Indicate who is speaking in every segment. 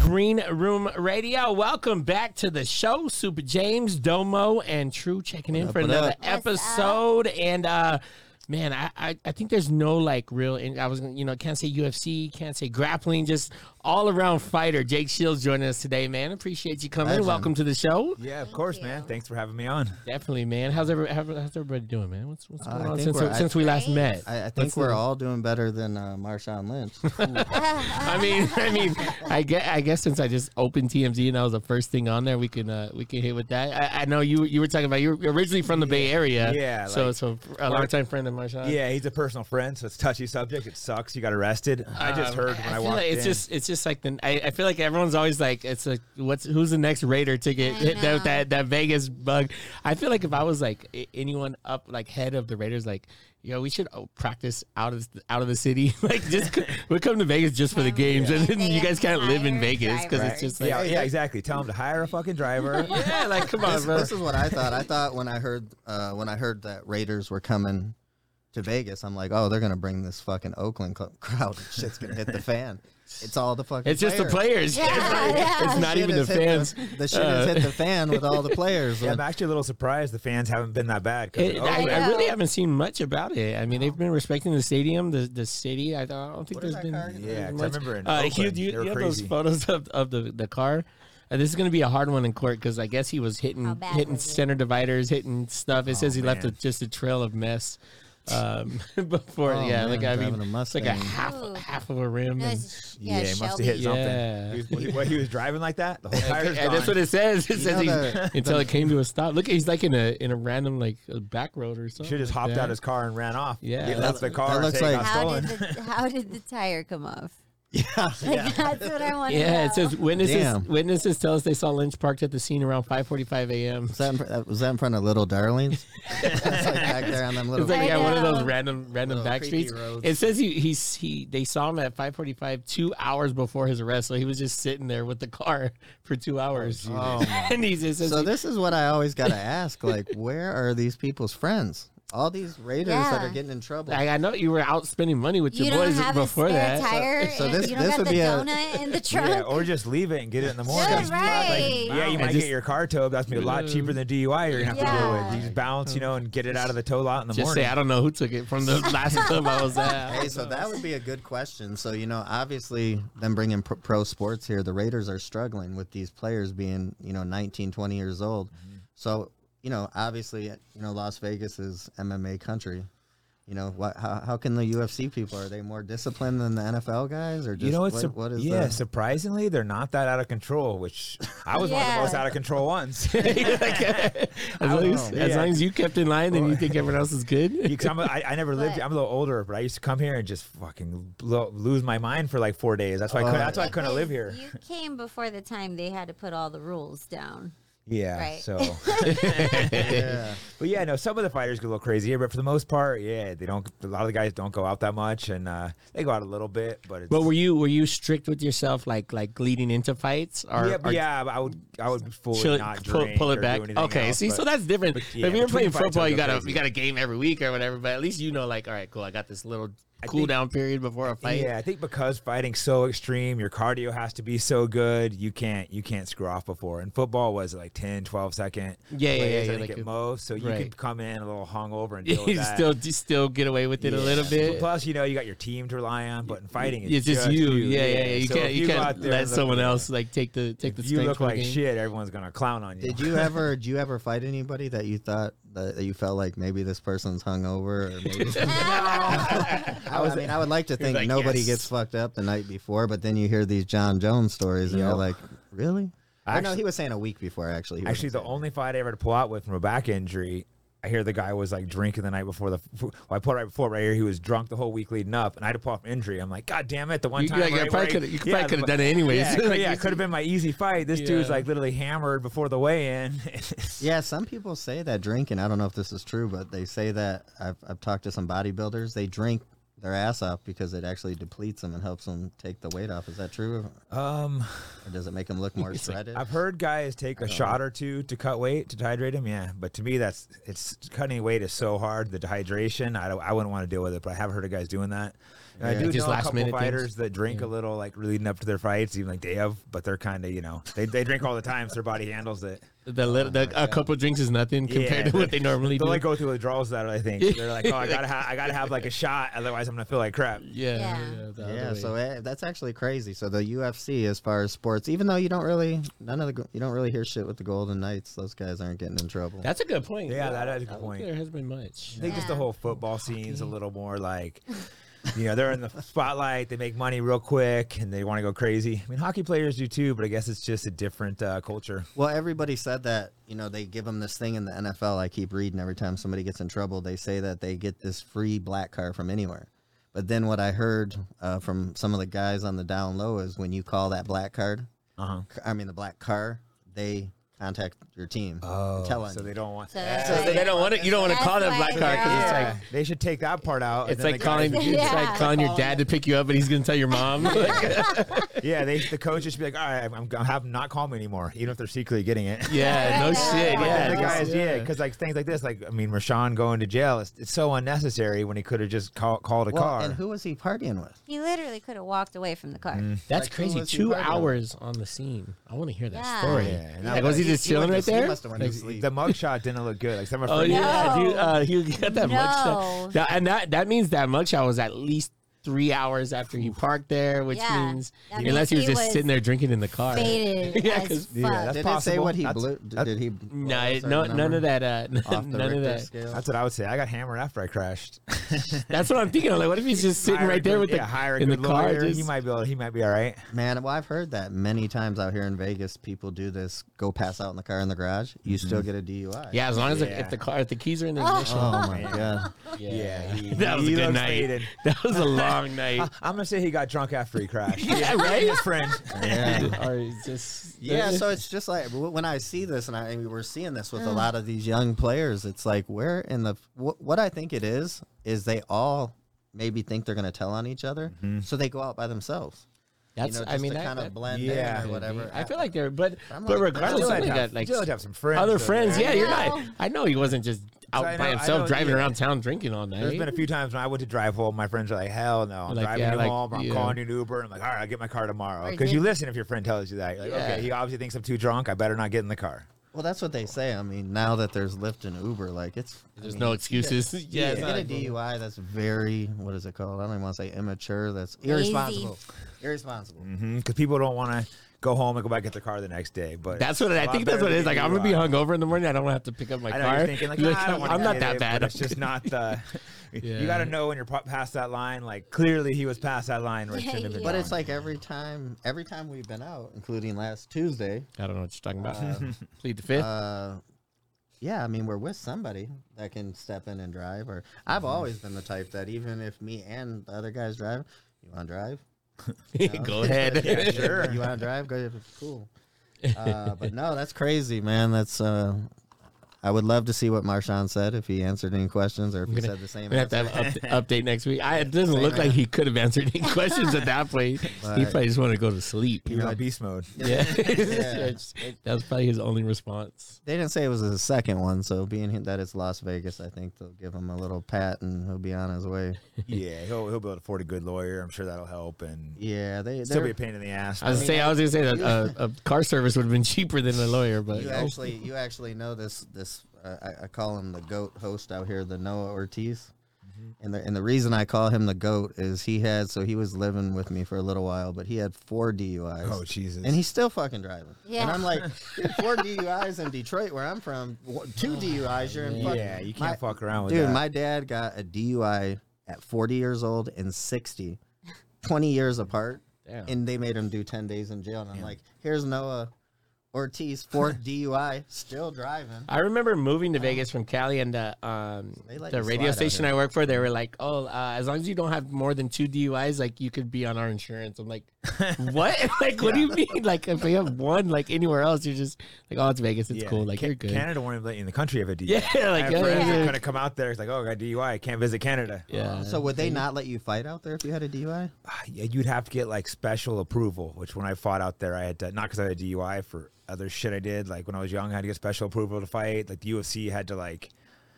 Speaker 1: Green Room Radio. Welcome back to the show. Super James, Domo, and True checking in
Speaker 2: What
Speaker 1: for
Speaker 2: up, what
Speaker 1: another
Speaker 2: up?
Speaker 1: episode. And uh man, I, I I think there's no like real in, I was gonna- you know, can't say UFC, can't say grappling, just all around fighter. Jake Shields joining us today, man. Appreciate you coming.
Speaker 2: Legend.
Speaker 1: Welcome to the show.
Speaker 3: Yeah, of course, man.
Speaker 4: you.
Speaker 3: Thanks for having me on.
Speaker 1: Definitely, man. How's everybody, how's everybody doing, man? What's what's
Speaker 2: Uh,
Speaker 1: going
Speaker 2: I
Speaker 1: on
Speaker 2: think
Speaker 1: since
Speaker 2: we're- I-
Speaker 1: since we last
Speaker 4: Right?
Speaker 1: met?
Speaker 2: I, I think
Speaker 1: What's
Speaker 2: we're
Speaker 1: the-
Speaker 2: all doing better than uh, Marshawn Lynch.
Speaker 1: I mean, I mean, I guess, I guess since I just opened TMZ and that was the first thing on there, we can uh, we can hit with that. I, I know you you were talking about you were originally from the Bay Area,
Speaker 3: Yeah,
Speaker 1: So
Speaker 3: like-
Speaker 1: so a longtime friend of Marshawn.
Speaker 3: Yeah, he's a personal friend, so it's a touchy subject. It sucks. You got arrested. I just
Speaker 1: Um,
Speaker 3: heard when I,
Speaker 1: feel
Speaker 3: walked
Speaker 1: like it's
Speaker 3: in.
Speaker 1: just it's just like the I, I feel like everyone's always like it's like what's who's the next Raider ticket
Speaker 4: I know.
Speaker 1: that, that that Vegas bug. I feel like if I was like a- anyone up like head of the Raiders, like yo, we should oh, practice out of out of the city. like just c- we come to Vegas just for the
Speaker 4: Tell 'em
Speaker 1: games, and
Speaker 4: they
Speaker 1: then you
Speaker 4: have
Speaker 1: guys can't live in
Speaker 4: hired
Speaker 1: Vegas because it's
Speaker 4: drivers.
Speaker 1: just like
Speaker 3: yeah, yeah, exactly. Tell him to hire a fucking driver.
Speaker 1: Yeah, like come on,
Speaker 2: this,
Speaker 1: bro.
Speaker 2: this is what I thought. I thought when I heard uh, when I heard that Raiders were coming to Vegas, I'm like, oh, they're gonna bring this fucking Oakland cl- crowd. Shit's gonna hit the fan. It's all the fucking.
Speaker 1: It's just the
Speaker 2: players.
Speaker 1: players.
Speaker 4: Yeah,
Speaker 1: it's not,
Speaker 4: yeah.
Speaker 1: it's
Speaker 4: The
Speaker 1: not
Speaker 2: shit
Speaker 1: even the
Speaker 2: has hit
Speaker 1: fans.
Speaker 2: The, shit has
Speaker 1: Uh,
Speaker 2: hit the fan with all the players.
Speaker 3: yeah,
Speaker 2: When-
Speaker 3: I'm actually a little surprised the fans haven't been that bad. 'cause
Speaker 1: It,
Speaker 3: of
Speaker 1: I,
Speaker 3: Oakland.
Speaker 1: I
Speaker 4: Oh, yeah.
Speaker 1: really haven't seen much about it. I mean, they've been respecting the stadium, the the city. I don't, I don't think
Speaker 2: What is
Speaker 1: there's
Speaker 2: that
Speaker 1: been.
Speaker 2: car again?
Speaker 3: yeah, 'cause I
Speaker 1: much-
Speaker 3: remember in
Speaker 1: Uh,
Speaker 3: Oakland,
Speaker 1: you you,
Speaker 3: they were
Speaker 1: you have those
Speaker 3: crazy.
Speaker 1: photos of, of the, the car. Uh, this is going to be a hard one in court because I guess he was
Speaker 4: How
Speaker 1: hitting
Speaker 4: bad
Speaker 1: hitting
Speaker 4: was it?
Speaker 1: center dividers, hitting stuff. It says he left a,
Speaker 3: Oh, man.
Speaker 1: just a trail of mess um, before.
Speaker 2: Oh,
Speaker 1: yeah,
Speaker 2: man,
Speaker 1: like I
Speaker 2: driving
Speaker 1: mean,
Speaker 2: a
Speaker 1: it's like a
Speaker 2: Mustang.
Speaker 1: half
Speaker 4: Ooh.
Speaker 1: half of a rim.
Speaker 4: No,
Speaker 1: and-
Speaker 4: it's-
Speaker 3: Yeah,
Speaker 4: yeah,
Speaker 3: he must have
Speaker 4: Shelby.
Speaker 3: hit something.
Speaker 1: Yeah.
Speaker 3: He was, when he- when he was driving like that, the whole tire's
Speaker 1: And that's
Speaker 3: gone.
Speaker 1: what it says. It
Speaker 2: You
Speaker 1: says
Speaker 2: know
Speaker 1: he's,
Speaker 2: the-
Speaker 1: until it came to a stop. Look, he's like in a in a random like a back road or something.
Speaker 3: Should have just
Speaker 1: like
Speaker 3: hopped
Speaker 1: that.
Speaker 3: out his car and ran off.
Speaker 1: Yeah.
Speaker 3: he left the car.
Speaker 2: That
Speaker 3: and
Speaker 2: looks
Speaker 3: said it
Speaker 2: like-
Speaker 3: got
Speaker 4: How
Speaker 3: stolen.
Speaker 4: did, the, how did the tire come off?
Speaker 2: yeah.
Speaker 4: Like, That's what I want to know.
Speaker 1: Yeah, it says witnesses
Speaker 2: Damn.
Speaker 1: witnesses tell us they saw Lynch parked at the scene around 5:45 a.m.
Speaker 2: Was that, in, fr- uh, was that in front of Little Darlings? That's like back there on them little.
Speaker 1: It's like
Speaker 4: I
Speaker 1: yeah, one of those
Speaker 4: know.
Speaker 1: random random
Speaker 2: Little
Speaker 1: back
Speaker 2: creepy
Speaker 1: streets.
Speaker 2: roads.
Speaker 1: It says he he's he they saw him at 5:45 two hours before his arrest, so he was just sitting there with the car for two hours.
Speaker 2: Oh, my.
Speaker 1: and he just says
Speaker 2: so
Speaker 1: he-
Speaker 2: this is what I always gotta ask: like, where are these people's friends? All these Raiders that are
Speaker 4: Yeah.
Speaker 2: getting in trouble.
Speaker 1: I, I know you were out spending money with
Speaker 4: You
Speaker 1: your
Speaker 4: don't
Speaker 1: boys
Speaker 4: have a
Speaker 1: before
Speaker 4: spare
Speaker 1: that.
Speaker 4: tire,
Speaker 2: So- so
Speaker 4: and
Speaker 2: this-
Speaker 4: you don't
Speaker 2: this
Speaker 4: have
Speaker 2: would
Speaker 4: the
Speaker 2: be a-
Speaker 4: donut in the trunk.
Speaker 3: Yeah, or just leave it and get it in the morning.
Speaker 4: Yeah, right.
Speaker 3: Like, yeah, you
Speaker 1: And
Speaker 3: might
Speaker 1: just-
Speaker 3: get your car towed. That's gonna be a lot cheaper than DUI. You're gonna have to deal
Speaker 4: Yeah.
Speaker 3: with. You just bounce, you know, and get it out of the tow lot in the
Speaker 1: Just
Speaker 3: morning.
Speaker 1: say I don't know who took it from the last club I was at.
Speaker 2: Hey, so that would be a good question. So you know, obviously, them bringing pro, pro sports here, the Raiders are struggling with these players being you know 19, 20 years old.
Speaker 3: Mm-hmm.
Speaker 2: So you know, obviously, you know, Las Vegas is MMA country. You know, what, how how can the UFC people are they more disciplined than the NFL guys or just
Speaker 3: you know, it's
Speaker 2: what,
Speaker 3: sur-
Speaker 2: what is
Speaker 3: yeah.
Speaker 2: the-
Speaker 3: Surprisingly, they're not that out of control. Which I was one of
Speaker 4: Yeah.
Speaker 3: the most out of control ones.
Speaker 1: Like, as, long as,
Speaker 3: know.
Speaker 1: as
Speaker 3: Yeah.
Speaker 1: long as you kept in line, then you think everyone else is good.
Speaker 3: Because I'm, a- I, I never lived.
Speaker 4: But-
Speaker 3: I'm a little older, but I used to come here and just fucking lo- lose my mind for like four days. That's why I couldn't, that's why I couldn't
Speaker 4: Oh,
Speaker 3: live here.
Speaker 4: You came before the time they had to put all the rules down.
Speaker 3: Yeah.
Speaker 4: Right.
Speaker 3: So,
Speaker 2: yeah.
Speaker 3: but yeah, no. Some of the fighters get a little crazy here, but for the most part, yeah, they don't. A lot of the guys don't go out that much, and uh, they go out a little bit. But it's,
Speaker 1: But were you were you strict with yourself, like like leading into fights, or,
Speaker 3: yeah, but
Speaker 1: or
Speaker 3: yeah, but I would, I would fully
Speaker 1: chill-
Speaker 3: not
Speaker 1: pull,
Speaker 3: drink
Speaker 1: pull
Speaker 3: or
Speaker 1: it
Speaker 3: do
Speaker 1: back?
Speaker 3: anything
Speaker 1: Okay,
Speaker 3: else,
Speaker 1: see,
Speaker 3: but-
Speaker 1: so that's different.
Speaker 3: but
Speaker 1: if
Speaker 3: yeah,
Speaker 1: you were
Speaker 3: between
Speaker 1: playing
Speaker 3: fights, I'd
Speaker 1: football, you
Speaker 3: go
Speaker 1: got a
Speaker 3: crazy.
Speaker 1: you got a game every week or whatever. But at least you know, like, all right, cool, I got this little cool
Speaker 3: think-
Speaker 1: down period before a fight.
Speaker 3: Yeah, I think because fighting's so extreme, your cardio has to be so good, you can't you can't screw off before. And football was like 10, 12 second.
Speaker 1: Yeah, yeah, yeah,
Speaker 3: plays,
Speaker 1: yeah,
Speaker 3: I think
Speaker 1: like
Speaker 3: at
Speaker 1: a-
Speaker 3: most, so you
Speaker 1: right.
Speaker 3: could come in a little hungover and deal with
Speaker 1: you
Speaker 3: that.
Speaker 1: still you still get away with it a
Speaker 3: Yeah.
Speaker 1: little bit.
Speaker 3: Plus, you know, you got your team to rely on, but in fighting, it's,
Speaker 1: It's just you. Yeah, yeah, yeah. You
Speaker 3: So
Speaker 1: can't
Speaker 3: if
Speaker 1: you,
Speaker 3: go out
Speaker 1: can't
Speaker 3: there
Speaker 1: let
Speaker 3: and look
Speaker 1: someone
Speaker 3: like-
Speaker 1: else like take the take the
Speaker 3: If you
Speaker 1: strength
Speaker 3: look
Speaker 1: from the
Speaker 3: like
Speaker 1: game.
Speaker 3: shit, everyone's gonna clown on you.
Speaker 2: Did you ever did you ever fight anybody that you thought that, that you felt like maybe this person's hungover or maybe I, I mean, I would like to think
Speaker 1: like,
Speaker 2: nobody
Speaker 1: yes.
Speaker 2: gets fucked up the night before, but then you hear these John Jones stories, and
Speaker 3: Yeah.
Speaker 2: you're like, really? I know
Speaker 3: Actually-
Speaker 2: he was saying a week before, actually. He
Speaker 3: Actually,
Speaker 2: wasn't
Speaker 3: the
Speaker 2: saying-
Speaker 3: only fight I ever had to pull out with from a back injury, I hear the guy was like drinking the night before the. Well, I pulled right before right here. He was drunk the whole week leading up, and I had to pull out from injury. I'm like, God damn it! The one
Speaker 1: You-
Speaker 3: time
Speaker 1: like, I
Speaker 3: right
Speaker 1: probably
Speaker 3: where I-
Speaker 1: coulda- you probably
Speaker 3: the-
Speaker 1: coulda done it anyways.
Speaker 3: Yeah, it coulda-
Speaker 1: Like,
Speaker 3: yeah,
Speaker 1: you
Speaker 3: it could have been my easy fight. This dude's
Speaker 1: Yeah.
Speaker 3: like literally hammered before the weigh-in.
Speaker 2: Yeah, some people say that drinking. I don't know if this is true, but they say that I've I've talked to some bodybuilders. They drink their ass off because it actually depletes them and helps them take the weight off. Is that true?
Speaker 3: um,
Speaker 2: Or does it make them look more shredded?
Speaker 3: I've heard guys take
Speaker 1: Uh-huh.
Speaker 3: a shot or two to cut weight to dehydrate them. Yeah, but to me, that's it's cutting weight is so hard. The dehydration, I don't, I wouldn't want to deal with it. But I have heard of guys doing that. And I do
Speaker 1: Just
Speaker 3: know
Speaker 1: last
Speaker 3: a couple
Speaker 1: minute things.
Speaker 3: fighters that drink a little, like leading up to their fights, even like they have, but they're kind of, you know, they, they drink all the time, so their body handles it.
Speaker 1: The, little, the a couple drinks is nothing compared
Speaker 3: Oh Yeah,
Speaker 1: to what they normally do.
Speaker 3: They'll like go through withdrawals that I think they're like, oh, I gotta, ha- I gotta have like a shot, otherwise I'm gonna feel like crap.
Speaker 1: yeah,
Speaker 4: Yeah.
Speaker 1: the other
Speaker 2: Yeah,
Speaker 1: way.
Speaker 2: so eh, that's actually crazy. So the UFC, as far as sports, even though you don't really none of the go- you don't really hear shit with the Golden Knights, those guys aren't getting in trouble.
Speaker 1: that's a good point.
Speaker 3: Yeah,
Speaker 1: I
Speaker 3: that is a good
Speaker 1: don't think
Speaker 3: point.
Speaker 1: There has been much.
Speaker 3: I think just the
Speaker 4: Yeah.
Speaker 3: whole football scene's a little more like, you know, they're in the spotlight, they make money real quick, and they want to go crazy. I mean, hockey players do too, but I guess it's just a different uh, culture.
Speaker 2: well, everybody said that you know they give them this thing in the NFL. I keep reading every time somebody gets in trouble, they say that they get this free black car from anywhere. But then what I heard uh, from some of the guys on the down low is when you call that black card,
Speaker 3: Uh
Speaker 1: Uh-huh.
Speaker 3: huh.
Speaker 2: I mean the black car, they contact your team.
Speaker 3: Oh,
Speaker 2: Tell
Speaker 3: so
Speaker 2: it.
Speaker 3: they don't want.
Speaker 4: So that's
Speaker 1: So
Speaker 4: why-
Speaker 1: they don't want to. You don't want to
Speaker 4: That's
Speaker 1: call that
Speaker 4: why
Speaker 1: black card because it's
Speaker 3: yeah,
Speaker 1: like
Speaker 3: they should take that part out. and
Speaker 1: it's
Speaker 3: then
Speaker 1: like
Speaker 3: the guy-
Speaker 1: calling. It's
Speaker 4: Yeah.
Speaker 1: like calling your dad to pick you up, and he's gonna tell your mom. Like,
Speaker 3: Yeah, they the coaches should be like, all right, I'm, I'm gonna have them not call me anymore, even if they're secretly getting it.
Speaker 1: yeah, no
Speaker 4: Yeah.
Speaker 1: shit.
Speaker 4: But
Speaker 3: But
Speaker 1: Yeah,
Speaker 3: then the
Speaker 1: that's-
Speaker 3: guys, yeah, because like things like this, like I mean, Rashawn going to jail, it's, it's so unnecessary when he could have just call, called a
Speaker 2: well,
Speaker 3: car.
Speaker 2: and who was he partying with?
Speaker 4: He literally could have walked away from the car.
Speaker 1: That's
Speaker 2: Like, who
Speaker 1: crazy.
Speaker 2: was he
Speaker 1: Two
Speaker 2: riding with?
Speaker 1: hours on the scene. I want to hear that
Speaker 4: Yeah.
Speaker 1: story.
Speaker 3: Yeah, and
Speaker 1: Like, was he just chilling
Speaker 2: went to
Speaker 1: right
Speaker 2: sleep.
Speaker 1: there?
Speaker 2: He must have went to
Speaker 1: Like,
Speaker 2: sleep.
Speaker 3: the mugshot didn't look good. Like some of
Speaker 1: Oh
Speaker 3: friends-
Speaker 1: yeah,
Speaker 4: No.
Speaker 1: dude, uh, he got that
Speaker 4: No.
Speaker 1: mugshot. Now, and that that means that mugshot was at least three hours after he parked there, which
Speaker 4: Yeah.
Speaker 1: means
Speaker 4: That
Speaker 1: unless
Speaker 4: means
Speaker 1: he was
Speaker 4: he
Speaker 1: just
Speaker 4: was
Speaker 1: sitting there drinking in the car.
Speaker 4: Faded
Speaker 1: Yeah,
Speaker 4: as
Speaker 1: 'cause-
Speaker 4: fuck.
Speaker 3: Yeah, that's-
Speaker 2: Did it
Speaker 3: possible.
Speaker 2: say what he
Speaker 3: That's-
Speaker 2: blew? Did,
Speaker 3: that's-
Speaker 2: did he?
Speaker 1: No,
Speaker 2: what
Speaker 1: it-
Speaker 2: was that
Speaker 1: no,
Speaker 2: number?
Speaker 1: none of that. Uh, n-
Speaker 2: Off the
Speaker 1: none of
Speaker 2: Richter
Speaker 1: that.
Speaker 2: scale?
Speaker 3: That's what I would say. I got hammered after I crashed.
Speaker 1: That's what I'm thinking. I'm like, what if he's just sitting
Speaker 3: Hire a
Speaker 1: right there
Speaker 3: good-
Speaker 1: with
Speaker 3: yeah,
Speaker 1: the
Speaker 3: hire a
Speaker 1: in the
Speaker 3: good
Speaker 1: car?
Speaker 3: lawyer.
Speaker 1: just-
Speaker 3: He might be. Able, he might be all right.
Speaker 2: Man, well, I've heard that many times out here in Vegas. People do this: go pass out in the car in the garage. You still get a DUI.
Speaker 1: Mm-hmm. yeah, as long as the,
Speaker 3: Yeah.
Speaker 1: if the car, if the keys are in the ignition.
Speaker 2: Oh my god.
Speaker 3: he-
Speaker 1: that was
Speaker 3: he
Speaker 1: a good
Speaker 3: looks
Speaker 1: night.
Speaker 3: faded.
Speaker 1: That was a long night.
Speaker 3: I'm gonna say he got drunk after he crashed.
Speaker 1: yeah, right.
Speaker 3: His friend.
Speaker 2: Yeah.
Speaker 1: Or it's just
Speaker 2: Yeah, so it's just like w- when I see this, and I and we're seeing this with a
Speaker 1: Mm.
Speaker 2: lot of these young players. It's like where in the what, what I think it is is they all maybe think they're going to tell on each other, so they go out by themselves.
Speaker 1: that's.
Speaker 2: you know, just
Speaker 1: I mean,
Speaker 2: to
Speaker 1: that-
Speaker 2: kind of
Speaker 1: that-
Speaker 2: blend
Speaker 3: Yeah.
Speaker 2: in or whatever.
Speaker 1: I feel like they're, but
Speaker 2: I'm
Speaker 1: but
Speaker 2: like,
Speaker 3: You
Speaker 1: regardless,
Speaker 3: still had
Speaker 1: somebody
Speaker 3: to have-
Speaker 1: got like
Speaker 3: you still had to have some friends.
Speaker 1: other
Speaker 3: over
Speaker 1: friends.
Speaker 3: there.
Speaker 1: Yeah, you're
Speaker 4: I
Speaker 1: not.
Speaker 4: know.
Speaker 1: I know he wasn't just out
Speaker 3: I
Speaker 1: by
Speaker 3: know- I
Speaker 1: himself
Speaker 3: know,
Speaker 1: driving
Speaker 3: yeah.
Speaker 1: around town drinking all night.
Speaker 3: There's been a few times when I went to drive home, my friends are like, "Hell no, I'm
Speaker 1: Like,
Speaker 3: driving
Speaker 1: yeah,
Speaker 3: you
Speaker 1: like,
Speaker 3: home. or I'm
Speaker 1: yeah.
Speaker 3: calling you an Uber." And I'm like, "All right, I'll get my car tomorrow."
Speaker 4: Or
Speaker 3: Because
Speaker 4: did-
Speaker 3: you listen if your friend tells you that. You're like,
Speaker 1: Yeah.
Speaker 3: okay, he obviously thinks I'm too drunk. I better not get in the car.
Speaker 2: Well, that's what they say. I mean, now that there's Lyft and Uber, like it's I
Speaker 1: There's
Speaker 2: mean,
Speaker 1: no excuses. Yeah,
Speaker 2: You
Speaker 1: it's not
Speaker 2: get a
Speaker 1: like-
Speaker 2: DUI that's very what is it called? I don't even want to say immature. That's irresponsible. Irresponsible.
Speaker 1: Mm.
Speaker 3: Because Mm-hmm. people don't want to go home and go back and get the car the next day. But
Speaker 1: That's what
Speaker 3: it's a
Speaker 1: I
Speaker 3: lot
Speaker 1: think. That's
Speaker 3: better
Speaker 1: what it
Speaker 3: than
Speaker 1: is. Like I'm gonna be
Speaker 3: DUI.
Speaker 1: hungover in the morning. I don't have to pick up my
Speaker 3: I know
Speaker 1: car.
Speaker 3: you're thinking like, "Ah, I don't wanna
Speaker 1: I'm not
Speaker 3: get
Speaker 1: that
Speaker 3: it,"
Speaker 1: bad.
Speaker 3: but It's just not the. You got to know when you're pa- past that line. Like clearly, he was past that line where it shouldn't have been.
Speaker 4: Yeah.
Speaker 2: But
Speaker 3: drawn.
Speaker 2: it's like every time, every time we've been out, including last Tuesday.
Speaker 1: I don't know what you're talking about. Plead the fifth.
Speaker 2: Uh, yeah, I mean we're with somebody that can step in and drive. Or I've
Speaker 1: Mm-hmm.
Speaker 2: always been the type that even if me and the other guys drive, you want to drive?
Speaker 1: Go ahead.
Speaker 3: Yeah, sure.
Speaker 2: You want to drive? Go. Cool. Uh, but no, that's crazy, man. That's. Uh, I would love to see what Marshawn said if he answered any questions or if he said the same.
Speaker 1: We have to
Speaker 2: answer.
Speaker 1: have up, update next week. I, it doesn't look like he could have answered any questions at that point. he
Speaker 2: But-
Speaker 1: probably just wanted to go to sleep.
Speaker 3: you're in beast mode.
Speaker 1: Yeah, that was probably his only response.
Speaker 2: They didn't say it was his second one, so being that it's Las Vegas, I think they'll give him a little pat and he'll be on his way.
Speaker 3: Yeah, he'll he'll be able to afford a good lawyer. I'm sure that'll help and
Speaker 2: Yeah, they
Speaker 3: still be
Speaker 2: they're-
Speaker 3: a pain in the ass.
Speaker 1: I was gonna say, I was gonna say that uh, a car service would have been cheaper than a lawyer, but
Speaker 2: you actually you actually know this this uh, I, I call him the goat host out here, the Noah Ortiz.
Speaker 3: Mm-hmm.
Speaker 2: And the, and the reason I call him the goat is he had so he was living with me for a little while, but he had four DUIs.
Speaker 3: Oh Jesus!
Speaker 2: and he's still fucking driving. And
Speaker 4: Yeah.
Speaker 2: I'm like, dude, four DUIs in Detroit, where I'm from, wh- two DUIs, you're in fucking.
Speaker 3: yeah, you can't
Speaker 2: my-
Speaker 3: fuck around with
Speaker 2: Dude,
Speaker 3: that.
Speaker 2: my dad got a DUI at 40 years old and 60, 20 years apart,
Speaker 1: Damn.
Speaker 2: and they made him do 10 days in jail. And I'm like, here's Noah Ortiz, fourth DUI, still driving.
Speaker 1: I remember moving to Vegas from Cali, and the um,
Speaker 2: They let
Speaker 1: the
Speaker 2: you
Speaker 1: radio
Speaker 2: slide out
Speaker 1: station
Speaker 2: here.
Speaker 1: I work for, they were like, "Oh, uh, as long as you don't have more than two DUIs, like you could be on our insurance." I'm like, "What? like, what do you mean? Like, if you have one, like anywhere else, you're just like, oh, it's Vegas, it's
Speaker 3: Yeah,
Speaker 1: cool, like
Speaker 3: Ca-
Speaker 1: you're good."
Speaker 3: Canada won't even let you in the country if a DUI.
Speaker 1: Yeah, like,
Speaker 3: I have
Speaker 1: yeah,
Speaker 3: friends
Speaker 1: yeah.
Speaker 3: that kind of come out there. It's like, oh, I got DUI. I can't visit Canada.
Speaker 1: yeah.
Speaker 2: So would they not let you fight out there if you had a DUI?
Speaker 3: Ah, yeah, you'd have to get like special approval. Which when I fought out there, I had to not because I had a DUI for other shit I did. Like when I was young, I had to get special approval to fight. Like the UFC had to like.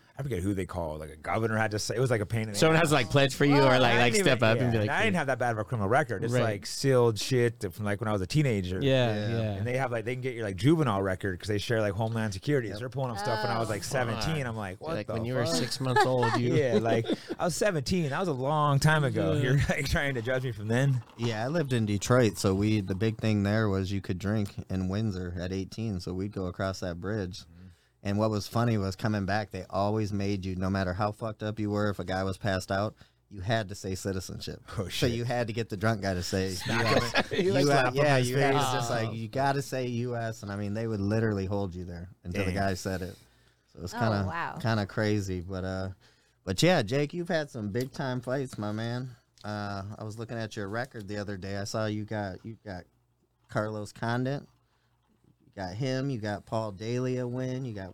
Speaker 3: I forget who they called. Like a governor had to say it was like a pain in the
Speaker 1: Someone
Speaker 3: ass.
Speaker 1: has to, like pledge for you or
Speaker 3: And
Speaker 1: like
Speaker 3: I
Speaker 1: like
Speaker 3: didn't
Speaker 1: step
Speaker 3: even-
Speaker 1: up
Speaker 3: yeah,
Speaker 1: and be like,
Speaker 3: I didn't have that bad of a criminal record. It's
Speaker 1: Right.
Speaker 3: like sealed shit that- from like when I was a teenager.
Speaker 1: yeah,
Speaker 2: Yeah.
Speaker 1: yeah.
Speaker 3: And they have like they can get your like juvenile record because they share like Homeland Security. So they're pulling up stuff when I was
Speaker 4: Oh.
Speaker 3: like 17. I'm like, what
Speaker 1: like
Speaker 3: the
Speaker 1: when you were
Speaker 3: fuck?
Speaker 1: six months old, you
Speaker 3: yeah, like I was 17. That was a long time ago.
Speaker 1: Yeah.
Speaker 3: You're like trying to judge me from then.
Speaker 2: Yeah, I lived in Detroit, so we the big thing there was you could drink in Windsor at 18, so we'd go across that bridge.
Speaker 3: Mm-hmm.
Speaker 2: And what was funny was coming back, they always made you, no matter how fucked up you were, if a guy was passed out, you had to say citizenship.
Speaker 3: Oh,
Speaker 2: So
Speaker 3: shit.
Speaker 2: you had to get the drunk guy to say U.S.
Speaker 3: You
Speaker 2: US,
Speaker 3: slap him
Speaker 2: yeah,
Speaker 3: in his
Speaker 2: you had,
Speaker 3: face.
Speaker 2: it's just like
Speaker 1: Oh.
Speaker 2: you got to say U.S. And I mean, they would literally hold you there until the
Speaker 3: Damn.
Speaker 2: guy said it. So it's
Speaker 4: Oh,
Speaker 2: kind of
Speaker 4: wow.
Speaker 2: kind of crazy, but uh, but yeah, Jake, you've had some big time fights, my man. Uh, I was looking at your record the other day. I saw you got you got Carlos Condit, you got him, you got Paul Daly a win, you got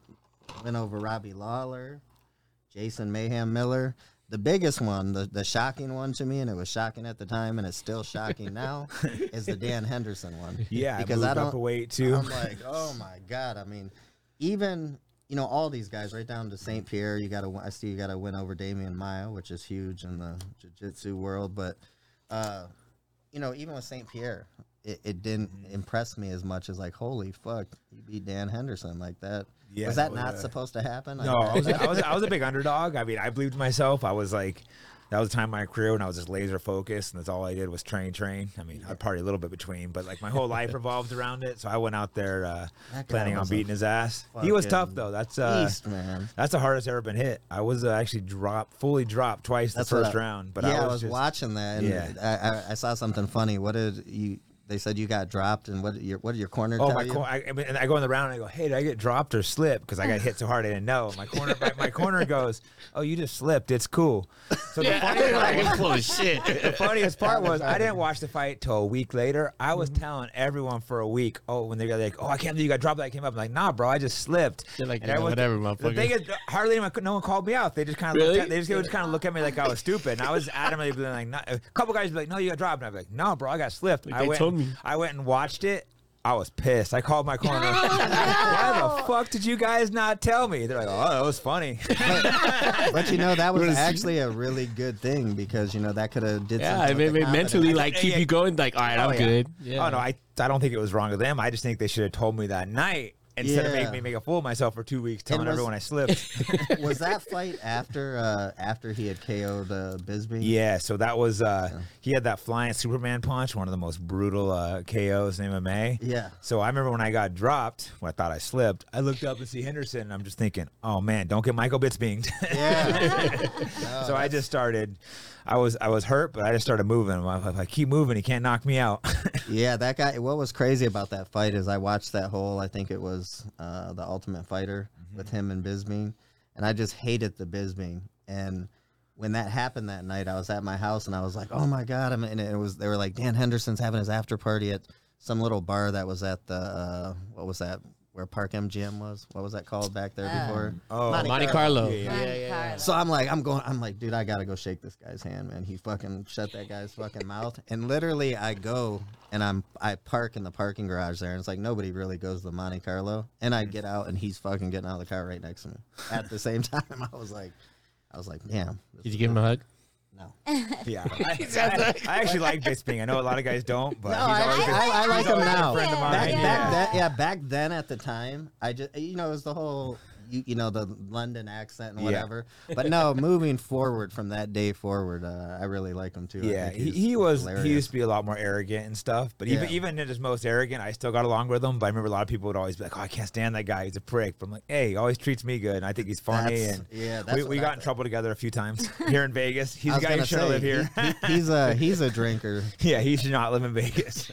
Speaker 2: win over Robbie Lawler, Jason Mayhem Miller. The biggest one, the, the shocking one to me, and it was shocking at the time, and it's still shocking now, is the Dan Henderson one.
Speaker 3: Yeah,
Speaker 2: Because
Speaker 3: because
Speaker 2: I
Speaker 3: I moved
Speaker 2: don't-
Speaker 3: up a weight too.
Speaker 2: I'm like, oh my god. I mean, even you know all these guys right down to Saint Pierre. You got to. I see you got to win over Damian Maya, which is huge in the jiu-jitsu world. But uh, you know, even with Saint Pierre, it, it didn't
Speaker 3: Mm-hmm.
Speaker 2: impress me as much as like, holy fuck, you beat Dan Henderson like that.
Speaker 3: Yeah,
Speaker 2: was that
Speaker 3: that was
Speaker 2: not
Speaker 3: a-
Speaker 2: supposed to happen?
Speaker 3: No, I was, I was I was a big underdog. I mean, I believed in myself. I was like, that was the time in my career when I was just laser focused, and that's all I did was train, train. I mean, I'd party a little bit between, but like my whole life revolved around it. So I went out there uh,
Speaker 2: That guy
Speaker 3: planning on
Speaker 2: was a
Speaker 3: beating his ass. He was tough
Speaker 2: fucking
Speaker 3: though. That's uh,
Speaker 2: beast, man.
Speaker 3: that's the hardest I've ever been hit. I was uh, actually dropped, fully dropped twice
Speaker 2: That's
Speaker 3: the
Speaker 2: what
Speaker 3: first
Speaker 2: I-
Speaker 3: round. But
Speaker 2: yeah,
Speaker 3: I was, just,
Speaker 2: watching that, and
Speaker 3: Yeah.
Speaker 2: I, I, I saw something funny. What did you? They said you got dropped, and what did your what did your corner
Speaker 3: Oh
Speaker 2: tell
Speaker 3: my!
Speaker 2: you?
Speaker 3: Cor- I, I mean, and I go in the round and I go, "Hey, did I get dropped or slip?" Because I got hit so hard I didn't know. My corner, my, my corner goes, "Oh, you just slipped. It's cool." So the funny
Speaker 1: You're
Speaker 3: part
Speaker 1: like,
Speaker 3: was-
Speaker 1: "You're full of shit.
Speaker 3: funniest part was I didn't watch the fight till a week later. I was
Speaker 1: Mm-hmm.
Speaker 3: telling everyone for a week. Oh, when they got like, oh, I can't believe you got dropped. I came up. I'm like, nah, bro, I just slipped.
Speaker 1: They're like,
Speaker 3: And
Speaker 1: "You know,
Speaker 3: everyone's-
Speaker 1: whatever,
Speaker 3: The thing is, hardly anyone, no one called me out. They just kind of
Speaker 1: Really?
Speaker 3: looked at, they just, they just kind of look at me like I was stupid. And I was adamantly being like, nah. a couple guys be like, no, you got dropped. And I'd be like, no, bro, I got slipped.
Speaker 1: Like,
Speaker 3: I
Speaker 1: they
Speaker 3: went,
Speaker 1: told me.
Speaker 3: I went and watched it. I was pissed. I called my corner. Why the fuck did you guys not tell me? They're like, oh, that was funny.
Speaker 2: but you know that
Speaker 1: wanna
Speaker 2: was
Speaker 1: see-
Speaker 2: actually a really good thing because you know that could have did
Speaker 1: Yeah,
Speaker 2: something
Speaker 1: it
Speaker 2: with
Speaker 1: made
Speaker 2: the
Speaker 1: me
Speaker 2: confidence.
Speaker 1: mentally like
Speaker 3: Yeah,
Speaker 1: keep
Speaker 3: yeah.
Speaker 1: you going. Like, all right, I'm
Speaker 3: yeah.
Speaker 1: good. Yeah.
Speaker 3: Oh no, I I don't think it was wrong of them. I just think they should have told me that night instead of
Speaker 2: Yeah.
Speaker 3: making me make a fool of myself for two weeks telling
Speaker 2: was-
Speaker 3: everyone I slipped.
Speaker 2: was that fight after uh after he had KO'd uh, Bisbee?
Speaker 3: yeah, so that was uh he had that flying Superman punch, one of the most brutal uh, KOs in MMA.
Speaker 2: Yeah.
Speaker 3: So I remember when I got dropped, when I thought I slipped, I looked up and see Henderson, and I'm just thinking, oh man, don't get Michael Bitts binged.
Speaker 2: Yeah. Oh,
Speaker 3: so I just started. I was I was hurt, but I just started moving. I'm like, if I keep moving, he can't knock me out.
Speaker 2: yeah, that guy what was crazy about that fight is I watched that whole I think it was uh the ultimate fighter with him and Bisbee and I just hated the Bisbee and when that happened that night, I was at my house and I was like, "Oh my god!" I'm and it was they were like Dan Henderson's having his after party at some little bar that was at the uh, what was that where Park MGM was? What was that called back there
Speaker 4: Uh,
Speaker 2: before?
Speaker 3: oh,
Speaker 1: Monte Carlo.
Speaker 3: Yeah,
Speaker 4: Monte Carlo.
Speaker 2: So I'm like, I'm going, I'm like, dude, I gotta go shake this guy's hand, man. He fucking shut that guy's fucking mouth. And literally, I go and I'm, I park in the parking garage there, and it's like nobody really goes to Monte Carlo. And I get out, and he's fucking getting out of the car right next to me. At the same time, I was like, I was like, damn,
Speaker 1: Did you give him a hug?
Speaker 2: no.
Speaker 3: Yeah, I, I- I actually like Bisping. I know a lot of guys don't, but
Speaker 2: No,
Speaker 3: he's
Speaker 2: I-
Speaker 3: always
Speaker 2: I-
Speaker 3: been-
Speaker 2: I- I
Speaker 3: he's
Speaker 2: like him
Speaker 3: always been
Speaker 2: now.
Speaker 3: A friend of
Speaker 4: Yeah,
Speaker 3: mine.
Speaker 2: back,
Speaker 4: yeah.
Speaker 2: back that yeah back then at the time i just you know it was the whole you, you know the london accent and
Speaker 3: Yeah.
Speaker 2: whatever but no moving forward from that day forward uh, i really like him too I
Speaker 3: Yeah,
Speaker 2: think
Speaker 3: he,
Speaker 2: he's-
Speaker 3: he
Speaker 2: he's
Speaker 3: was he
Speaker 2: hilarious.
Speaker 3: used to be a lot more arrogant and stuff. But even
Speaker 2: Yeah.
Speaker 3: even at his most arrogant, I still got along with him. But I remember a lot of people would always be like, "Oh, I can't stand that guy. He's a prick." But I'm like, "Hey, he always treats me good, and I think he's funny."
Speaker 2: That's-
Speaker 3: and
Speaker 2: yeah, that's
Speaker 3: we,
Speaker 2: what
Speaker 3: we
Speaker 2: I
Speaker 3: got in
Speaker 2: thought.
Speaker 3: trouble together a few times here in Vegas. He's
Speaker 2: I
Speaker 3: a
Speaker 2: was
Speaker 3: guy who
Speaker 2: gonna
Speaker 3: shouldn't live
Speaker 2: say,
Speaker 3: here.
Speaker 2: he- he- he's a he's a drinker
Speaker 3: yeah, he should not live in Vegas.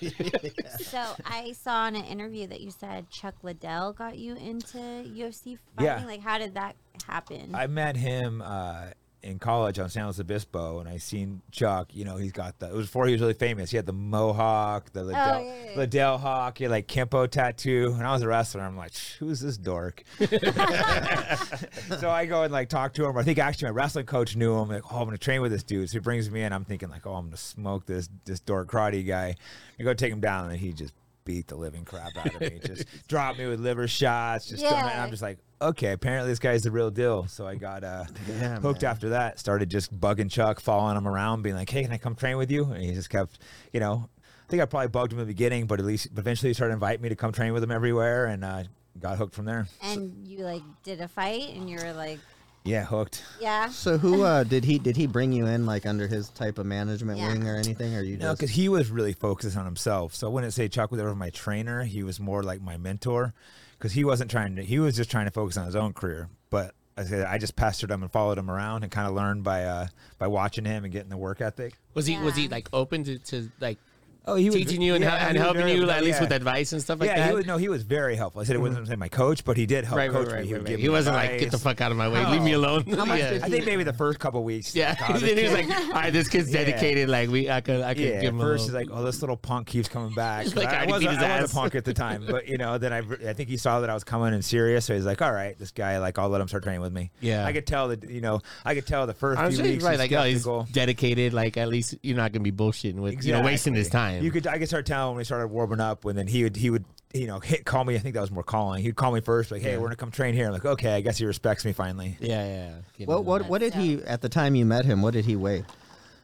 Speaker 4: So I saw in an interview that you said Chuck Liddell got you into UFC fighting.
Speaker 3: Yeah.
Speaker 4: Like, how did that happen?
Speaker 3: I met him uh, in college on San Luis Obispo, and I seen Chuck. You know, he's got the. It was before he was really famous. He had the mohawk, the Liddell,
Speaker 4: Oh, yeah, yeah, yeah.
Speaker 3: Liddell hawk, he had like Kempo tattoo. And I was a wrestler. I'm like, who's this dork? so I go and like talk to him. I think actually my wrestling coach knew him. Like, oh, I'm gonna train with this dude. So he brings me in. I'm thinking like, oh, I'm gonna smoke this this dork karate guy. I go take him down, and he just beat the living crap out of me. Just drop me with liver shots. Just
Speaker 4: Yeah.
Speaker 3: and I'm just like, okay, apparently this guy's the real deal. So I got uh,
Speaker 2: Yeah,
Speaker 3: hooked
Speaker 2: man.
Speaker 3: after that. Started just bugging Chuck, following him around, being like, hey, can I come train with you? And he just kept, you know, I think I probably bugged him in the beginning, but at least but eventually he started inviting me to come train with him everywhere, and uh, got hooked from there.
Speaker 4: And you like did a fight, and you were like,
Speaker 3: Yeah, hooked.
Speaker 4: yeah,
Speaker 2: So who uh, did he did he bring you in like under his type of management
Speaker 4: Yeah.
Speaker 2: wing or anything? Or you
Speaker 3: No,
Speaker 2: just
Speaker 3: because he was really focused on himself. So I wouldn't say Chuck was ever my trainer. He was more like my mentor because he wasn't trying to, he was just trying to focus on his own career. But I said, I just pastored him and followed him around and kind of learned by, uh, by watching him and getting the work ethic.
Speaker 1: Was he was he
Speaker 4: Yeah.
Speaker 1: like open to, to like
Speaker 3: Oh, he
Speaker 1: teaching you and, hel- and helping you at least with advice and stuff like
Speaker 3: yeah,
Speaker 1: that? Mm-hmm.
Speaker 3: he was, no, he was very helpful. I said it wasn't my coach, but he did help
Speaker 1: right, right,
Speaker 3: coach me.
Speaker 1: right,
Speaker 3: He,
Speaker 1: right,
Speaker 3: would
Speaker 1: right.
Speaker 3: give
Speaker 1: He
Speaker 3: me
Speaker 1: wasn't like get the
Speaker 3: advice.
Speaker 1: fuck out of my way, leave me
Speaker 3: No.
Speaker 1: alone. yeah.
Speaker 3: I think maybe the first couple weeks.
Speaker 1: yeah.
Speaker 3: like, oh, this
Speaker 1: then he was
Speaker 3: kid-
Speaker 1: like, all right, this kid's
Speaker 3: Yeah.
Speaker 1: dedicated. Like we, I could, I could
Speaker 3: Yeah,
Speaker 1: give
Speaker 3: at
Speaker 1: him a
Speaker 3: first he's
Speaker 1: little.
Speaker 3: like, "Oh, this little punk keeps coming back." 'Cause
Speaker 1: Like, I
Speaker 3: I, I,
Speaker 1: already
Speaker 3: was,
Speaker 1: beat his
Speaker 3: I was
Speaker 1: ass.
Speaker 3: a punk at the time, but you know, then I, I think he saw that I was coming in serious, so he's like, "All right, this guy, like, I'll let him start training with me."
Speaker 1: Yeah.
Speaker 3: I could tell that you know, I could tell the 1st
Speaker 1: I'm
Speaker 3: few
Speaker 1: sure he's
Speaker 3: weeks
Speaker 1: right. Like,
Speaker 3: he's
Speaker 1: oh, he's
Speaker 3: skeptical.
Speaker 1: dedicated. Like, at least you're not gonna be bullshitting with, you know, wasting his
Speaker 3: Exactly.
Speaker 1: time.
Speaker 3: You could I could start telling when we started warming up, and then he would he would you know hit call me. I think that was more calling. He'd call me first, like, "Hey, we're gonna come train here." I'm like, "Okay, I guess he respects me finally."
Speaker 1: yeah, yeah. Get
Speaker 2: what
Speaker 1: him
Speaker 2: what
Speaker 1: on.
Speaker 2: what did he at the time you met him? What did he weigh?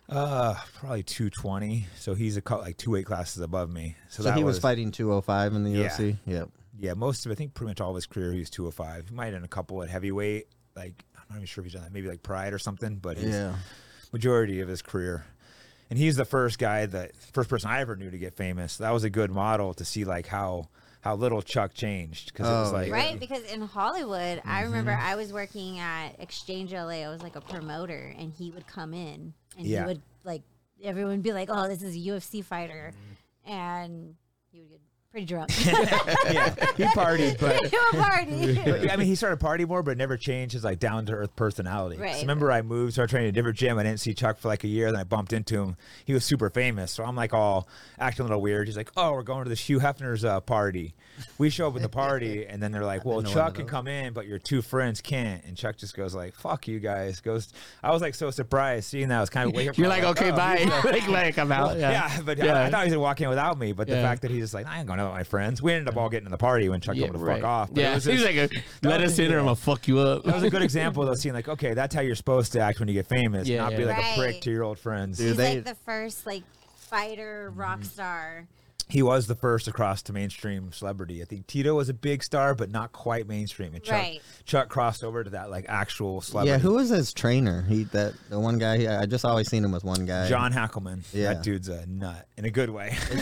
Speaker 3: Uh, probably two twenty. So he's a cou- like two weight classes above me. So,
Speaker 2: So
Speaker 3: that
Speaker 2: he was, fighting 205 in the
Speaker 3: Yeah.
Speaker 2: UFC. Yep.
Speaker 3: Yeah, most of I think pretty much all of his career he was 205. He might have done a couple at heavyweight, like I'm not even sure if he's done that, maybe like Pride or something, but his majority of his career. And he's the first guy that first person I ever knew to get famous. That was a good model to see like how how little Chuck changed because it was
Speaker 2: Oh,
Speaker 3: like
Speaker 4: right. Because in Hollywood, I
Speaker 3: Mm-hmm.
Speaker 4: remember I was working at Exchange LA. I was like a promoter, and he would come in, and
Speaker 3: Yeah.
Speaker 4: he would like everyone would be like, oh, this is a UFC fighter,
Speaker 3: Mm-hmm.
Speaker 4: and he would get pretty drunk.
Speaker 3: yeah, he partied, but
Speaker 4: to a party.
Speaker 3: But, yeah, I mean, he started party more, but it never changed his like down to earth personality. 'Cause
Speaker 4: Right.
Speaker 3: Remember, I moved, started training at a different gym. I didn't see Chuck for like a year. Then I bumped into him. He was super famous, so I'm like all acting a little weird. He's like, "Oh, we're going to the Hugh Hefner's uh, party." We show up at the party, and then they're like, "Well,
Speaker 2: been to one
Speaker 3: Chuck
Speaker 2: of
Speaker 3: can
Speaker 2: those.
Speaker 3: come in, but your two friends can't." And Chuck just goes like, "Fuck you guys." Goes. I was like so surprised seeing that. I was kind of wake up.
Speaker 1: You're like, okay,
Speaker 3: oh,
Speaker 1: bye.
Speaker 3: he's, uh,
Speaker 1: like, like, I'm out.
Speaker 3: yeah. but I- I,
Speaker 1: Yeah.
Speaker 3: thought he was gonna walk in without me. But
Speaker 1: Yeah.
Speaker 3: the fact that he's just like, I ain't going out with my friends. We ended up all getting in the party when Chuck told me to fuck off. But it
Speaker 1: yeah,
Speaker 3: was
Speaker 1: he's
Speaker 3: just-
Speaker 1: like, a, let
Speaker 3: was-
Speaker 1: us in or I'm
Speaker 3: yeah.
Speaker 1: gonna fuck you up.
Speaker 3: that was a good example though, seeing like, okay, that's how you're supposed to act when you get famous,
Speaker 1: Yeah,
Speaker 3: not be
Speaker 1: yeah.
Speaker 3: like a prick
Speaker 4: Right.
Speaker 3: to your old friends.
Speaker 2: Dude.
Speaker 4: He's
Speaker 2: they-
Speaker 4: like the first like fighter
Speaker 3: Mm-hmm.
Speaker 4: rock star.
Speaker 3: He was the first across to mainstream celebrity. I think Tito was a big star, but not quite mainstream. And Chuck,
Speaker 4: Right.
Speaker 3: Chuck crossed over to that like actual celebrity.
Speaker 2: Yeah. Who was his trainer? He that the one guy. He, I just always seen him with one guy.
Speaker 3: John Hackelman.
Speaker 2: Yeah.
Speaker 3: That dude's a nut in a good way.
Speaker 2: is,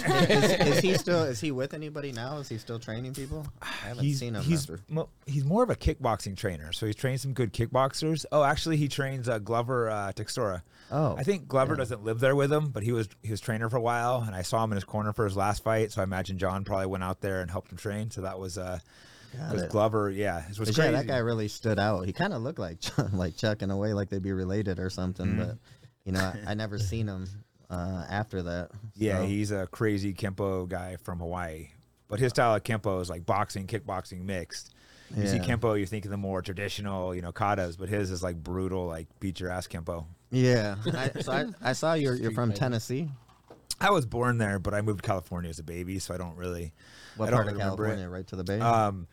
Speaker 2: is he still is he with anybody now? Is he still training people? I haven't
Speaker 3: he's
Speaker 2: seen him.
Speaker 3: he's,
Speaker 2: after.
Speaker 3: mo- he's more of a kickboxing trainer, so he's trained some good kickboxers. Oh, actually, he trains uh, Glover uh, Textora.
Speaker 2: Oh,
Speaker 3: I think Glover doesn't live there with him, but he was he was trainer for a while, and I saw him in his corner for his last fight. So I imagine John probably went out there and helped him train. So that was uh,
Speaker 2: Got
Speaker 3: because
Speaker 2: it.
Speaker 3: Glover, yeah, it was
Speaker 2: But
Speaker 3: crazy.
Speaker 2: yeah, that guy really stood out. He kind of looked like Chuck, like Chuck in a way, like they'd be related or something.
Speaker 3: Mm-hmm.
Speaker 2: But you know, I, I never seen him uh, after that.
Speaker 3: Yeah,
Speaker 2: so-
Speaker 3: he's a crazy kempo guy from Hawaii, but his style of kempo is like boxing, kickboxing mixed. You see
Speaker 2: Yeah.
Speaker 3: kempo, you think of the more traditional, you know, katas, but his is like brutal, like beat your ass kempo.
Speaker 2: yeah. I, so I, I saw you're you're
Speaker 1: Street
Speaker 2: from
Speaker 1: fighter.
Speaker 2: Tennessee.
Speaker 3: I was born there, but I moved to California as a baby, so I don't really.
Speaker 2: What
Speaker 3: I don't
Speaker 2: part of
Speaker 3: remember it.
Speaker 2: California? Right to the bay.
Speaker 3: Um,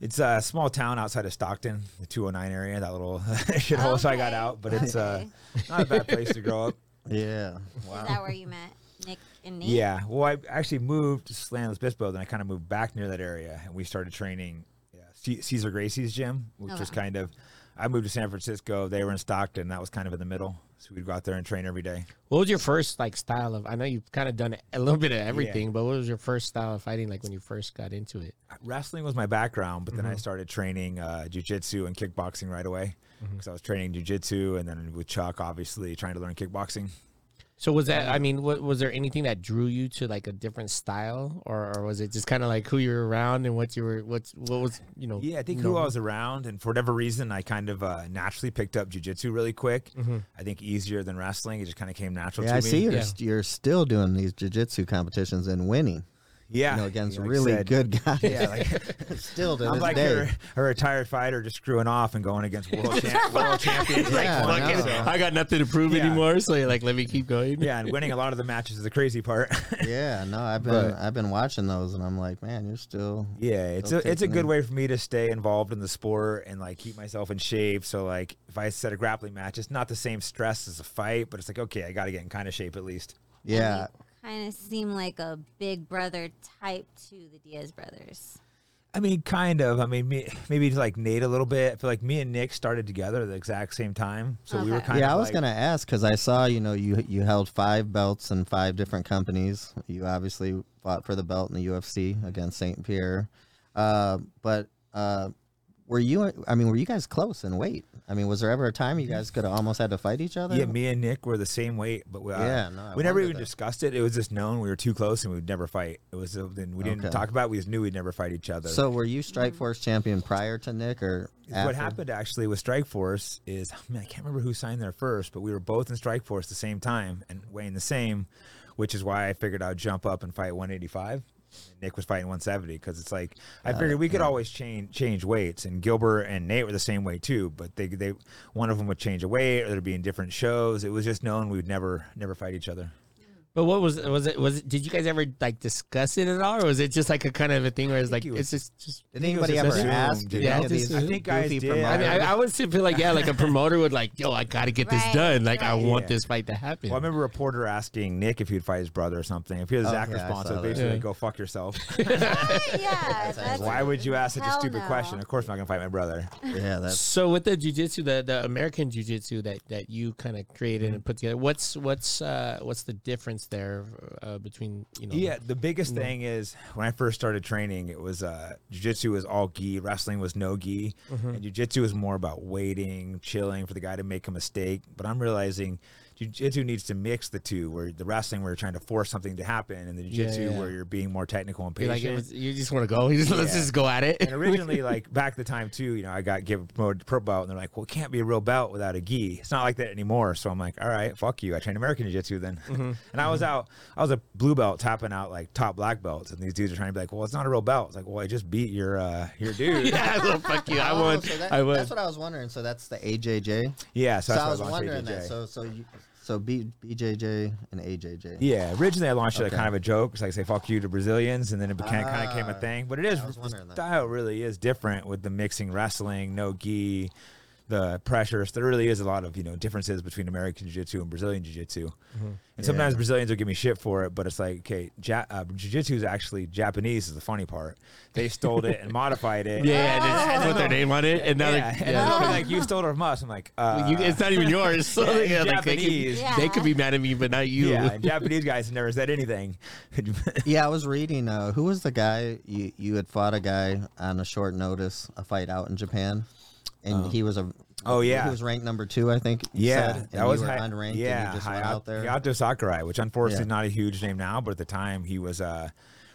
Speaker 3: it's a small town outside of Stockton, the 209 area, that little shithole. So I got
Speaker 4: Okay,
Speaker 3: out, but it's uh,
Speaker 4: okay.
Speaker 3: not a bad place to grow up.
Speaker 2: yeah.
Speaker 4: Is that where you met Nick and Nate?
Speaker 3: Yeah. Well, I actually moved to San Luis Obispo, then I kind of moved back near that area, and we started training yeah, C- Caesar Gracie's gym, which was
Speaker 4: Okay.
Speaker 3: kind of. I moved to San Francisco. They were in Stockton. That was kind of in the middle. So we'd go out there and train every day.
Speaker 1: What was your first like style of? I know you've kind of done a little bit of everything, but what was your first style of fighting like when you first got into it?
Speaker 3: wrestling was my background, but
Speaker 2: Mm-hmm.
Speaker 3: then I started training uh, jujitsu and kickboxing right away
Speaker 2: Mm-hmm.
Speaker 3: because I was training jujitsu and then with Chuck, obviously trying to learn kickboxing.
Speaker 1: So was
Speaker 3: Uh,
Speaker 1: that? I mean, what, was there anything that drew you to like a different style, or, or was it just kind of like who you were around and what you were? What's what was you know?
Speaker 3: Yeah, I think
Speaker 2: Mm-hmm.
Speaker 3: who
Speaker 1: normal?
Speaker 3: I was around, and for whatever reason, I kind of uh, naturally picked up jujitsu really quick. I think easier than wrestling; it just kind of came natural
Speaker 2: Mm-hmm. Yeah,
Speaker 3: to
Speaker 2: I
Speaker 3: me.
Speaker 2: see you're
Speaker 1: Yeah.
Speaker 2: you're still doing these jujitsu competitions and winning.
Speaker 3: Yeah,
Speaker 2: you know, against
Speaker 3: yeah, like
Speaker 2: really
Speaker 3: said.
Speaker 2: good guys.
Speaker 3: Yeah, like,
Speaker 2: Still to
Speaker 3: I'm
Speaker 2: this
Speaker 3: like
Speaker 2: day.
Speaker 3: a, a retired fighter just screwing off and going against world, champ, world champions. like,
Speaker 2: Yeah, I
Speaker 3: fuck it.
Speaker 2: know.
Speaker 3: So-
Speaker 1: I got nothing to prove
Speaker 3: Yeah.
Speaker 1: anymore, so you're like, let me keep going.
Speaker 3: yeah, and winning a lot of the matches is the crazy part.
Speaker 2: Yeah, no, I've been
Speaker 3: But-
Speaker 2: I've been watching those, and I'm like, man, you're still
Speaker 3: Yeah, it's
Speaker 2: Still
Speaker 3: a, it's a
Speaker 2: kicking
Speaker 3: good
Speaker 2: in.
Speaker 3: way for me to stay involved in the sport and like keep myself in shape. So like if I set a grappling match, it's not the same stress as a fight, but it's like okay, I got to get in kind of shape at least.
Speaker 2: yeah.
Speaker 4: Kind of seem like a big brother type to the Diaz brothers.
Speaker 3: I mean, kind of. I mean, me, maybe to like Nate a little bit. I feel like me and Nick started together at the exact same time, so we were
Speaker 4: Okay.
Speaker 3: kind of.
Speaker 2: Uh-huh. Yeah, I was
Speaker 3: like-
Speaker 2: gonna ask because I saw you know you you held five belts in five different companies. You obviously fought for the belt in the UFC against Saint Pierre, uh, but uh, were you? I mean, were you guys close in weight? I mean, was there ever a time you guys could have almost had to fight each other?
Speaker 3: Yeah, me and Nick were the same weight, but we, uh,
Speaker 2: Yeah, no, I
Speaker 3: we never
Speaker 2: wondered
Speaker 3: even
Speaker 2: that.
Speaker 3: discussed it. It was just known we were too close and we'd never fight. It was uh, then we didn't
Speaker 2: Okay.
Speaker 3: talk about. it. We just knew we'd never fight each other.
Speaker 2: So were you Strike Force champion prior to Nick or after?
Speaker 3: What happened actually with Strikeforce is I, mean, I can't remember who signed there first, but we were both in Strikeforce the same time and weighing the same, which is why I figured I'd jump up and fight 185. And Nick was fighting 170 because it's like I figured we could always change change weights, and Gilbert and Nate were the same weight too. But they they one of them would change a weight, or there'd be in different shows. It was just known we would never never fight each other.
Speaker 1: But what was was it was it, did you guys ever like discuss it at all, or was it just like a kind of a thing where it's like
Speaker 3: it
Speaker 1: it's just just
Speaker 2: Did
Speaker 3: think it was
Speaker 2: anybody ever
Speaker 3: just assumed,
Speaker 2: ask?
Speaker 3: dude.
Speaker 2: you know,
Speaker 1: Yeah, I
Speaker 2: these
Speaker 1: just- I
Speaker 3: think guys
Speaker 2: goofy
Speaker 3: did. I
Speaker 1: I mean,
Speaker 2: promoters?
Speaker 1: I, I would still feel like yeah, like a promoter would like, yo, I gotta get this
Speaker 4: Right,
Speaker 1: done. Like I
Speaker 4: right.
Speaker 1: want
Speaker 3: Yeah.
Speaker 1: this fight to happen.
Speaker 3: Well, I remember a reporter asking Nick if he would fight his brother or something. If he was
Speaker 2: Oh,
Speaker 3: Zach
Speaker 2: yeah, I saw
Speaker 3: response, so
Speaker 2: that.
Speaker 3: basically
Speaker 1: Yeah.
Speaker 3: go fuck yourself.
Speaker 4: yeah, that's
Speaker 3: Why would you ask such a
Speaker 4: Hell
Speaker 3: stupid
Speaker 4: no.
Speaker 3: question? Of course, I'm not gonna fight my brother.
Speaker 2: yeah, that's
Speaker 1: so with the jujitsu, the the American jujitsu that that you kind of created
Speaker 3: Mm-hmm.
Speaker 1: and put together, what's what's uh what's the difference there uh, between you know?
Speaker 3: Yeah, the biggest thing is when I first started training, it was uh, jujitsu was all gi, wrestling was no gi,
Speaker 1: Mm-hmm.
Speaker 3: and jujitsu was more about waiting, chilling for the guy to make a mistake. But I'm realizing jujitsu needs to mix the two, where the wrestling where you're trying to force something to happen, and the
Speaker 1: Yeah,
Speaker 3: jujitsu
Speaker 1: yeah.
Speaker 3: where you're being more technical and
Speaker 1: You're
Speaker 3: patient.
Speaker 1: like it was, you just want to go. You just, Let's
Speaker 3: Yeah.
Speaker 1: just go at it.
Speaker 3: and originally, like back the time too, you know, I got given promoted to pro belt, and they're like, "Well, it can't be a real belt without a gi." It's not like that anymore. So I'm like, "All right, fuck you." I trained American Jiu Jitsu then,
Speaker 2: Mm-hmm.
Speaker 3: and I was out. I was a blue belt tapping out like top black belts, and these dudes are trying to be like, "Well, it's not a real belt." It's like, "Well, I just beat your uh, your dude." yeah.
Speaker 1: yeah, well, fuck you. I
Speaker 2: Oh,
Speaker 1: won.
Speaker 2: so that-
Speaker 1: I won.
Speaker 2: That's what I was wondering. So that's the AJJ.
Speaker 3: so,
Speaker 2: so
Speaker 3: that's
Speaker 2: I
Speaker 3: why
Speaker 2: was
Speaker 3: launched
Speaker 2: wondering that.
Speaker 3: AJJ.
Speaker 2: So so you, so B, BJJ and AJJ.
Speaker 3: yeah, originally I launched it like
Speaker 2: Okay.
Speaker 3: kind of a joke. It's like say "fuck you" to Brazilians, and then it became, kind of came a
Speaker 2: Ah,
Speaker 3: thing. But it is
Speaker 2: I was wondering
Speaker 3: the
Speaker 2: that.
Speaker 3: style really is different with the mixing wrestling, no gi, the pressures. There really is a lot of you know differences between American Jiu Jitsu and Brazilian Jiu Jitsu.
Speaker 2: Mm-hmm.
Speaker 3: And sometimes Brazilians will give me shit for it, but it's like okay, ja- uh, Jiu Jitsu is actually Japanese. Is the funny part? They stole it and modified it.
Speaker 1: Yeah, and they just
Speaker 2: Oh.
Speaker 1: put their name on it, and now
Speaker 3: Yeah,
Speaker 1: they're
Speaker 3: and
Speaker 1: yeah.
Speaker 3: they'll be like you stole it from us. I'm like, uh,
Speaker 1: you, it's not even yours. So
Speaker 3: yeah, in
Speaker 1: yeah, like, they,
Speaker 3: Japanese.
Speaker 1: could, they could be mad at me, but not you.
Speaker 3: yeah, and Japanese guys never said anything.
Speaker 2: Yeah, I was reading. Uh, who was the guy you you had fought a guy on a short notice, a fight out in Japan, and he was a
Speaker 3: Oh, yeah.
Speaker 2: he was ranked number two, I think. you
Speaker 3: Yeah,
Speaker 2: said, and
Speaker 3: that was
Speaker 2: you were
Speaker 3: Hi-
Speaker 2: unranked.
Speaker 3: Yeah,
Speaker 2: and you just went
Speaker 3: Hayato-
Speaker 2: out there.
Speaker 3: Hayato Sakurai, which unfortunately
Speaker 2: Yeah.
Speaker 3: is not a huge name now, but at the time he was uh,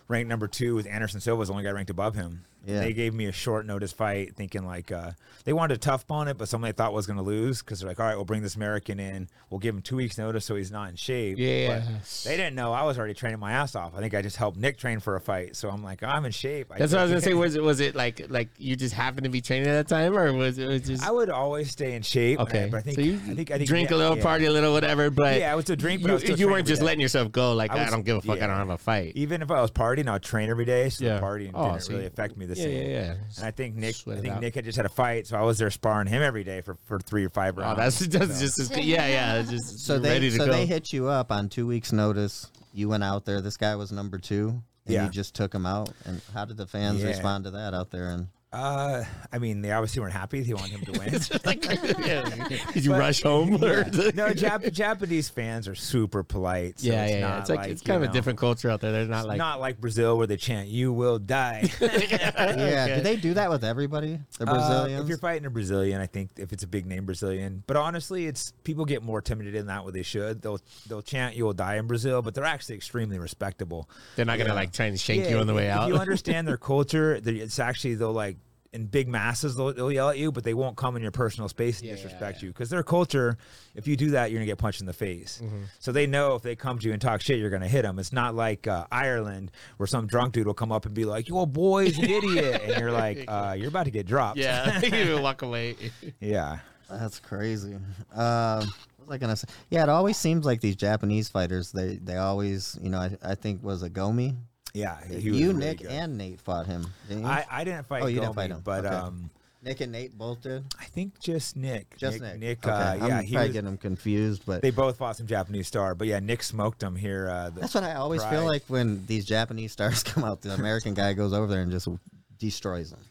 Speaker 3: ranked number two. With Anderson Silva was the only guy ranked above him.
Speaker 2: Yeah.
Speaker 3: They gave me a short notice fight, thinking like uh, they wanted a tough opponent, but somebody they thought was going to lose because they're like, all right, we'll bring this American in, we'll give him two weeks notice so he's not in shape.
Speaker 1: Yeah.
Speaker 3: But they didn't know I was already training my ass off. I think I just helped Nick train for a fight, so I'm like, I'm in shape.
Speaker 1: That's what I was gonna
Speaker 3: took-
Speaker 1: say. Was it was it like like you just happened to be training at that time, or was it was just
Speaker 3: I would always stay in shape. and I-
Speaker 1: okay?
Speaker 3: but I think,
Speaker 1: so you
Speaker 3: I think I think
Speaker 1: drink a
Speaker 3: yeah,
Speaker 1: little,
Speaker 3: yeah.
Speaker 1: party a little, whatever. But
Speaker 3: Yeah, I was a drink, but I
Speaker 1: You,
Speaker 3: was still
Speaker 1: you
Speaker 3: training
Speaker 1: weren't just
Speaker 3: today.
Speaker 1: letting yourself go. Like
Speaker 3: I
Speaker 1: I,
Speaker 3: was-
Speaker 1: don't give a fuck.
Speaker 3: yeah.
Speaker 1: I don't have a fight.
Speaker 3: even if I was partying, I'd train every day, so
Speaker 1: Yeah.
Speaker 3: the partying
Speaker 1: Oh,
Speaker 3: didn't
Speaker 1: so
Speaker 3: really
Speaker 1: you-
Speaker 3: affect me the
Speaker 1: yeah,
Speaker 3: same.
Speaker 1: yeah, yeah.
Speaker 3: And I think Nick,
Speaker 1: Sweat
Speaker 3: I
Speaker 1: it
Speaker 3: think
Speaker 1: out.
Speaker 3: Nick had just had a fight, so I was there sparring him every day for, for three or five
Speaker 1: Oh,
Speaker 3: rounds.
Speaker 1: that's that's just as good. Yeah, yeah. it's Just
Speaker 2: so
Speaker 1: you're
Speaker 2: they
Speaker 1: ready to
Speaker 2: so
Speaker 1: go.
Speaker 2: they hit you up on two weeks notice. You went out there. This guy was number two. And
Speaker 3: Yeah.
Speaker 2: you just took him out. And how did the fans
Speaker 3: Yeah.
Speaker 2: respond to that out there? And
Speaker 3: uh, I mean, they obviously weren't happy. They wanted him to win.
Speaker 1: Like, yeah. Did you rush home? Or
Speaker 3: no, Jap- Japanese fans are super polite. So
Speaker 1: yeah,
Speaker 3: it's
Speaker 1: yeah, yeah.
Speaker 3: Not
Speaker 1: It's like, it's kind
Speaker 3: you
Speaker 1: of a
Speaker 3: know,
Speaker 1: different culture out there. They're not like
Speaker 3: not like Brazil where they chant "You will die."
Speaker 2: yeah, do they do that with everybody? The
Speaker 3: Uh,
Speaker 2: Brazilians.
Speaker 3: if you're fighting a Brazilian, I think if it's a big name Brazilian, but honestly, it's people get more intimidated in that way they should. They'll they'll chant "You will die" in Brazil, but they're actually extremely respectable.
Speaker 1: they're not gonna like try and shake
Speaker 3: Yeah,
Speaker 1: you on the
Speaker 3: if-
Speaker 1: way
Speaker 3: if
Speaker 1: out.
Speaker 3: you understand their culture, they- it's actually they'll like in big masses, they'll, they'll yell at you, but they won't come in your personal space and
Speaker 1: Yeah, yeah,
Speaker 3: disrespect
Speaker 1: yeah.
Speaker 3: you. Because their culture, if you do that, you're gonna get punched in the face.
Speaker 1: Mm-hmm.
Speaker 3: So they know if they come to you and talk shit, you're gonna hit them. It's not like uh, Ireland where some drunk dude will come up and be like, "Yo, boy's an idiot," and you're like, uh, "You're about to get dropped."
Speaker 1: Yeah, you walk away.
Speaker 3: yeah.
Speaker 2: That's crazy. Um, what was I gonna say? Yeah, it always seems like these Japanese fighters. They they always, you know, I, I think was a Gomi.
Speaker 3: Yeah, he- he was
Speaker 2: you,
Speaker 3: really
Speaker 2: Nick,
Speaker 3: good.
Speaker 2: and Nate fought him. Didn't you?
Speaker 3: I, I didn't fight.
Speaker 2: Oh, you
Speaker 3: Gomi,
Speaker 2: didn't fight him.
Speaker 3: but
Speaker 2: Okay.
Speaker 3: um,
Speaker 2: Nick and Nate both did.
Speaker 3: I think just Nick.
Speaker 2: Just
Speaker 3: Nick.
Speaker 2: Nick.
Speaker 3: uh,
Speaker 2: Okay,
Speaker 3: yeah,
Speaker 2: I'm
Speaker 3: he
Speaker 2: probably
Speaker 3: was,
Speaker 2: getting them confused, but
Speaker 3: They both fought some Japanese star, but yeah, Nick smoked him here. Uh, the,
Speaker 2: that's what I always feel
Speaker 3: Right.
Speaker 2: like when these Japanese stars come out. The American guy goes over there and just destroys them.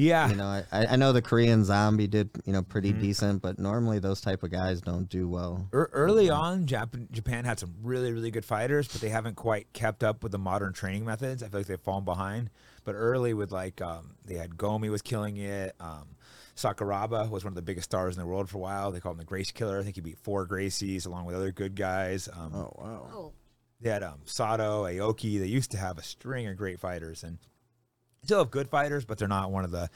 Speaker 3: yeah,
Speaker 2: You know, I, I I know the Korean zombie did you know pretty
Speaker 3: Mm-hmm.
Speaker 2: decent, but normally those type of guys don't do well.
Speaker 3: Ear- early on, Japan, Japan had some really, really good fighters, but they haven't quite kept up with the modern training methods. I feel like they've fallen behind. But early with like um, they had Gomi was killing it. Um, Sakuraba was one of the biggest stars in the world for a while. They called him the Grace Killer. I think he beat four Gracies along with other good guys. Um,
Speaker 2: Oh wow.
Speaker 4: Oh,
Speaker 3: They had um, Sato, Aoki. They used to have a string of great fighters, and still have good fighters, but they're not one of the.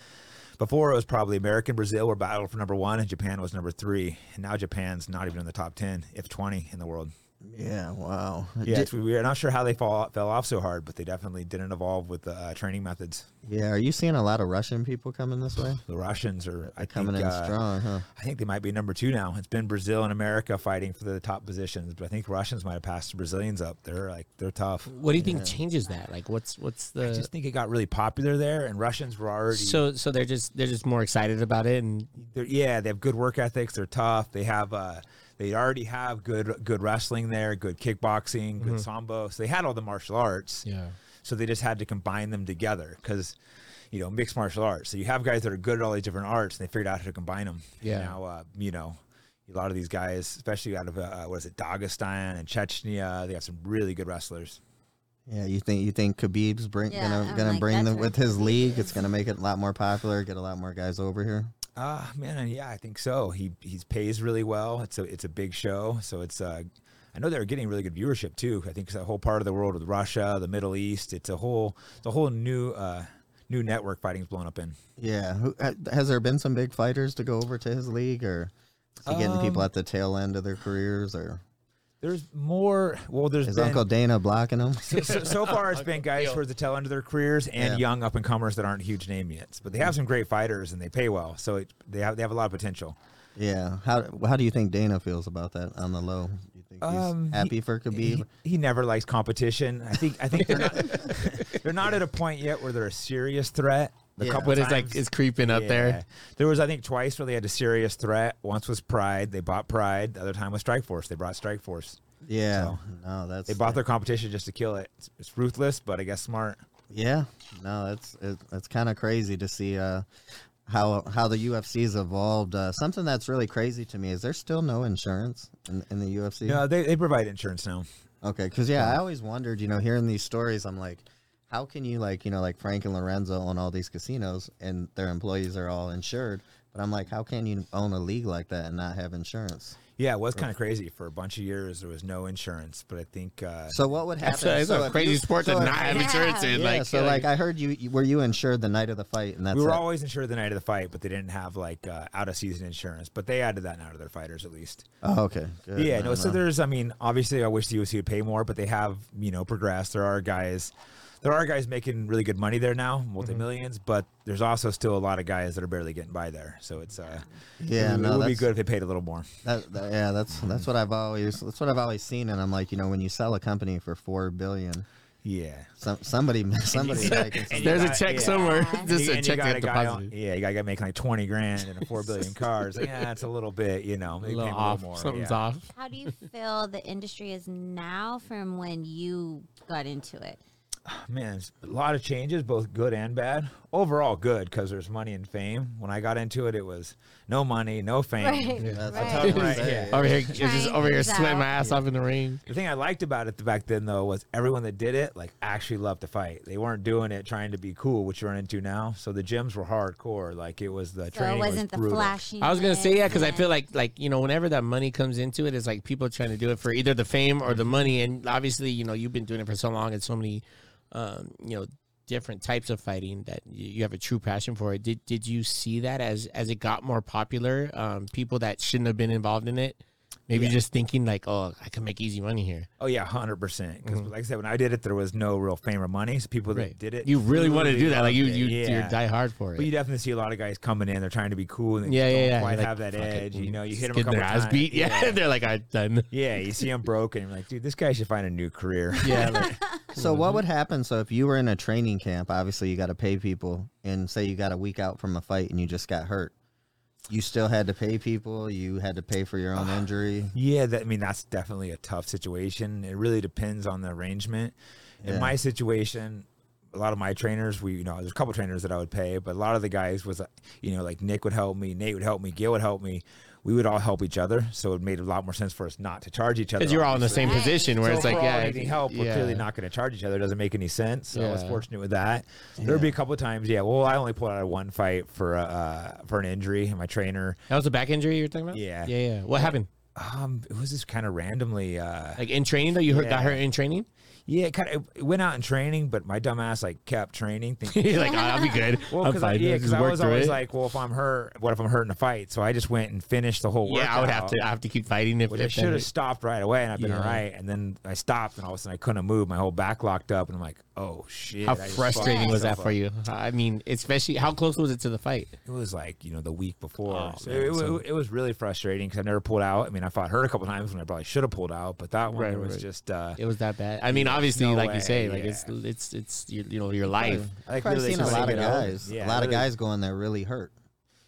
Speaker 3: Before it was probably America and Brazil were battled for number one, and Japan was number three, and now Japan's not even in the top ten, if twenty, in the world.
Speaker 2: Yeah, wow.
Speaker 3: Yeah,
Speaker 2: Did-
Speaker 3: it's- we are not sure how they fall, fell off so hard, but they definitely didn't evolve with the uh, training methods.
Speaker 2: yeah, are you seeing a lot of Russian people coming this way?
Speaker 3: The Russians are I
Speaker 2: Coming
Speaker 3: think,
Speaker 2: in
Speaker 3: uh,
Speaker 2: strong, huh?
Speaker 3: I think they might be number two now. It's been Brazil and America fighting for the top positions, but I think Russians might have passed the Brazilians up. They're like they're tough.
Speaker 2: Uh,
Speaker 1: What do you think changes that? Like, what's what's the
Speaker 3: I just think it got really popular there, and Russians were already.
Speaker 1: so so they're just they're just more excited about it and
Speaker 3: they're, yeah, they have good work ethics. They're tough. They have uh, they already have good good wrestling there, good kickboxing, good sambo. So they had all the martial arts.
Speaker 1: Mm-hmm. yeah
Speaker 3: So they just had to combine them together because, you know, mixed martial arts. So you have guys that are good at all these different arts, and they figured out how to combine them. And
Speaker 1: Yeah.
Speaker 3: now, uh, you know, a lot of these guys, especially out of uh, what is it, Dagestan and Chechnya, they have some really good wrestlers.
Speaker 2: Yeah, you think you think Khabib's bring,
Speaker 4: Yeah,
Speaker 2: gonna
Speaker 4: I'm
Speaker 2: gonna
Speaker 4: like,
Speaker 2: bring
Speaker 4: that's
Speaker 2: them
Speaker 4: where
Speaker 2: with his
Speaker 4: Khabib
Speaker 2: league?
Speaker 4: is.
Speaker 2: It's gonna make it a lot more popular, get a lot more guys over here.
Speaker 3: Ah, man, and yeah, I think so. He he pays really well. It's a it's a big show, so it's uh, I know they're getting really good viewership too. I think it's a whole part of the world with Russia, the Middle East. It's a whole the whole new uh new network fighting's blown up in.
Speaker 2: Yeah, who, ha- has there been some big fighters to go over to his league, or is he getting people
Speaker 3: Um,
Speaker 2: at the tail end of their careers, or
Speaker 3: There's more. Well, there's
Speaker 2: is
Speaker 3: been,
Speaker 2: Uncle Dana blocking them?
Speaker 3: so, so, so far it's been guys towards the tail end of their careers and
Speaker 2: Yeah.
Speaker 3: young up and comers that aren't huge name yet, but they have some great fighters and they pay well, so it, they have they have a lot of potential.
Speaker 2: Yeah, how how do you think Dana feels about that on the low? You think he's
Speaker 3: Um, he-
Speaker 2: happy for Khabib?
Speaker 3: He, he never likes competition. I think I think they're not they're not at a point yet where they're a serious threat. The
Speaker 2: Yeah.
Speaker 3: couple
Speaker 1: but it's like
Speaker 3: times-
Speaker 1: it's creeping up
Speaker 3: Yeah.
Speaker 1: there
Speaker 3: There was I think twice where they had a serious threat. Once was Pride, they bought Pride. The other time was Strike Force. They brought Strike Force.
Speaker 2: yeah,
Speaker 3: so,
Speaker 2: no, that's
Speaker 3: They bought their competition just to kill it. It's, it's ruthless, but I guess smart.
Speaker 2: Yeah, no, it's it, it's kind of crazy to see uh, how how the UFC's evolved. Uh, something that's really crazy to me is there's still no insurance in, in the UFC.
Speaker 3: No, they, they provide insurance now.
Speaker 2: Okay, because yeah, I always wondered. You know, hearing these stories, I'm like, how can you like you know like Frank and Lorenzo own all these casinos and their employees are all insured? But I'm like, how can you own a league like that and not have insurance?
Speaker 3: Yeah, it was kind of crazy. For a bunch of years, there was no insurance, but I think uh,
Speaker 2: So what would happen?
Speaker 1: that's a, that's
Speaker 2: so
Speaker 1: a
Speaker 2: if
Speaker 1: crazy
Speaker 2: you-
Speaker 1: sport
Speaker 2: so
Speaker 1: to
Speaker 2: if-
Speaker 1: not have
Speaker 4: Yeah.
Speaker 1: insurance in
Speaker 2: Yeah,
Speaker 1: like
Speaker 2: so
Speaker 1: you're
Speaker 2: like I heard you you- were you insured the night of the fight, and that's
Speaker 3: we were
Speaker 2: it?
Speaker 3: always insured the night of the fight, but they didn't have like uh, out of season insurance. But they added that now to their fighters, at least.
Speaker 2: oh, okay. good,
Speaker 3: yeah, no. So there's, I mean, obviously, I wish the UFC would pay more, but they have, you know, progressed. There are guys, there are guys making really good money there now,
Speaker 1: Mm-hmm.
Speaker 3: multi 1000000s But there's also still a lot of guys that are barely getting by there. So it's, uh,
Speaker 2: Yeah,
Speaker 3: it,
Speaker 2: no,
Speaker 3: would be
Speaker 2: that's-
Speaker 3: good if they paid a little more.
Speaker 2: That, that- yeah, that's that's what I've always that's what I've always seen, and I'm like, you know, when you sell a company for four billion,
Speaker 3: Yeah.
Speaker 2: some, somebody somebody's making some,
Speaker 3: and you
Speaker 1: there's a
Speaker 3: got-
Speaker 1: check
Speaker 3: yeah.
Speaker 1: somewhere
Speaker 4: And
Speaker 1: just
Speaker 3: And
Speaker 1: a
Speaker 3: you
Speaker 1: check
Speaker 3: got
Speaker 1: that
Speaker 3: a guy on-
Speaker 1: deposited
Speaker 3: yeah, you got a guy making like twenty grand and a four billion cars. Like, yeah, it's a little bit, you know,
Speaker 1: a
Speaker 3: maybe
Speaker 1: little
Speaker 3: pay him
Speaker 1: off
Speaker 3: more.
Speaker 1: something's
Speaker 3: yeah.
Speaker 1: off
Speaker 4: how do you feel the industry is now from when you got into it?
Speaker 3: man, it's a lot of changes, both good and bad. Overall, good because there's money and fame. When I got into it, it was no money, no fame.
Speaker 4: Right,
Speaker 2: that's
Speaker 4: right.
Speaker 2: what I'm
Speaker 3: Right,
Speaker 2: saying.
Speaker 1: over here just
Speaker 4: Trying
Speaker 1: over here
Speaker 4: things
Speaker 1: sweating
Speaker 4: out.
Speaker 1: my ass off in the ring
Speaker 3: The thing I liked about it back then, though, was everyone that did it like actually loved to fight. They weren't doing it trying to be cool, which you run into now. So the gyms were hardcore. Like it was the
Speaker 4: So it
Speaker 3: training
Speaker 4: wasn't the
Speaker 3: was brutal.
Speaker 4: flashy.
Speaker 1: I was gonna say yeah, because I
Speaker 4: lights
Speaker 1: feel like like you know whenever that money comes into it, it's like people trying to do it for either the fame or the money, and obviously you know you've been doing it for so long and so many, um, you know, different types of fighting that you you have a true passion for it. Did did you see that as as it got more popular? Um, people that shouldn't have been involved in it, maybe just thinking like, oh, I can make easy money here.
Speaker 3: Oh yeah, hundred percent. Because
Speaker 1: Mm-hmm.
Speaker 3: like I said, when I did it, there was no real fame or money. So people that did it,
Speaker 1: You really want to do that? Like you
Speaker 3: loved it.
Speaker 1: you
Speaker 3: Yeah.
Speaker 1: you're die hard for it.
Speaker 3: But you definitely see a lot of guys coming in. They're trying to be cool and they
Speaker 1: yeah,
Speaker 3: just
Speaker 1: yeah,
Speaker 3: don't
Speaker 1: yeah.
Speaker 3: quite
Speaker 1: Like,
Speaker 3: have that
Speaker 1: fuck it.
Speaker 3: edge. You know, you hit them a
Speaker 1: Get
Speaker 3: couple
Speaker 1: their ass
Speaker 3: times.
Speaker 1: beat. Yeah, they're like, I'm done.
Speaker 3: yeah. You see them broken. You're like, dude, this guy should find a new career.
Speaker 1: Yeah,
Speaker 2: So what would happen? So if you were in a training camp, obviously you got to pay people, and say you got a week out from a fight and you just got hurt, you still had to pay people. You had to pay for your own injury.
Speaker 3: Yeah, that, I mean that's definitely a tough situation. It really depends on the arrangement. In
Speaker 2: Yeah.
Speaker 3: my situation, a lot of my trainers, we you know, there's a couple trainers that I would pay, but a lot of the guys was uh, you know like Nick would help me, Nate would help me, Gil would help me. We would all help each other, so it made a lot more sense for us not to charge each other.
Speaker 1: because you're all in the same
Speaker 4: Right.
Speaker 1: position where
Speaker 3: So
Speaker 1: it's
Speaker 3: if
Speaker 1: like,
Speaker 3: we're all
Speaker 1: yeah,
Speaker 3: needing help. We're
Speaker 1: yeah.
Speaker 3: clearly not going to charge each other. It doesn't make any sense. So I was
Speaker 1: Yeah.
Speaker 3: fortunate with that. There would be a couple of times, yeah. Well, I only pulled out of one fight for uh, for an injury, and my trainer.
Speaker 1: That was a back injury you were talking about.
Speaker 3: Yeah.
Speaker 1: yeah, yeah. What happened?
Speaker 3: Um, it was just kind of randomly. Uh,
Speaker 1: Like in training though, you hurt,
Speaker 3: Yeah.
Speaker 1: got hurt in training.
Speaker 3: Yeah, it kind of it went out in training, but my dumbass like kept training. Thinking,
Speaker 1: You're like, oh, I'll be good.
Speaker 3: well,
Speaker 1: I'm
Speaker 3: because I,
Speaker 1: fine.
Speaker 3: yeah,
Speaker 1: Just
Speaker 3: 'cause I
Speaker 1: work
Speaker 3: was
Speaker 1: through
Speaker 3: always
Speaker 1: it."
Speaker 3: like, well, if I'm hurt, what if I'm hurt in a fight? So I just went and finished the whole workout.
Speaker 1: yeah, I would have to, I have to keep fighting if,
Speaker 3: Which I
Speaker 1: if that
Speaker 3: should have
Speaker 1: hurt.
Speaker 3: stopped right away, and I've been
Speaker 1: Yeah.
Speaker 3: all right. And then I stopped, and all of a sudden I couldn't move. My whole back locked up, and I'm like, oh shit!
Speaker 1: How
Speaker 3: I just
Speaker 1: frustrating
Speaker 3: fucked
Speaker 1: was that
Speaker 3: myself
Speaker 1: for
Speaker 3: up.
Speaker 1: you? I mean, especially how close was it to the fight?
Speaker 3: It was like you know the week before.
Speaker 1: Oh,
Speaker 3: so
Speaker 1: man,
Speaker 3: it, wa-
Speaker 1: so-
Speaker 3: it was really frustrating because I never pulled out. I mean, I fought her a couple times when I probably should have pulled out, but that one
Speaker 1: Right,
Speaker 3: it was
Speaker 1: right.
Speaker 3: just uh,
Speaker 1: It was that bad. I mean, obviously,
Speaker 3: no
Speaker 1: like
Speaker 3: way,
Speaker 1: you say, like
Speaker 3: yeah.
Speaker 1: it's it's it's you, you know your life.
Speaker 3: I
Speaker 2: I've seen a
Speaker 3: couldn't
Speaker 2: lot of
Speaker 3: get out.
Speaker 2: guys. a
Speaker 3: Yeah,
Speaker 2: lot of
Speaker 3: literally.
Speaker 2: guys go in there really hurt.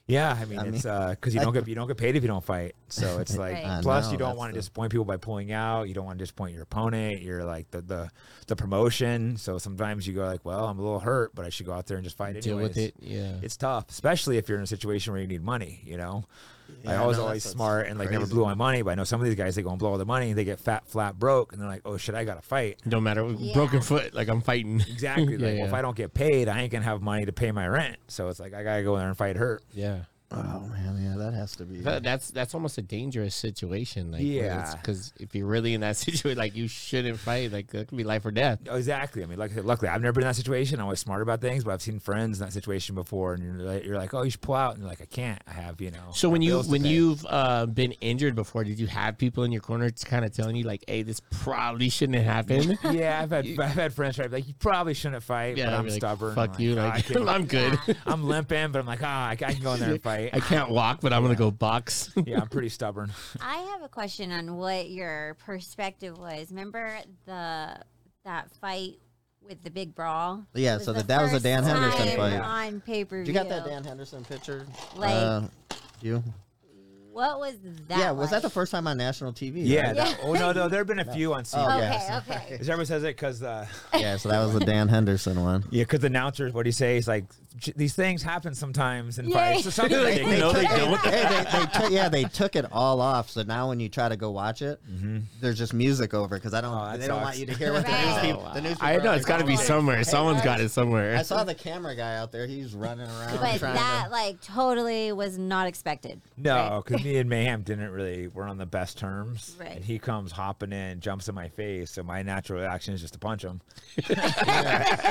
Speaker 3: Yeah, I mean,
Speaker 2: I
Speaker 3: it's
Speaker 2: mean,
Speaker 3: uh 'cause because you
Speaker 2: I-
Speaker 3: don't get you don't get paid if you don't fight. So it's like
Speaker 4: Right. I
Speaker 3: plus
Speaker 2: know,
Speaker 3: you don't
Speaker 2: that's
Speaker 3: want to
Speaker 2: the-
Speaker 3: disappoint people by pulling out. You don't want to disappoint your opponent. You're like the the the promotion. So sometimes you go like, well, I'm a little hurt, but I should go out there and just fight anyways.
Speaker 1: Deal with it. Yeah.
Speaker 3: It's tough, especially if you're in a situation where you need money. You know,
Speaker 2: Yeah,
Speaker 3: I was
Speaker 2: no,
Speaker 3: always
Speaker 2: that's- that's
Speaker 3: smart and like never
Speaker 2: crazy.
Speaker 3: blew my money, but I know some of these guys they go and blow all their money, they get fat, flat, broke, and they're like, oh shit, I gotta fight.
Speaker 1: Don't matter.
Speaker 4: Yeah.
Speaker 1: Broken foot. Like I'm fighting.
Speaker 3: Exactly.
Speaker 1: Yeah,
Speaker 3: like, Well, if
Speaker 1: yeah.
Speaker 3: I don't get paid, I ain't gonna have money to pay my rent. So it's like I gotta go in there and fight hurt.
Speaker 1: Yeah.
Speaker 2: Oh man, yeah, that has to be.
Speaker 1: That- that's that's almost a dangerous situation. Like,
Speaker 3: Yeah.
Speaker 1: Because if you're really in that situation, like you shouldn't fight. Like that could be life or death.
Speaker 3: Exactly. I mean, like, luckily, I've never been in that situation. I'm always smart about things, but I've seen friends in that situation before, and you're like, you're like oh, you should pull out, and you're like, I can't. I have, you know.
Speaker 1: So when you
Speaker 3: bills to
Speaker 1: when
Speaker 3: pay."
Speaker 1: you've uh, been injured before, did you have people in your corner kind of telling you like, "Hey, this probably shouldn't have happened."
Speaker 3: yeah, I've had I've had friends try to be like, you probably shouldn't fight,
Speaker 1: yeah,
Speaker 3: but
Speaker 1: I'd
Speaker 3: I'm
Speaker 1: be like,
Speaker 3: stubborn.
Speaker 1: Fuck
Speaker 3: I'm
Speaker 1: you.
Speaker 3: "Ah, I
Speaker 1: Like,
Speaker 3: can-
Speaker 1: I'm good.
Speaker 3: I'm limping, but I'm like, ah, I, I can go in there and fight.
Speaker 1: I can't walk, but I'm gonna go box.
Speaker 3: yeah, I'm pretty stubborn.
Speaker 4: I have a question on what your perspective was. Remember the that fight with the big brawl?
Speaker 2: Yeah,
Speaker 4: It was
Speaker 2: so that- that was the
Speaker 4: first
Speaker 2: Dan Henderson
Speaker 4: time
Speaker 2: fight.
Speaker 4: on pay per view.
Speaker 2: you got that Dan Henderson picture?
Speaker 4: Like-
Speaker 2: Uh, you?
Speaker 4: What was that?
Speaker 2: yeah, was that the
Speaker 4: like?
Speaker 2: first time on national TV?
Speaker 3: Yeah.
Speaker 2: right?
Speaker 3: That, oh no, no, there have been a few on CBS.
Speaker 2: Oh,
Speaker 4: Okay,
Speaker 2: Yes.
Speaker 4: okay.
Speaker 3: Everyone says it because. Uh,
Speaker 2: yeah. So that was the Dan Henderson one.
Speaker 3: Yeah, because announcers, what do you say? He's like, "J- these things happen sometimes in
Speaker 4: Yeah.
Speaker 3: fights. So something like,
Speaker 1: They No,
Speaker 2: took-
Speaker 1: they don't.
Speaker 2: Hey, they, they took- yeah, they took it all off. So now when you try to go watch it, there's just music over because I don't.
Speaker 3: Mm-hmm. Oh, that
Speaker 2: they don't want
Speaker 3: sucks. Oh,
Speaker 2: you to hear what the
Speaker 4: Right.
Speaker 2: news people. The news
Speaker 1: I
Speaker 2: people
Speaker 1: know
Speaker 2: are
Speaker 1: it's got to
Speaker 2: like,
Speaker 1: be
Speaker 2: "Oh,
Speaker 1: somewhere. Someone's
Speaker 2: guys.
Speaker 1: got it somewhere.
Speaker 2: I saw the camera guy out there. He's running around.
Speaker 4: But
Speaker 2: trying
Speaker 4: that
Speaker 2: to,
Speaker 4: like totally was not expected.
Speaker 3: No, because me and Mayhem didn't really weren't on the best terms.
Speaker 4: Right.
Speaker 3: And he comes hopping in, jumps in my face, so my natural reaction is just to punch him.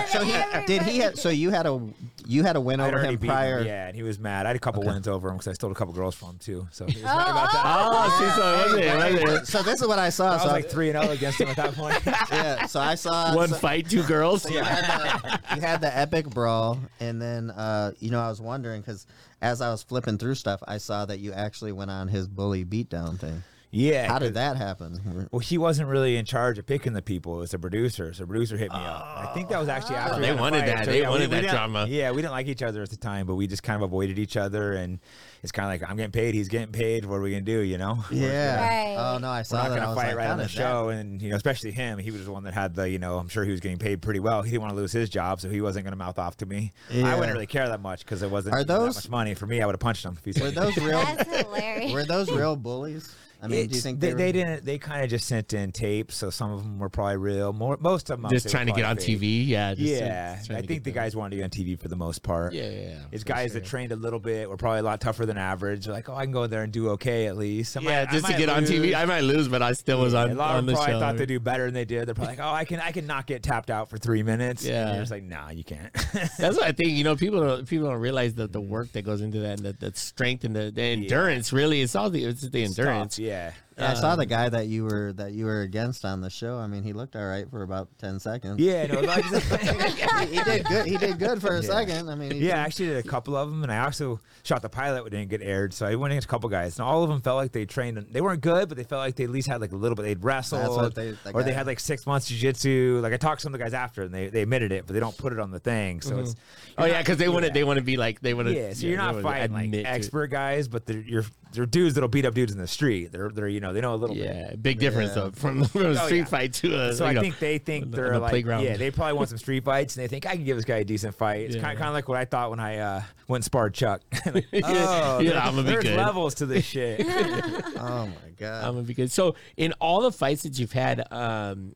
Speaker 2: so he, did he? Have, so you had a you had a win
Speaker 3: I'd
Speaker 2: over
Speaker 3: already
Speaker 2: him
Speaker 3: beat him,
Speaker 2: prior.
Speaker 3: yeah, and he was mad. I had a couple wins over him because I stole a couple girls from him too. So he was mad about that.
Speaker 1: oh, see, so it wasn't- it wasn't-
Speaker 2: So this is what I saw.
Speaker 3: I was
Speaker 2: so
Speaker 3: like three and zero against him at that point.
Speaker 2: yeah. So I saw
Speaker 1: One
Speaker 2: so-
Speaker 1: fight, two girls.
Speaker 2: you, had the, you had the epic brawl, and then uh, you know I was wondering because as I was flipping through stuff, I saw that you actually went on his bully beatdown thing.
Speaker 3: yeah.
Speaker 2: How did that happen?
Speaker 3: Well, he wasn't really in charge of picking the people. It was the producer. So the producer hit me up. I think that was actually after we
Speaker 1: They
Speaker 3: had a
Speaker 1: wanted
Speaker 3: fight.
Speaker 1: that.
Speaker 3: So,
Speaker 1: They
Speaker 3: yeah, we-
Speaker 1: wanted
Speaker 3: we
Speaker 1: that
Speaker 3: didn't-
Speaker 1: drama.
Speaker 3: Yeah, we didn't like each other at the time, but we just kind of avoided each other. And it's kind of like I'm getting paid, he's getting paid. What are we gonna do? You know?
Speaker 2: Yeah.
Speaker 4: Right.
Speaker 2: Oh no, I
Speaker 3: We're
Speaker 2: saw
Speaker 3: not
Speaker 2: that. I
Speaker 3: gonna
Speaker 2: was
Speaker 3: fight
Speaker 2: like,
Speaker 3: right
Speaker 2: how
Speaker 3: on the
Speaker 2: did that-
Speaker 3: show, and you know, especially him. He was the one that had the, you know, I'm sure he was getting paid pretty well. He didn't want to lose his job, so he wasn't gonna mouth off to me. I
Speaker 2: Yeah.
Speaker 3: wouldn't really care that much because it wasn't
Speaker 2: Are
Speaker 3: you know,
Speaker 2: those-
Speaker 3: that much money for me. I would have punched him. If he said
Speaker 2: Were those real?
Speaker 4: That's hilarious.
Speaker 2: were those real bullies? I mean, do you
Speaker 3: It's-
Speaker 2: think
Speaker 3: they,
Speaker 2: were-
Speaker 3: they didn't? They kind of just sent in tapes, so some of them were probably real. More, most of them I'd
Speaker 1: just
Speaker 3: say,
Speaker 1: trying to
Speaker 3: were
Speaker 1: get on
Speaker 3: probably fake.
Speaker 1: TV. Yeah, just, uh,
Speaker 3: Yeah,
Speaker 1: just trying
Speaker 3: I
Speaker 1: to
Speaker 3: think the
Speaker 1: get
Speaker 3: guys wanted to be on TV for the most part.
Speaker 1: Yeah, yeah, yeah.
Speaker 3: It's
Speaker 1: for
Speaker 3: guys
Speaker 1: sure.
Speaker 3: that trained a little bit were probably a lot tougher than average. They're like, oh, I can go there and do okay at least. I
Speaker 1: yeah,
Speaker 3: might- I
Speaker 1: just to
Speaker 3: might
Speaker 1: get on
Speaker 3: lose."
Speaker 1: TV. I might lose, but I still was
Speaker 3: Yeah,
Speaker 1: on,
Speaker 3: a lot
Speaker 1: on
Speaker 3: of
Speaker 1: the
Speaker 3: them probably
Speaker 1: show.
Speaker 3: thought they do better than they did. They're probably like, oh, I can, I can not get tapped out for three minutes.
Speaker 1: Yeah.
Speaker 3: and you're just like, nah, you can't.
Speaker 1: That's what I think. You know, people don't, people don't realize that the work that goes into that, and the, the strength and the, the endurance. Really, it's all the it's the endurance.
Speaker 3: Tough, yeah.
Speaker 2: Yeah, I
Speaker 3: um,
Speaker 2: saw the guy that you were that you were against on the show. I mean, he looked all right for about ten seconds.
Speaker 3: Yeah, no, like,
Speaker 2: he, he did good. He did good for a second. I mean, he
Speaker 3: yeah, I actually did a couple of them, and I also shot the pilot, which didn't get aired. So I went against a couple guys, and all of them felt like they trained. They weren't good, but they felt like they at least had like a little bit. They'd wrestled,
Speaker 2: they- that
Speaker 3: or they
Speaker 2: guy-
Speaker 3: had like six months jujitsu. Like I talked to some of the guys after, and they, they admitted it, but they don't put it on the thing. So it's
Speaker 1: Oh yeah, because they want to
Speaker 3: Yeah.
Speaker 1: they want to be like they want to.
Speaker 3: Yeah, so you're not fighting like
Speaker 1: experts.
Speaker 3: expert guys, but they're you're they're dudes that'll beat up dudes in the street. They're they're you know they know a little bit.
Speaker 1: Yeah, big difference
Speaker 2: Yeah.
Speaker 1: though from, from a
Speaker 3: Oh,
Speaker 1: street
Speaker 3: yeah.
Speaker 1: fight to a.
Speaker 3: So
Speaker 1: you
Speaker 3: I
Speaker 1: know,
Speaker 3: think they think
Speaker 1: on the-
Speaker 3: they're
Speaker 1: on the
Speaker 3: like
Speaker 1: playground.
Speaker 3: yeah they probably want some street fights and they think I can give this guy a decent fight. It's
Speaker 1: Yeah.
Speaker 3: kind of kind of like what I thought when I uh, went and sparred Chuck. Like,
Speaker 1: Yeah,
Speaker 3: oh,
Speaker 1: yeah,
Speaker 3: there-
Speaker 1: I'm gonna be
Speaker 3: there's
Speaker 1: good.
Speaker 3: levels to this shit.
Speaker 2: Oh my god.
Speaker 1: I'm gonna be good. So in all the fights that you've had, um,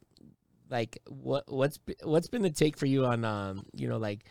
Speaker 1: like what what's be- what's been the take for you on um, you know, like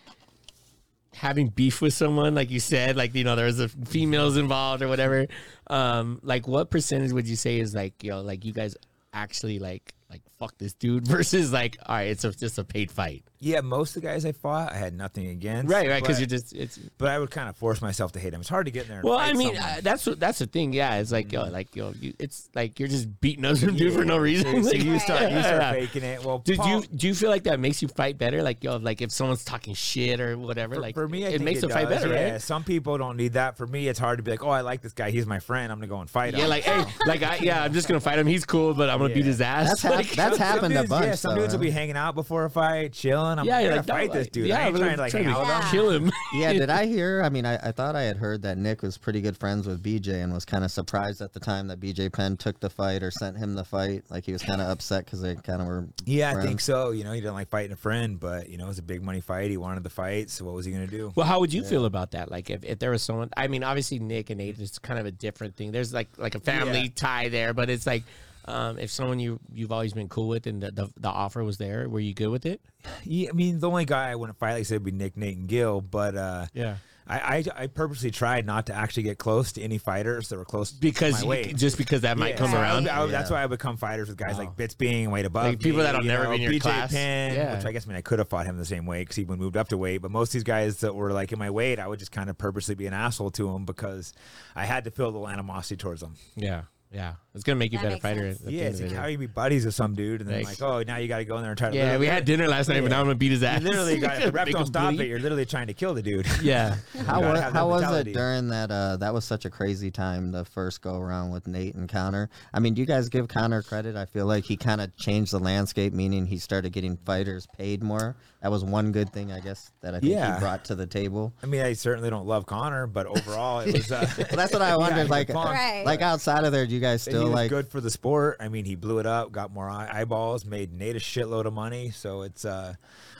Speaker 1: having beef with someone, like you said, like you know, there was a females involved or whatever. Um, like what percentage would you say is like you know, like you guys actually like like fuck this dude versus like all right, it's a, just a paid fight,
Speaker 3: yeah, most of the guys I fought I had nothing against.
Speaker 1: right? Right? Because
Speaker 3: but-
Speaker 1: you're just it's
Speaker 3: But I would kind of force myself to hate him. It's hard to get in there. And
Speaker 1: Well,
Speaker 3: fight
Speaker 1: I mean,
Speaker 3: someone.
Speaker 1: uh, that's what that's the thing. Yeah, it's like yo, like yo, you, it's like you're just beating up some uh, dude for no reason.
Speaker 3: So
Speaker 1: Like,
Speaker 3: you start you
Speaker 1: yeah.
Speaker 3: start faking it. Well,
Speaker 1: Did
Speaker 3: Paul-
Speaker 1: you do you feel like that makes you fight better? Like yo, like if someone's talking shit or whatever,
Speaker 3: For,
Speaker 1: like
Speaker 3: for me, I
Speaker 1: it
Speaker 3: think
Speaker 1: makes
Speaker 3: it
Speaker 1: the fight
Speaker 3: does,
Speaker 1: better,
Speaker 3: yeah.
Speaker 1: right?
Speaker 3: Some people don't need that. For me, it's hard to be like, oh, I like this guy. He's my friend. I'm gonna go and fight him.
Speaker 1: Yeah, like hey, like I yeah, I'm just gonna fight him. He's cool, but I'm gonna beat
Speaker 3: Yeah.
Speaker 1: his ass.
Speaker 2: that's
Speaker 1: like,
Speaker 2: hap- that's
Speaker 3: Some
Speaker 2: happened
Speaker 3: dudes,
Speaker 2: a bunch.
Speaker 3: Yeah, some
Speaker 2: though,
Speaker 3: dudes will
Speaker 2: huh?
Speaker 3: be hanging out before a fight, chilling. I'm
Speaker 1: yeah,
Speaker 3: yeah,
Speaker 1: you're
Speaker 3: gonna
Speaker 1: like
Speaker 3: fight
Speaker 1: "No,
Speaker 3: this
Speaker 1: like,
Speaker 3: dude.
Speaker 1: Yeah,
Speaker 3: I ain't
Speaker 1: but
Speaker 3: trying
Speaker 1: I'm
Speaker 3: to like
Speaker 1: trying
Speaker 3: hang out with
Speaker 4: Yeah.
Speaker 3: him.
Speaker 1: kill him.
Speaker 2: Yeah, did I hear? I mean, I, I thought I had heard that Nick was pretty good friends with BJ and was kind of surprised at the time that BJ Penn took the fight or sent him the fight. Like he was kind of upset because they kind of were.
Speaker 3: Yeah, I
Speaker 2: friends.
Speaker 3: think so. You know, he didn't like fighting a friend, but you know, it was a big money fight. He wanted the fight, so what was he gonna do?
Speaker 1: Well, how would you feel about that? Like, if, if there was someone, I mean, obviously Nick and Nate is kind of a different thing. There's like like a family
Speaker 3: Yeah.
Speaker 1: tie there, but it's like um, if someone you you've always been cool with and the, the the offer was there, were you good with it?
Speaker 3: Yeah, I mean, the only guy I wouldn't fight, like I said, would be Nick, Nate, and Gil. But uh,
Speaker 1: Yeah.
Speaker 3: I, I I purposely tried not to actually get close to any fighters that were close
Speaker 1: Because
Speaker 3: to my
Speaker 1: you,
Speaker 3: weight.
Speaker 1: just because that might
Speaker 3: Yeah,
Speaker 1: come
Speaker 3: so I
Speaker 1: around.
Speaker 3: would- I would- That's
Speaker 2: Yeah.
Speaker 3: why I would become fighters with guys
Speaker 1: Wow.
Speaker 3: like Bits being weight above
Speaker 1: Like, people
Speaker 3: me,
Speaker 1: that'll
Speaker 3: you
Speaker 1: never
Speaker 3: know,
Speaker 1: be in your
Speaker 3: BJ
Speaker 1: class.
Speaker 3: Penn,
Speaker 1: Yeah.
Speaker 3: which I guess I mean I could have fought him the same way because he would moved up to weight. But most of these guys that were like in my weight, I would just kind of purposely be an asshole to him because I had to feel a little animosity towards him.
Speaker 1: yeah, yeah, it's gonna make you a
Speaker 4: That
Speaker 1: better
Speaker 4: makes
Speaker 1: fighter.
Speaker 4: sense.
Speaker 1: at the
Speaker 3: yeah,
Speaker 1: end
Speaker 3: it's
Speaker 1: of
Speaker 3: like
Speaker 1: the
Speaker 3: how
Speaker 1: day.
Speaker 3: you be buddies with some dude and then
Speaker 1: Like-
Speaker 3: like, oh, now you got to go in there and try to.
Speaker 1: yeah. We
Speaker 3: literally-
Speaker 1: had dinner last night, but now I'm gonna beat his ass.
Speaker 3: literally got the ref
Speaker 1: Make
Speaker 3: don't
Speaker 1: him
Speaker 3: stop
Speaker 1: bleed.
Speaker 3: it. You're literally trying to kill the dude.
Speaker 1: Yeah,
Speaker 2: How,
Speaker 3: You gotta
Speaker 2: was,
Speaker 3: have that
Speaker 2: how was
Speaker 3: mentality.
Speaker 2: it during that? Uh, that was such a crazy time, the first go around with Nate and Connor. I mean, do you guys give Connor credit? I feel like he kind of changed the landscape, meaning he started getting fighters paid more. That was one good thing, I guess, that I think
Speaker 3: Yeah.
Speaker 2: he brought to the table.
Speaker 3: I mean, I certainly don't love Connor, but overall, it was. Uh,
Speaker 2: Well, that's what I wondered.
Speaker 3: he
Speaker 2: like,
Speaker 3: was fun.
Speaker 4: Right.
Speaker 2: like outside of there, do you guys
Speaker 3: And he
Speaker 2: still
Speaker 3: was
Speaker 2: like?
Speaker 3: good for the sport. I mean, he blew it up, got more eye- eyeballs, made Nate a shitload of money. So it's, uh,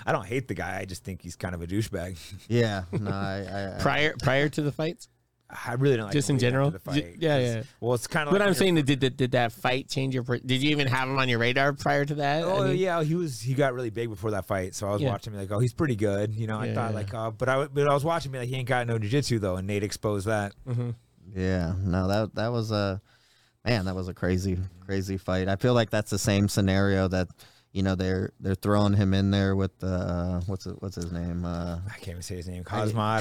Speaker 3: I don't hate the guy. I just think he's kind of a douchebag.
Speaker 2: Yeah, no, I, I, I
Speaker 1: prior prior to the fights.
Speaker 3: I really don't like
Speaker 1: Just
Speaker 3: him
Speaker 1: in
Speaker 3: leading
Speaker 1: general?
Speaker 3: up to the
Speaker 1: Ju-
Speaker 3: fight,
Speaker 1: yeah,
Speaker 3: 'cause-
Speaker 1: yeah.
Speaker 3: Well, it's
Speaker 2: Oh,
Speaker 3: kind of.
Speaker 1: But
Speaker 3: like
Speaker 1: I'm
Speaker 3: when
Speaker 1: saying that did, did, did that fight change your? per- Did you even have him on your radar prior to that?
Speaker 3: you're-
Speaker 1: I
Speaker 3: Oh
Speaker 1: mean-
Speaker 3: yeah, he was. He got really big before that fight, so I was
Speaker 1: Yeah.
Speaker 3: watching. Be like, oh, he's pretty good. You know, I
Speaker 1: Yeah,
Speaker 3: thought
Speaker 1: yeah.
Speaker 3: like, uh, but I w- but I was watching. Be like, he ain't got no jujitsu though, and Nate exposed that.
Speaker 2: Yeah, no, that that was a man, that was a crazy, crazy fight. I feel like that's the same scenario that you know they're they're throwing him in there with the uh, what's it, what's his name. Uh,
Speaker 3: I can't even say his name. Cosmod.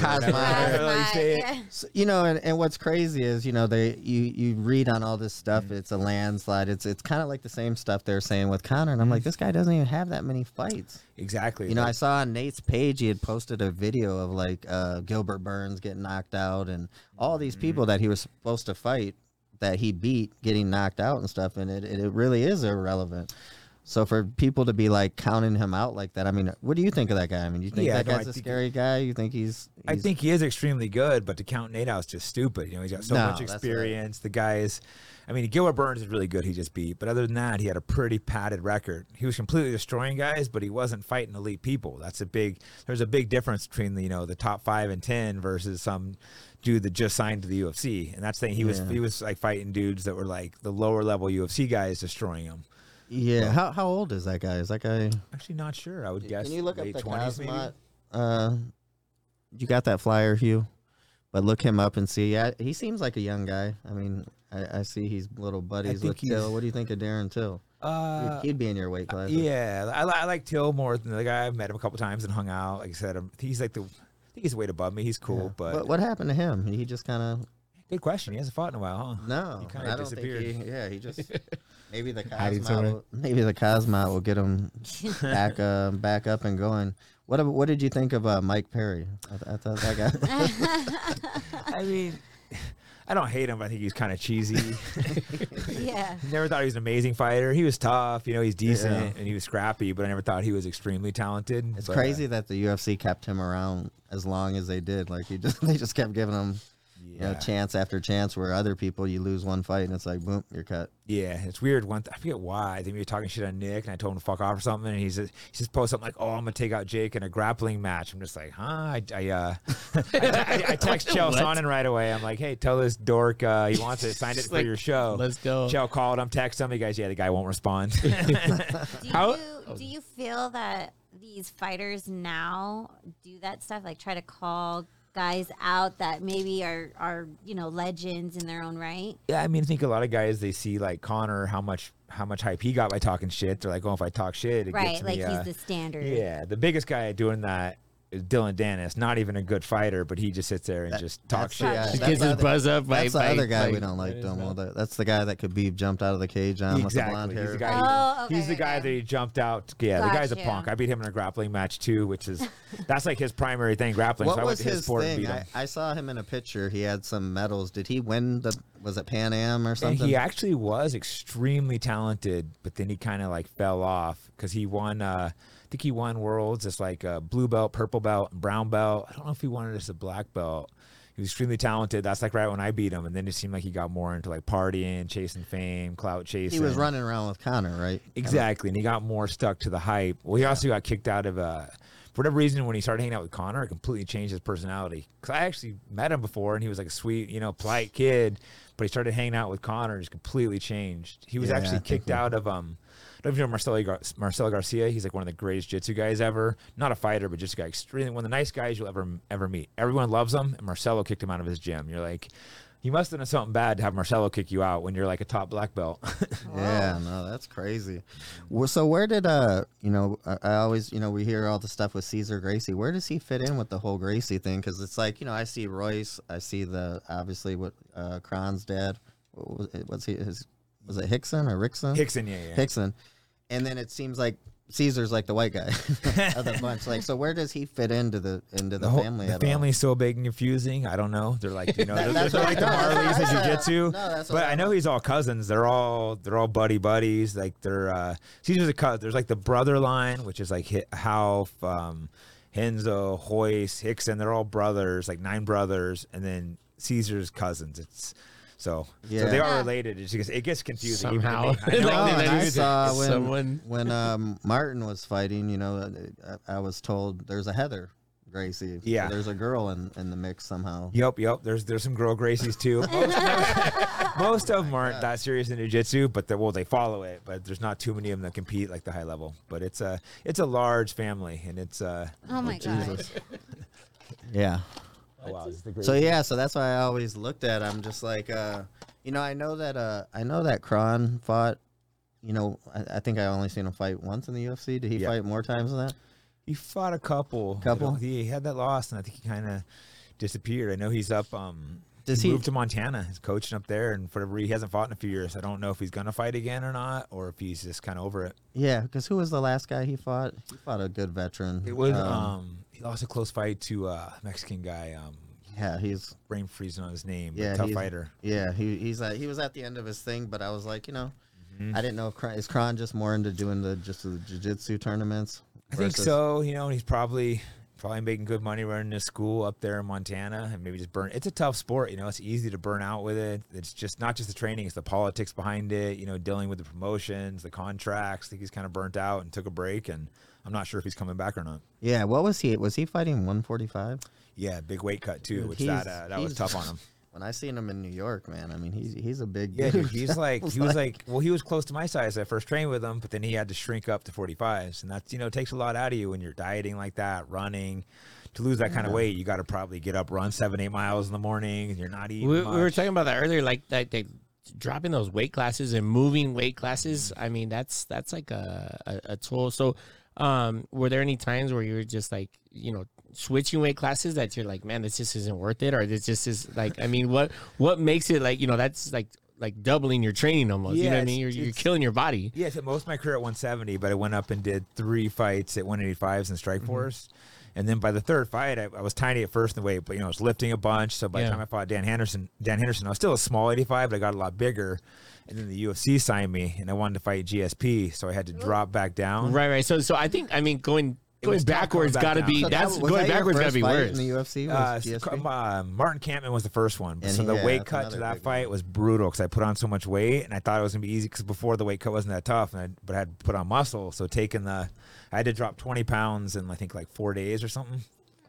Speaker 2: Cosmod.
Speaker 4: That's
Speaker 3: Cosmod.
Speaker 4: my- yeah.
Speaker 2: s- you know, and, and what's crazy is you know they you you read on all this stuff. It's a landslide. It's it's kind of like the same stuff they're saying with Connor, and I'm like, this guy doesn't even have that many fights.
Speaker 3: Exactly.
Speaker 2: You know, I saw on Nate's page he had posted a video of like uh, Gilbert Burns getting knocked out and all
Speaker 3: Mm-hmm.
Speaker 2: these people that he was supposed to fight that he beat getting knocked out and stuff, and it, it, it really is irrelevant. So for people to be like counting him out like that, I mean, what do you think of that guy? I mean, do you think
Speaker 3: Yeah,
Speaker 2: that
Speaker 3: no, I
Speaker 2: guy's a
Speaker 3: think-
Speaker 2: scary guy? You think he's,
Speaker 3: I
Speaker 2: he's-
Speaker 3: think he is extremely good, but to count Nate out is just stupid. You know, he's got so
Speaker 2: No,
Speaker 3: much
Speaker 2: that's not-
Speaker 3: experience. The guy is, I mean, Gilbert Burns is really good. He just beat, but other than that, he had a pretty padded record. He was completely destroying guys, but he wasn't fighting elite people. That's a big. There's a big difference between the you know the top five and ten versus some dude that just signed to the UFC, and that's the thing he was
Speaker 2: Yeah.
Speaker 3: he was like fighting dudes that were like the lower level UFC guys destroying him.
Speaker 2: yeah. How how old is that guy? Is that guy?
Speaker 3: Actually, not sure. I would guess.
Speaker 2: Can you look
Speaker 3: late
Speaker 2: up the
Speaker 3: 20s maybe?
Speaker 2: Cosmot? Uh, you got that flyer, Hugh. But look him up and see. Yeah, he seems like a young guy. I mean, I, I see he's little buddies
Speaker 3: think
Speaker 2: with
Speaker 3: he's-
Speaker 2: Till. What do you think of Darren Till? Dude,
Speaker 3: Uh,
Speaker 2: He'd be in your weight class.
Speaker 3: Yeah, I, li- I like Till more than the guy. I've met him a couple times and hung out. Like I said, i he's like the. I think he's way above me. He's cool, but
Speaker 2: What, what happened to him? He just kind of
Speaker 3: good question. He hasn't fought in a while, huh?
Speaker 2: no.
Speaker 3: He
Speaker 2: I
Speaker 3: kinda
Speaker 2: don't
Speaker 3: disappeared.
Speaker 2: Think he, yeah, he just maybe the
Speaker 1: Hiding somewhere.
Speaker 2: Cosmo. Maybe the Cosmo will get him back uh, back up and going. What ab- what did you think of uh, Mike Perry? I, th- I thought that guy.
Speaker 3: I mean, I don't hate him. but I think he's kind of cheesy.
Speaker 4: yeah.
Speaker 3: never thought he was an amazing fighter. He was tough. You know, he's decent and he was scrappy, but I never thought he was extremely talented.
Speaker 2: It's
Speaker 3: but, uh,
Speaker 2: crazy that the UFC kept him around as long as they did. Like he just they just kept giving him you know,
Speaker 3: Yeah.
Speaker 2: chance after chance. Where other people you lose one fight and it's like boom, you're cut.
Speaker 3: Yeah, it's weird. One, th- I forget why. I think we were talking shit on Nick, and I told him to fuck off or something. And he says, he just posted something like, "Oh, I'm gonna take out Jake in a grappling match." I'm just like, huh? I, I, uh, I, te- I, I text Chel
Speaker 1: What?
Speaker 3: Sonnen right away. I'm like, hey, tell this dork uh, he wants it. Signed it
Speaker 1: Just
Speaker 3: for
Speaker 1: like,
Speaker 3: your show.
Speaker 1: let's go.
Speaker 3: Chel called him, texted him. You guys, yeah, the guy won't respond.
Speaker 4: Do
Speaker 1: How-
Speaker 4: you do you feel that these fighters now do that stuff? Like try to call guys out that maybe are are you know legends in their own right.
Speaker 3: yeah, I mean, I think a lot of guys they see like Connor how much how much hype he got by talking shit. They're like, oh, if I talk shit, it
Speaker 4: Right,
Speaker 3: gets
Speaker 4: like
Speaker 3: me, uh,
Speaker 4: he's the standard.
Speaker 3: Yeah, the biggest guy doing that is Dylan Dennis. Not even a good fighter, but he just sits there and just talks
Speaker 2: the,
Speaker 3: shit.
Speaker 2: uh,
Speaker 1: He
Speaker 2: that's
Speaker 1: gets
Speaker 2: the
Speaker 1: his
Speaker 2: other-
Speaker 1: buzz up by,
Speaker 2: That's the
Speaker 1: by-
Speaker 2: other guy
Speaker 1: by-
Speaker 2: we don't like,
Speaker 1: by-
Speaker 2: Domo. That- That's the guy that could be jumped out of the cage on with the blonde
Speaker 3: Exactly.
Speaker 2: hair.
Speaker 3: He's the guy.
Speaker 4: Oh, okay,
Speaker 3: he's the
Speaker 4: okay.
Speaker 3: guy that he jumped out. Yeah, the guy's a
Speaker 4: Gotcha.
Speaker 3: punk. I beat him in a grappling match too, which is that's like his primary thing, grappling.
Speaker 2: What
Speaker 3: so I went
Speaker 2: was
Speaker 3: to his,
Speaker 2: his
Speaker 3: sport and
Speaker 2: thing?
Speaker 3: beat him.
Speaker 2: I, I saw him in a picture. He had some medals. Did he win the? Was it Pan Am or
Speaker 3: And
Speaker 2: something?
Speaker 3: he actually was extremely talented, but then he kind of like fell off because he won. Uh, I think he won worlds. It's like uh, blue belt, purple belt, and brown belt. I don't know if he wanted us a black belt. He was extremely talented. That's like right when I beat him, and then it seemed like he got more into like partying, chasing fame, clout chasing.
Speaker 2: He was running around with Connor, right?
Speaker 3: Exactly, and he got more stuck to the hype. Well, he also got kicked out of uh, for whatever reason when he started hanging out with Connor. It completely changed his personality. Cause I actually met him before, and he was like a sweet, you know, polite kid. But he started hanging out with Connor, and just completely changed. He was
Speaker 2: Yeah, I
Speaker 3: actually
Speaker 2: think
Speaker 3: kicked
Speaker 2: he-
Speaker 3: out of um. I don't know if you know Marcelo, Gar- Marcelo Garcia. He's like one of the greatest jiu-jitsu guys ever. Not a fighter, but just a guy extremely one of the nice guys you'll ever ever meet. Everyone loves him, and Marcelo kicked him out of his gym. You're like, you must have done something bad to have Marcelo kick you out when you're like a top black belt.
Speaker 2: Yeah, no, that's crazy. Well, so where did uh, you know, I, I always, you know, we hear all the stuff with Caesar Gracie. Where does he fit in with the whole Gracie thing? Because it's like, you know, I see Royce, I see the obviously what uh, Kron's dad. What was it, what's he? His, was it Hickson or Rickson?
Speaker 3: Hickson, yeah, yeah.
Speaker 2: Hickson. And then it seems like Caesar's like the white guy of the bunch. Like, so where does he fit into the into the,
Speaker 3: the whole
Speaker 2: family?
Speaker 3: The
Speaker 2: at
Speaker 3: family's so big and confusing. I don't know. They're like you know, they're,
Speaker 2: that's
Speaker 3: they're
Speaker 2: what
Speaker 3: like
Speaker 2: I
Speaker 3: the
Speaker 2: thought. That's
Speaker 3: Marleys and
Speaker 2: what I-
Speaker 3: jujitsu.
Speaker 2: no, that's what
Speaker 3: but
Speaker 2: I
Speaker 3: I know he's all cousins. They're all they're all buddy buddies. Like they're uh, Caesar's a cousin. There's like the brother line, which is like Hi- Half, um, Henzo, Hoist, Hickson. They're all brothers, like nine brothers, and then Caesar's cousins. It's so, so they
Speaker 2: Yeah.
Speaker 3: are related. It's just, it gets confusing. even to
Speaker 1: Somehow.
Speaker 3: me. I know.
Speaker 1: Like,
Speaker 2: all?
Speaker 1: they-
Speaker 2: No, and
Speaker 1: they
Speaker 2: I
Speaker 1: do the-
Speaker 2: saw when
Speaker 1: someone-
Speaker 2: when um, Martin was fighting. You know, uh, I, I was told there's a Heather Gracie. So
Speaker 3: Yeah.
Speaker 2: there's a girl in, in the mix somehow.
Speaker 3: Yep, yep. There's there's some girl Gracies too. Most of them, most of them aren't that serious in jujitsu, but they well they follow it. But there's not too many of them that compete like the high level. But it's a it's a large family, and it's uh
Speaker 4: Oh my god.
Speaker 2: Yeah.
Speaker 3: oh, wow, it's the Gracies.
Speaker 2: So yeah, so that's why I always looked at. I'm just like, uh, you know, I know that uh, I know that Kron fought. You know, I, I think I only seen him fight once in the UFC. Did he
Speaker 3: Yeah.
Speaker 2: fight more times than that?
Speaker 3: He fought a couple. I
Speaker 2: Couple?
Speaker 3: don't- He had that loss, and I think he kind of disappeared. I know he's up. Um,
Speaker 2: Does
Speaker 3: he,
Speaker 2: he-
Speaker 3: moved to Montana? He's coaching up there, and for whatever he hasn't fought in a few years. I don't know if he's gonna fight again or not, or if he's just kind of over it.
Speaker 2: Yeah, because who was the last guy he fought? He fought a good veteran.
Speaker 3: It was um,
Speaker 2: Um,
Speaker 3: he lost a close fight to uh Mexican guy. Um,
Speaker 2: yeah, he's
Speaker 3: brain freezing on his name. but
Speaker 2: yeah
Speaker 3: tough
Speaker 2: he's-
Speaker 3: fighter.
Speaker 2: Yeah, he he's at, he was at the end of his thing, but I was like, you know,
Speaker 3: Mm-hmm.
Speaker 2: I didn't know if Kron, is Kron just more into doing the just the jiu-jitsu tournaments.
Speaker 3: I think
Speaker 2: versus-
Speaker 3: so. You know, and he's probably probably making good money running his school up there in Montana, and maybe just burn. It's a tough sport. You know, it's easy to burn out with it. It's just not just the training; it's the politics behind it. You know, dealing with the promotions, the contracts. I think he's kind of burnt out and took a break, and I'm not sure if he's coming back or not.
Speaker 2: Yeah, what was he? Was he fighting 145?
Speaker 3: Yeah, big weight cut too,
Speaker 2: Dude,
Speaker 3: which
Speaker 2: he's-
Speaker 3: that uh, that was
Speaker 2: he's-
Speaker 3: tough on him.
Speaker 2: When I seen him in New York, man, I mean, he's he's a big
Speaker 3: Yeah, dude,
Speaker 2: dude.
Speaker 3: he's like he was like well, he was close to my size. I first trained with him, but then he had to shrink up to 45s, and that's you know takes a lot out of you when you're dieting like that, running. To lose that kind of weight, you got to probably get up, run seven, eight miles in the morning, and you're not
Speaker 1: We,
Speaker 3: eating.
Speaker 1: we were
Speaker 3: much.
Speaker 1: talking about that earlier, like that they dropping those weight classes and moving weight classes.
Speaker 3: Mm.
Speaker 1: I mean, that's that's like a a, a tool. So, um, were there any times where you were just like, you know, switching weight classes that you're like, man, this just isn't worth it, or this just is like, I mean, what what makes it like, you know, that's like like doubling your training almost. you know what I
Speaker 3: Yes,
Speaker 1: mean? You're, you're
Speaker 3: it's-
Speaker 1: killing your body.
Speaker 3: Yes, at most of my career at 170, but I went up and did three fights at 185s and Strike Force. And then by the third fight, I, I was tiny at first in the weight, but you know, I was lifting a bunch. So by
Speaker 1: Yeah.
Speaker 3: the time I fought Dan Henderson, Dan Henderson, I was still a small 85, but I got a lot bigger. And then the UFC signed me, and I wanted to fight GSP, so I had to drop back down.
Speaker 1: Right, right. So, so I think, I mean, going
Speaker 3: It
Speaker 1: going
Speaker 3: was tough going
Speaker 1: backwards
Speaker 3: back
Speaker 1: got to
Speaker 3: down.
Speaker 1: be
Speaker 3: So
Speaker 1: that's
Speaker 2: was
Speaker 1: going
Speaker 2: that your
Speaker 1: backwards got to
Speaker 2: first
Speaker 1: be
Speaker 2: fight
Speaker 1: worse.
Speaker 2: In the UFC, was
Speaker 3: Uh,
Speaker 2: GSP?
Speaker 3: uh, Martin Campman was the first one.
Speaker 2: And
Speaker 3: so
Speaker 2: he-
Speaker 3: the
Speaker 2: yeah,
Speaker 3: weight
Speaker 2: that's
Speaker 3: cut to
Speaker 2: another
Speaker 3: that
Speaker 2: big one.
Speaker 3: fight was brutal because I put on so much weight and I thought it was gonna be easy because before the weight cut wasn't that tough, and I, but I had put on muscle. So taking the, I had to drop twenty pounds in I think like four days or something.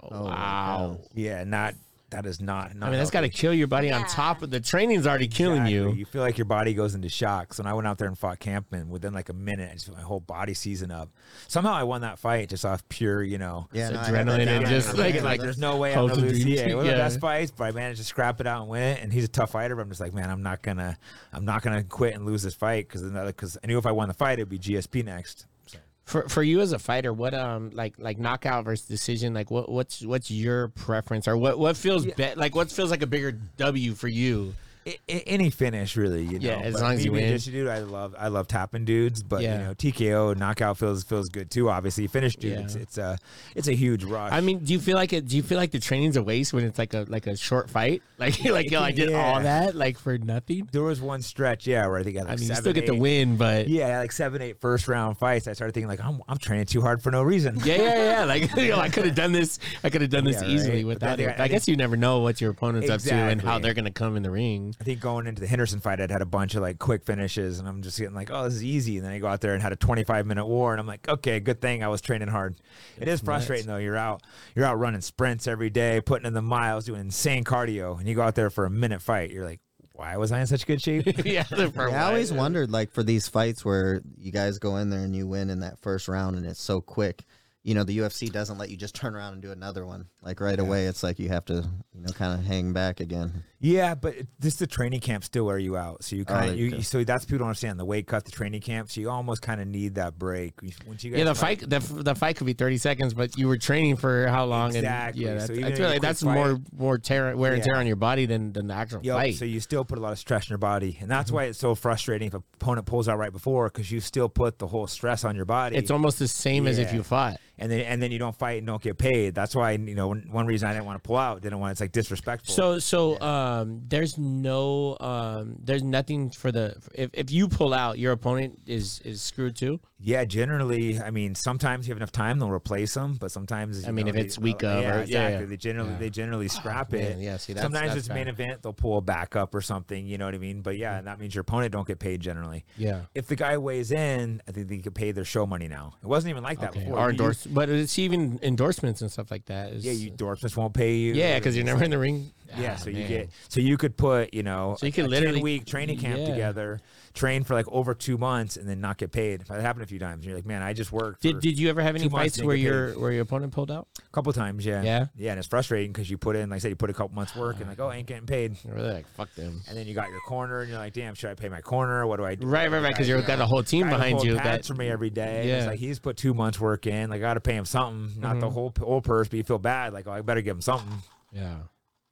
Speaker 2: Oh,
Speaker 1: wow.
Speaker 2: wow.
Speaker 3: Yeah, not that is not. not
Speaker 1: I mean, that's got to
Speaker 3: healthy.
Speaker 1: kill your body on
Speaker 4: Yeah.
Speaker 1: top of the training's already killing
Speaker 3: Exactly.
Speaker 1: you.
Speaker 3: You feel like your body goes into shock. So when I went out there and fought Campman, within like a minute, I just, my whole body seasoned up. Somehow I won that fight just off pure, you know,
Speaker 2: Yeah,
Speaker 1: It's
Speaker 2: no, I had that
Speaker 1: adrenaline and
Speaker 2: down.
Speaker 1: just,
Speaker 3: I'm
Speaker 1: like-
Speaker 3: thinking,
Speaker 1: like,
Speaker 3: there's no way I'm
Speaker 1: hopes
Speaker 3: gonna
Speaker 1: and
Speaker 3: lose.
Speaker 1: dreams.
Speaker 3: Yeah, it was the
Speaker 1: Yeah.
Speaker 3: best fights, but I managed to scrap it out and win it. And he's a tough fighter, but I'm just like, man, I'm not gonna, I'm not gonna quit and lose this fight because because I knew if I won the fight, it'd be GSP next. So,
Speaker 1: For for you as a fighter, what um like like knockout versus decision, like what what's what's your preference or what what feels bet like what feels like a bigger W for you?
Speaker 3: a- a- any finish really, you know.
Speaker 1: Yeah, as
Speaker 3: but
Speaker 1: long as
Speaker 3: me
Speaker 1: you
Speaker 3: being
Speaker 1: win.
Speaker 3: a jiu-jitsu dude, I love, I love tapping dudes, but
Speaker 1: Yeah.
Speaker 3: you know, TKO knockout feels feels good too. Obviously, finish dude,
Speaker 1: Yeah.
Speaker 3: it's it's a it's a huge rush.
Speaker 1: I mean, do you feel like it? Do you feel like the training's a waste when it's like a like a short fight? Like like yo, I did all
Speaker 3: Yeah.
Speaker 1: that like for nothing.
Speaker 3: there was one stretch, yeah, where I think I, had,
Speaker 1: I
Speaker 3: like,
Speaker 1: mean, you
Speaker 3: seven,
Speaker 1: still get the
Speaker 3: eight-
Speaker 1: win, but yeah,
Speaker 3: Yeah, like seven, eight first round fights. I started thinking like I'm, I'm training too hard for no reason.
Speaker 1: yeah, yeah. Like yo, I could have done this. I could have done this
Speaker 3: Yeah,
Speaker 1: easily
Speaker 3: right. But
Speaker 1: without
Speaker 3: then
Speaker 1: it.
Speaker 3: I-
Speaker 1: I,
Speaker 3: I
Speaker 1: guess you never know what your opponent's up to and how
Speaker 3: Exactly.
Speaker 1: they're gonna come in the ring.
Speaker 3: I think going into the Henderson fight, I'd had a bunch of like quick finishes, and I'm just getting like, oh, this is easy. And then I go out there and had a 25 minute war, and I'm like, okay, good thing I was training hard. it is frustrating though. You're out, you're out running sprints every day, putting in the miles, doing insane cardio, and you go out there for a minute fight. You're like, why was I in such good shape?
Speaker 1: yeah, for a
Speaker 2: Yeah, I
Speaker 1: while.
Speaker 2: always wondered, like, for these fights where you guys go in there and you win in that first round and it's so quick, you know, the UFC doesn't let you just turn around and do another one. Like, right away, it's like you have to, you know, kind of hang back again.
Speaker 3: Yeah, but it- this the training camp still wear you out. So you kind
Speaker 2: they
Speaker 3: of you,
Speaker 2: do.
Speaker 3: you- so that's people don't understand the weight cut, the training camp. So you almost kind of need that break. Once you guys
Speaker 1: Yeah, the
Speaker 3: fight-
Speaker 1: fight the, the fight could be thirty seconds, but you were training for how long?
Speaker 3: Exactly.
Speaker 1: And yeah,
Speaker 3: So
Speaker 1: that's,
Speaker 3: even
Speaker 1: I
Speaker 3: in
Speaker 1: feel
Speaker 3: a
Speaker 1: like
Speaker 3: quick
Speaker 1: that's
Speaker 3: fight-
Speaker 1: more more tear wear and tear
Speaker 3: Yeah.
Speaker 1: on your body than than the actual
Speaker 3: Yep,
Speaker 1: fight.
Speaker 3: So you still put a lot of stress in your body, and
Speaker 1: Mm-hmm.
Speaker 3: that's why it's so frustrating if a opponent pulls out right before because you still put the whole stress on your body.
Speaker 1: it's almost the same as if
Speaker 3: Yeah.
Speaker 1: you fought.
Speaker 3: and then and then you don't fight and don't get paid. That's why you know one one reason I didn't want to pull out, didn't want it's like disrespectful.
Speaker 1: So so um, there's no um, there's nothing for the if, if you pull out, your opponent is is screwed too.
Speaker 3: yeah, generally, I mean, sometimes you have enough time, they'll replace them, but sometimes
Speaker 1: I
Speaker 3: you
Speaker 1: mean,
Speaker 3: know,
Speaker 1: if
Speaker 3: they-
Speaker 1: it's week of or- yeah,
Speaker 3: yeah, exactly.
Speaker 1: yeah. Oh,
Speaker 3: They generally they generally scrap it.
Speaker 1: man, yeah, see, that's-
Speaker 3: sometimes
Speaker 1: that's
Speaker 3: it's main
Speaker 1: bad.
Speaker 3: event, they'll pull a backup or something. You know what I mean? But yeah, and that means your opponent don't get paid generally.
Speaker 1: Yeah.
Speaker 3: If the guy weighs in, I think they could pay their show money now. It wasn't even like that
Speaker 1: Okay.
Speaker 3: before.
Speaker 1: Or
Speaker 3: You-
Speaker 1: endorse, but it's even endorsements and stuff like that. Is,
Speaker 3: Yeah, you endorsements won't pay you.
Speaker 1: yeah, because you're
Speaker 3: It's
Speaker 1: never
Speaker 3: like-
Speaker 1: in the ring.
Speaker 3: Yeah,
Speaker 1: Ah,
Speaker 3: so you
Speaker 1: man.
Speaker 3: get so you could put you know
Speaker 1: So you could
Speaker 3: a
Speaker 1: literally-
Speaker 3: week training camp
Speaker 1: yeah.
Speaker 3: together, train for like over two months, and then not get paid. That happened a few times. You're like, man, I just worked.
Speaker 1: Did,
Speaker 3: for
Speaker 1: did you ever have any
Speaker 3: two months
Speaker 1: fights
Speaker 3: didn't
Speaker 1: where
Speaker 3: get paid.
Speaker 1: your where your opponent pulled out?
Speaker 3: a couple times, yeah,
Speaker 1: Yeah? Ah.
Speaker 3: yeah, and it's frustrating because you put in, like I said, you put a couple months work, and like, oh, I ain't getting paid.
Speaker 1: Or were they like fuck them.
Speaker 3: And then you got your corner, and you're like, damn, should I pay my corner? What do I do?
Speaker 1: Right, right, right. Because you've got a whole team
Speaker 3: Guy with
Speaker 1: behind
Speaker 3: gold
Speaker 1: you.
Speaker 3: pads
Speaker 1: That
Speaker 3: for me every day.
Speaker 1: Yeah. Mm-hmm.
Speaker 3: It's like he's put two months work in. Like I got to pay him something, not the whole whole purse, but you feel bad. Like oh, I better give him something.
Speaker 1: yeah.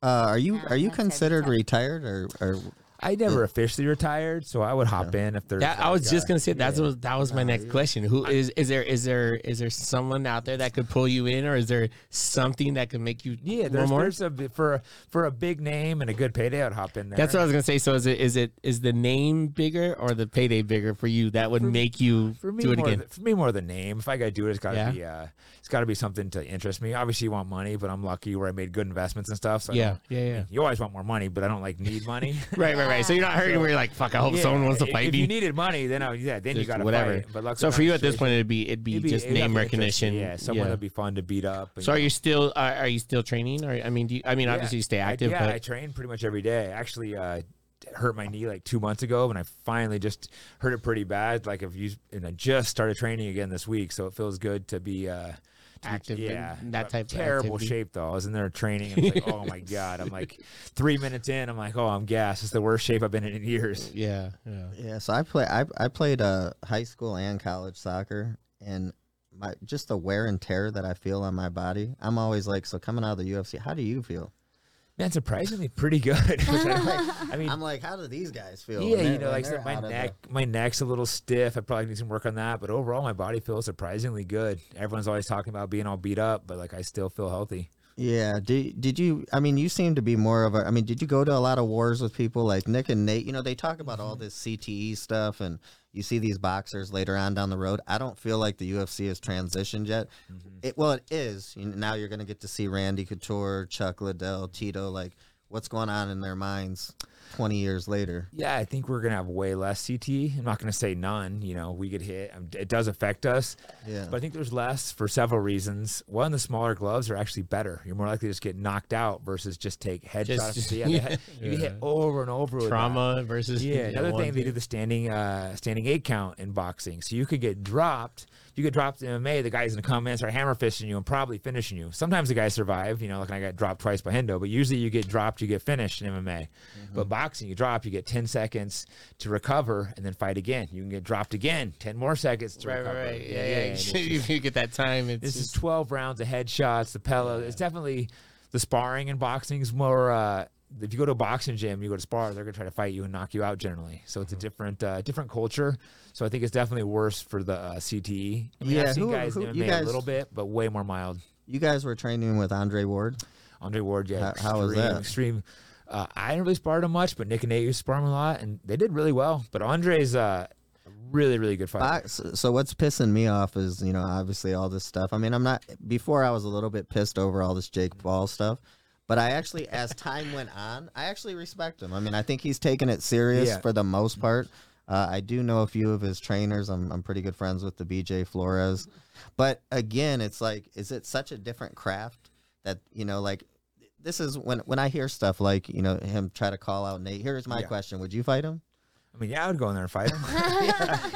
Speaker 2: Uh, are you
Speaker 4: Yeah,
Speaker 2: are you
Speaker 4: that's every
Speaker 2: considered
Speaker 4: time.
Speaker 2: retired or, or
Speaker 3: I never officially retired, so I would hop in if there's.
Speaker 1: That, I
Speaker 3: like,
Speaker 1: was just
Speaker 3: uh,
Speaker 1: gonna say that's what, that was my next question. Who is is there is there is there someone out there that could pull you in, or is there something that could make you
Speaker 3: Yeah,
Speaker 1: one
Speaker 3: there's,
Speaker 1: more?
Speaker 3: there's a b- for a- for a big name and a good payday. I'd hop in there.
Speaker 1: That's what I was gonna say. So is it is it is the name bigger or the payday bigger for you that would make you
Speaker 3: for me,
Speaker 1: do it
Speaker 3: more
Speaker 1: again?
Speaker 3: The, for me, more the name. If I gotta do it, it's gotta
Speaker 1: Yeah.
Speaker 3: be uh, it's gotta be something to interest me. Obviously, you want money, but I'm lucky where I made good investments and stuff. So I
Speaker 1: Yeah,
Speaker 3: don't-
Speaker 1: yeah, yeah.
Speaker 3: You always want more money, but I don't like need money.
Speaker 1: right, right, right. So you're not hurting where you're like, fuck. I hope
Speaker 3: Yeah,
Speaker 1: someone wants to
Speaker 3: if-
Speaker 1: fight
Speaker 3: if
Speaker 1: me.
Speaker 3: you needed money, then I, yeah, then you
Speaker 1: Just
Speaker 3: gotta
Speaker 1: whatever.
Speaker 3: Fight. But luckily
Speaker 1: so
Speaker 3: I'm
Speaker 1: for
Speaker 3: not
Speaker 1: you
Speaker 3: in a
Speaker 1: at this
Speaker 3: situation-
Speaker 1: point, it'd be it'd be
Speaker 3: it'd be-
Speaker 1: just
Speaker 3: it'd have
Speaker 1: name
Speaker 3: to interest me.
Speaker 1: recognition.
Speaker 3: Yeah, someone
Speaker 1: Yeah.
Speaker 3: that'd be fun to beat up. and,
Speaker 1: So are
Speaker 3: know,
Speaker 1: you still are, are you still training or I mean do you, I mean
Speaker 3: Yeah.
Speaker 1: obviously you stay
Speaker 3: I-
Speaker 1: active
Speaker 3: yeah, I
Speaker 1: but
Speaker 3: train pretty much every day. I Actually, uh, d- hurt my knee like two months ago, and I finally just hurt it pretty bad. Like if you and I just started training again this week, so it feels good to be uh, to be-
Speaker 1: Active in
Speaker 3: Yeah,
Speaker 1: that
Speaker 3: but
Speaker 1: type of
Speaker 3: terrible
Speaker 1: activity.
Speaker 3: shape though. I was in there training. And I was like, oh my god, I'm like three minutes in. I'm like, oh, I'm gassed. It's the worst shape I've been in in years.
Speaker 1: yeah yeah
Speaker 2: Yeah, so I play I, I played uh, high school and college soccer and my just the wear and tear that I feel on my body. I'm always like, so coming out of the UFC, how do you feel?
Speaker 3: Man, surprisingly pretty good. Which I, like- I mean,
Speaker 2: I'm like, how do these guys feel? when
Speaker 3: Yeah, you
Speaker 2: they're-
Speaker 3: know,
Speaker 2: when
Speaker 3: like I
Speaker 2: they're
Speaker 3: said, my
Speaker 2: out of the-
Speaker 3: neck, my neck's a little stiff. I probably need some work on that, but overall, my body feels surprisingly good. Everyone's always talking about being all beat up, but like I still feel healthy.
Speaker 2: Yeah. Did did you? I mean, you seem to be more of a. I mean, did you go to a lot of wars with people like Nick and Nate? You know, they talk about all this CTE stuff, and you see these boxers later on down the road. I don't feel like the UFC has transitioned yet. It well, it is. You know, now you're going to get to see Randy Couture, Chuck Liddell, Tito. Like, what's going on in their minds twenty years later?
Speaker 3: Yeah, I think we're gonna have way less CTE. I'm not gonna say none. You know, we get hit. Um, It does affect us,
Speaker 2: Yeah.
Speaker 3: but I think there's less for several reasons. One, the smaller gloves are actually better. You're more likely to just get knocked out versus just take headshots.
Speaker 1: just-
Speaker 3: yeah, the head- you get hit over and over. with that.
Speaker 1: trauma versus
Speaker 3: Yeah, another
Speaker 1: uh, one
Speaker 3: thing they do the standing uh standing eight count in boxing. So you could get dropped. You get dropped in MMA, the guy's gonna come in, start hammer fisting you and probably finishing you. Sometimes the guys survive, you know, like I got dropped twice by Hendo, but usually you get dropped, you get finished in MMA.
Speaker 1: Mm-hmm.
Speaker 3: But boxing, you drop, you get ten seconds to recover and then fight again. You can get dropped again, ten more seconds to
Speaker 1: right right
Speaker 3: recover.
Speaker 1: right yeah yeah,
Speaker 3: and it's
Speaker 1: if you get that time it's
Speaker 3: this is
Speaker 1: just,
Speaker 3: 12 rounds of headshots, the pillow. It's definitely the sparring in boxing is more. Uh, if you go to a boxing gym, you go to spar, they're gonna try to fight you and knock you out generally. So
Speaker 2: Mm-hmm.
Speaker 3: it's a different, uh, different culture. So I think it's definitely worse for the uh, CTE. I mean,
Speaker 2: Yeah,
Speaker 3: I've seen
Speaker 2: who-
Speaker 3: guys
Speaker 2: who-
Speaker 3: in
Speaker 2: you
Speaker 3: MMA a
Speaker 2: guys-
Speaker 3: little bit, but way more mild.
Speaker 2: you guys were training with Andre Ward.
Speaker 3: Andre Ward, yeah,
Speaker 2: How- how was
Speaker 3: extreme-
Speaker 2: that?
Speaker 3: Extreme. Uh, I didn't really spar him much, but Nick and Nate used to spar him a lot, and they did really well. But Andre's uh, a really, really good fighter.
Speaker 2: Box, so what's pissing me off is you know obviously all this stuff. I mean I'm not before I was a little bit pissed over all this Jake Paul stuff, but I actually as time went on I actually respect him. I mean I think he's taking it serious
Speaker 3: Yeah.
Speaker 2: for the most part. Uh, I do know a few of his trainers. I'm I'm pretty good friends with the BJ Flores, but again it's like is it such a different craft that you know like this is when when I hear stuff like you know him try to call out Nate. Here's my
Speaker 3: Yeah.
Speaker 2: question: Would you fight him?
Speaker 3: I mean, yeah, I would go in there and fight him.
Speaker 1: Is that-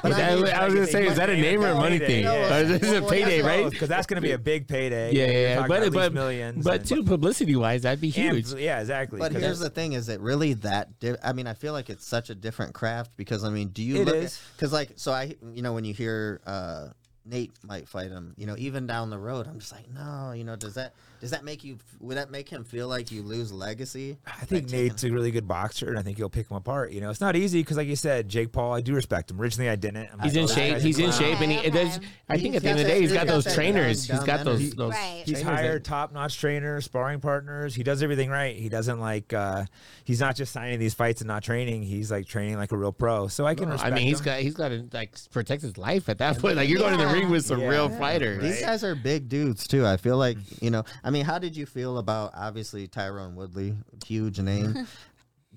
Speaker 1: I, was gonna say is that a name or a money
Speaker 3: Payday,
Speaker 1: thing
Speaker 3: yeah.
Speaker 1: Or is this a
Speaker 2: Well,
Speaker 1: payday
Speaker 2: that's
Speaker 1: right
Speaker 3: Because that's going to be a big payday.
Speaker 1: yeah yeah,
Speaker 3: You're
Speaker 1: yeah.
Speaker 3: talking
Speaker 1: but
Speaker 3: at least
Speaker 1: but
Speaker 3: millions.
Speaker 1: but
Speaker 3: and-
Speaker 1: too publicity wise that'd be
Speaker 3: and-
Speaker 1: huge
Speaker 3: yeah, exactly.
Speaker 2: But
Speaker 3: 'cause
Speaker 2: here's
Speaker 3: that-
Speaker 2: the thing: is it really that? Di- I mean, I feel like it's such a different craft because I mean, do you
Speaker 3: It
Speaker 2: look?
Speaker 3: is.
Speaker 2: Because like, so I, you know, when you hear uh, Nate might fight him, you know, even down the road, I'm just like, no, you know, does that does that make you? Would that make him feel like you lose legacy?
Speaker 3: I think Nate's a really good boxer, and I think he'll pick him apart. You know, it's not easy because, like you said, Jake Paul, I do respect him. Originally, I didn't. I'm
Speaker 1: he's
Speaker 3: like,
Speaker 1: in
Speaker 3: "Oh, that
Speaker 1: shape
Speaker 3: guy's a
Speaker 1: he's in
Speaker 3: clown."
Speaker 1: shape and he,
Speaker 4: Okay,
Speaker 1: it does
Speaker 4: okay.
Speaker 1: I think
Speaker 2: He's
Speaker 1: at the end of
Speaker 2: got
Speaker 1: the
Speaker 2: that-
Speaker 1: day he's
Speaker 2: he's
Speaker 1: got
Speaker 2: got
Speaker 1: those
Speaker 2: that
Speaker 1: trainers
Speaker 2: dumb,
Speaker 1: he's got
Speaker 2: dumb
Speaker 1: those
Speaker 2: energy.
Speaker 1: those
Speaker 4: Right.
Speaker 3: He's
Speaker 1: trainers that-
Speaker 3: hired top notch trainers, sparring partners. He does everything right. He doesn't like, uh, he's not just signing these fights and not training. He's like training like a real pro. So I can
Speaker 1: No, I
Speaker 3: respect
Speaker 1: mean, he's
Speaker 3: him.
Speaker 1: got he's got to like protect his life at that point. Like you're going in the
Speaker 4: Yeah.
Speaker 1: ring with some
Speaker 3: Yeah.
Speaker 1: real
Speaker 3: Yeah.
Speaker 1: fighters.
Speaker 2: These guys are big dudes too. I feel like
Speaker 3: Mm-hmm.
Speaker 2: you know. I mean, how did you feel about obviously Tyrone Woodley, huge name?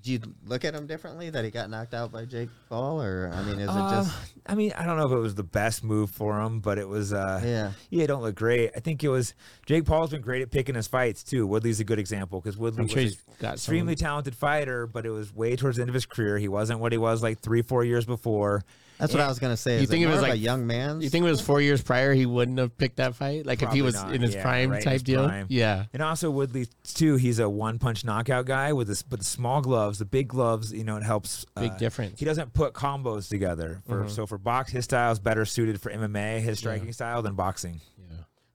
Speaker 2: Do you look at him differently that he got knocked out by Jake Paul, or I mean, is it
Speaker 3: Uh,
Speaker 2: just
Speaker 3: I mean, I don't know if it was the best move for him, but it was. Uh,
Speaker 2: Yeah.
Speaker 3: yeah, it don't look great. I think it was. Jake Paul's been great at picking his fights too. Woodley's a good example because Woodley
Speaker 1: I'm sure
Speaker 3: was
Speaker 1: he's got
Speaker 3: an extremely talented fighter, but it was way towards the end of his career. He wasn't what he was like three, four years before.
Speaker 2: That's what I was gonna say.
Speaker 1: You
Speaker 2: is
Speaker 1: think it
Speaker 2: more
Speaker 1: was
Speaker 2: of a
Speaker 1: like-
Speaker 2: young man?
Speaker 1: You think if it was four years prior, he wouldn't have picked that fight? Like if
Speaker 3: Probably
Speaker 1: he was
Speaker 3: not.
Speaker 1: in his
Speaker 3: Yeah,
Speaker 1: prime
Speaker 3: right in
Speaker 1: type
Speaker 3: his
Speaker 1: deal?
Speaker 3: prime.
Speaker 1: Yeah.
Speaker 3: And also Woodley too. He's a one punch knockout guy with this, but the small gloves, the big gloves. You know, it helps.
Speaker 1: Big
Speaker 3: uh,
Speaker 1: difference. Mm-hmm.
Speaker 3: He doesn't put combos together. For so for box, his style is better suited for MMA. His striking style than boxing.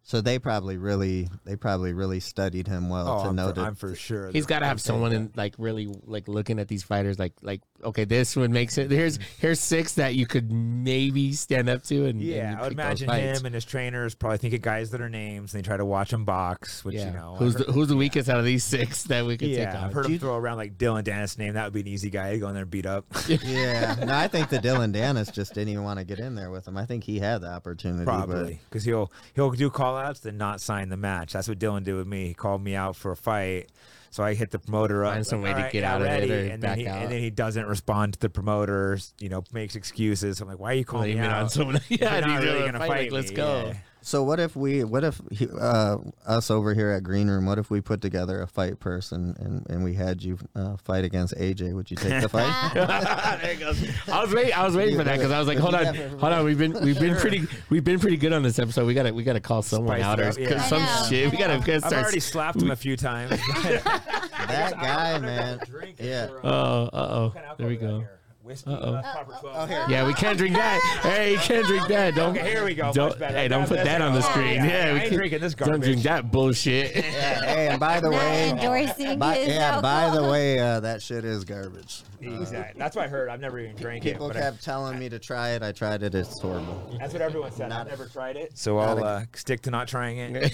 Speaker 2: So they probably really they probably really studied him well
Speaker 3: Oh,
Speaker 2: to
Speaker 3: I'm,
Speaker 2: know
Speaker 3: for,
Speaker 2: to-
Speaker 3: I'm for sure.
Speaker 1: He's got to have someone in like really like looking at these fighters like like okay this one makes it here's here's six that you could maybe stand up to and and you
Speaker 3: Yeah, I would
Speaker 1: pick those
Speaker 3: imagine
Speaker 1: fights.
Speaker 3: him and his trainers probably think of guys that are names, and they try to watch them box, which
Speaker 1: yeah.
Speaker 3: you know.
Speaker 1: who's
Speaker 3: I've
Speaker 1: the,
Speaker 3: heard-
Speaker 1: who's the weakest out of these six that we could take
Speaker 3: yeah,
Speaker 1: on?
Speaker 3: I've heard
Speaker 2: Do
Speaker 3: him
Speaker 2: you-
Speaker 3: throw around like Dylan Dennis' name. That would be an easy guy to go in there and beat up.
Speaker 2: yeah. No, I think the Dylan Danis just didn't even want to get in there with him. I think he had the opportunity.
Speaker 3: Probably because he'll he'll do call outs and not sign the match. That's what Dylan did with me. He called me out for a fight, so I hit the promoter up.
Speaker 1: Find some way
Speaker 3: "All
Speaker 1: to get
Speaker 3: now
Speaker 1: out of it
Speaker 3: ready,"
Speaker 1: or
Speaker 3: and
Speaker 1: back
Speaker 3: then he,
Speaker 1: out.
Speaker 3: And then he doesn't respond to the promoters. You know, makes excuses. I'm like, why are you calling
Speaker 1: Blaming
Speaker 3: me out?
Speaker 1: on someone.
Speaker 3: If you're
Speaker 1: Yeah,
Speaker 3: not
Speaker 1: dude,
Speaker 3: really
Speaker 1: uh,
Speaker 3: gonna
Speaker 1: fight,
Speaker 3: fight
Speaker 1: like, let's
Speaker 3: me,
Speaker 1: go.
Speaker 3: yeah.
Speaker 2: But so what if we what if he, uh, us over here at Green Room? What if we put together a fight person and and we had you uh, fight against AJ? Would you take the fight?
Speaker 1: there it goes. I was waiting. I was waiting for that because I was like, hold on,
Speaker 2: Yeah, for-
Speaker 1: hold on. We've been we've been pretty we've been pretty good on this episode. We gotta we gotta call someone
Speaker 3: Spice
Speaker 1: out
Speaker 3: it
Speaker 1: or
Speaker 3: up, yeah.
Speaker 1: cause some
Speaker 4: I know,
Speaker 1: shit.
Speaker 4: I
Speaker 1: We gotta,
Speaker 4: know.
Speaker 1: we gotta
Speaker 3: I've
Speaker 1: start.
Speaker 3: already slapped him a few times.
Speaker 2: that guy, man. Yeah.
Speaker 1: Oh, uh oh. There we go.
Speaker 3: Whiskey, uh,
Speaker 1: Uh-oh.
Speaker 3: that's proper 12.
Speaker 2: Oh, here.
Speaker 1: Yeah, we can't drink that. Hey, you can't drink that. Don't.
Speaker 3: Okay, here we go.
Speaker 1: Don't,
Speaker 3: Much better.
Speaker 1: hey, don't
Speaker 3: Grab
Speaker 1: put
Speaker 3: this.
Speaker 1: that on the
Speaker 3: Oh,
Speaker 1: screen.
Speaker 3: yeah. I
Speaker 1: Yeah, we
Speaker 3: ain't
Speaker 1: can't-
Speaker 3: drinking this
Speaker 1: Don't drink
Speaker 3: garbage.
Speaker 1: that bullshit.
Speaker 2: Yeah, hey, and by the
Speaker 4: Not
Speaker 2: way,
Speaker 4: endorsing
Speaker 2: by,
Speaker 4: his
Speaker 2: yeah,
Speaker 4: alcohol.
Speaker 2: by the way, uh, that shit is garbage.
Speaker 3: Exactly. That's what I heard. I've never even drank it.
Speaker 2: People
Speaker 3: but I-
Speaker 2: kept telling me to try it. I tried it. It's horrible.
Speaker 3: That's what everyone said.
Speaker 2: Not-
Speaker 3: I've never tried it. So I'll uh, stick to not trying it.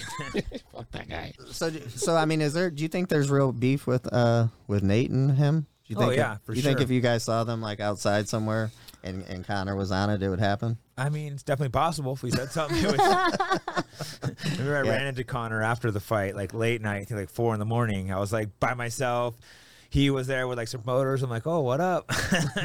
Speaker 1: Fuck that guy.
Speaker 2: So, d- so I mean, is there? Do you think there's real beef with uh with Nate and him? Do you
Speaker 3: Oh,
Speaker 2: think
Speaker 3: yeah,
Speaker 2: if,
Speaker 3: for
Speaker 2: You think
Speaker 3: sure.
Speaker 2: if you guys saw them like outside somewhere and and Connor was on it, it would happen?
Speaker 3: I mean, it's definitely possible if we said something. It was- Remember, I
Speaker 2: Yeah.
Speaker 3: ran into Connor after the fight, like late night, I think like four in the morning. I was like by myself. He was there with like some promoters. I'm like, oh, what up?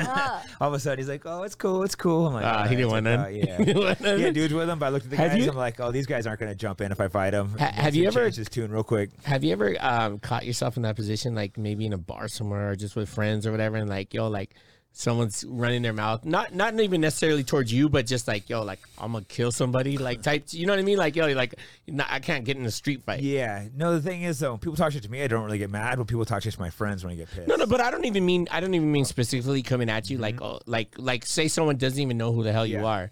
Speaker 3: All of a sudden, he's like, oh, it's cool, it's cool. I'm like,
Speaker 1: Ah,
Speaker 3: "All
Speaker 1: he didn't
Speaker 3: right."
Speaker 1: want
Speaker 3: It's
Speaker 1: none. He
Speaker 3: like, "Oh, yeah.
Speaker 1: didn't want none.
Speaker 3: yeah, dudes with him. But I looked at the
Speaker 1: Have
Speaker 3: guys.
Speaker 1: you-
Speaker 3: I'm like, oh, these guys aren't going to jump in if I fight him.
Speaker 1: Ha- have you ever-
Speaker 3: changed his tune real quick?
Speaker 1: Have you ever um, caught yourself in that position, like maybe in a bar somewhere or just with friends or whatever, and like, yo, like someone's running their mouth, not not even necessarily towards you, but just like, yo, like I'm gonna kill somebody, like type, you know what I mean? Like, yo, like not, I can't get in a street fight.
Speaker 3: Yeah. No, the thing is though, when people talk shit to me, I don't really get mad. When people talk shit to my friends, when I get pissed.
Speaker 1: No, no, but I don't even mean I don't even mean specifically coming at you like oh, like like say someone doesn't even know who the hell you
Speaker 3: Mm-hmm. Yeah.
Speaker 1: are,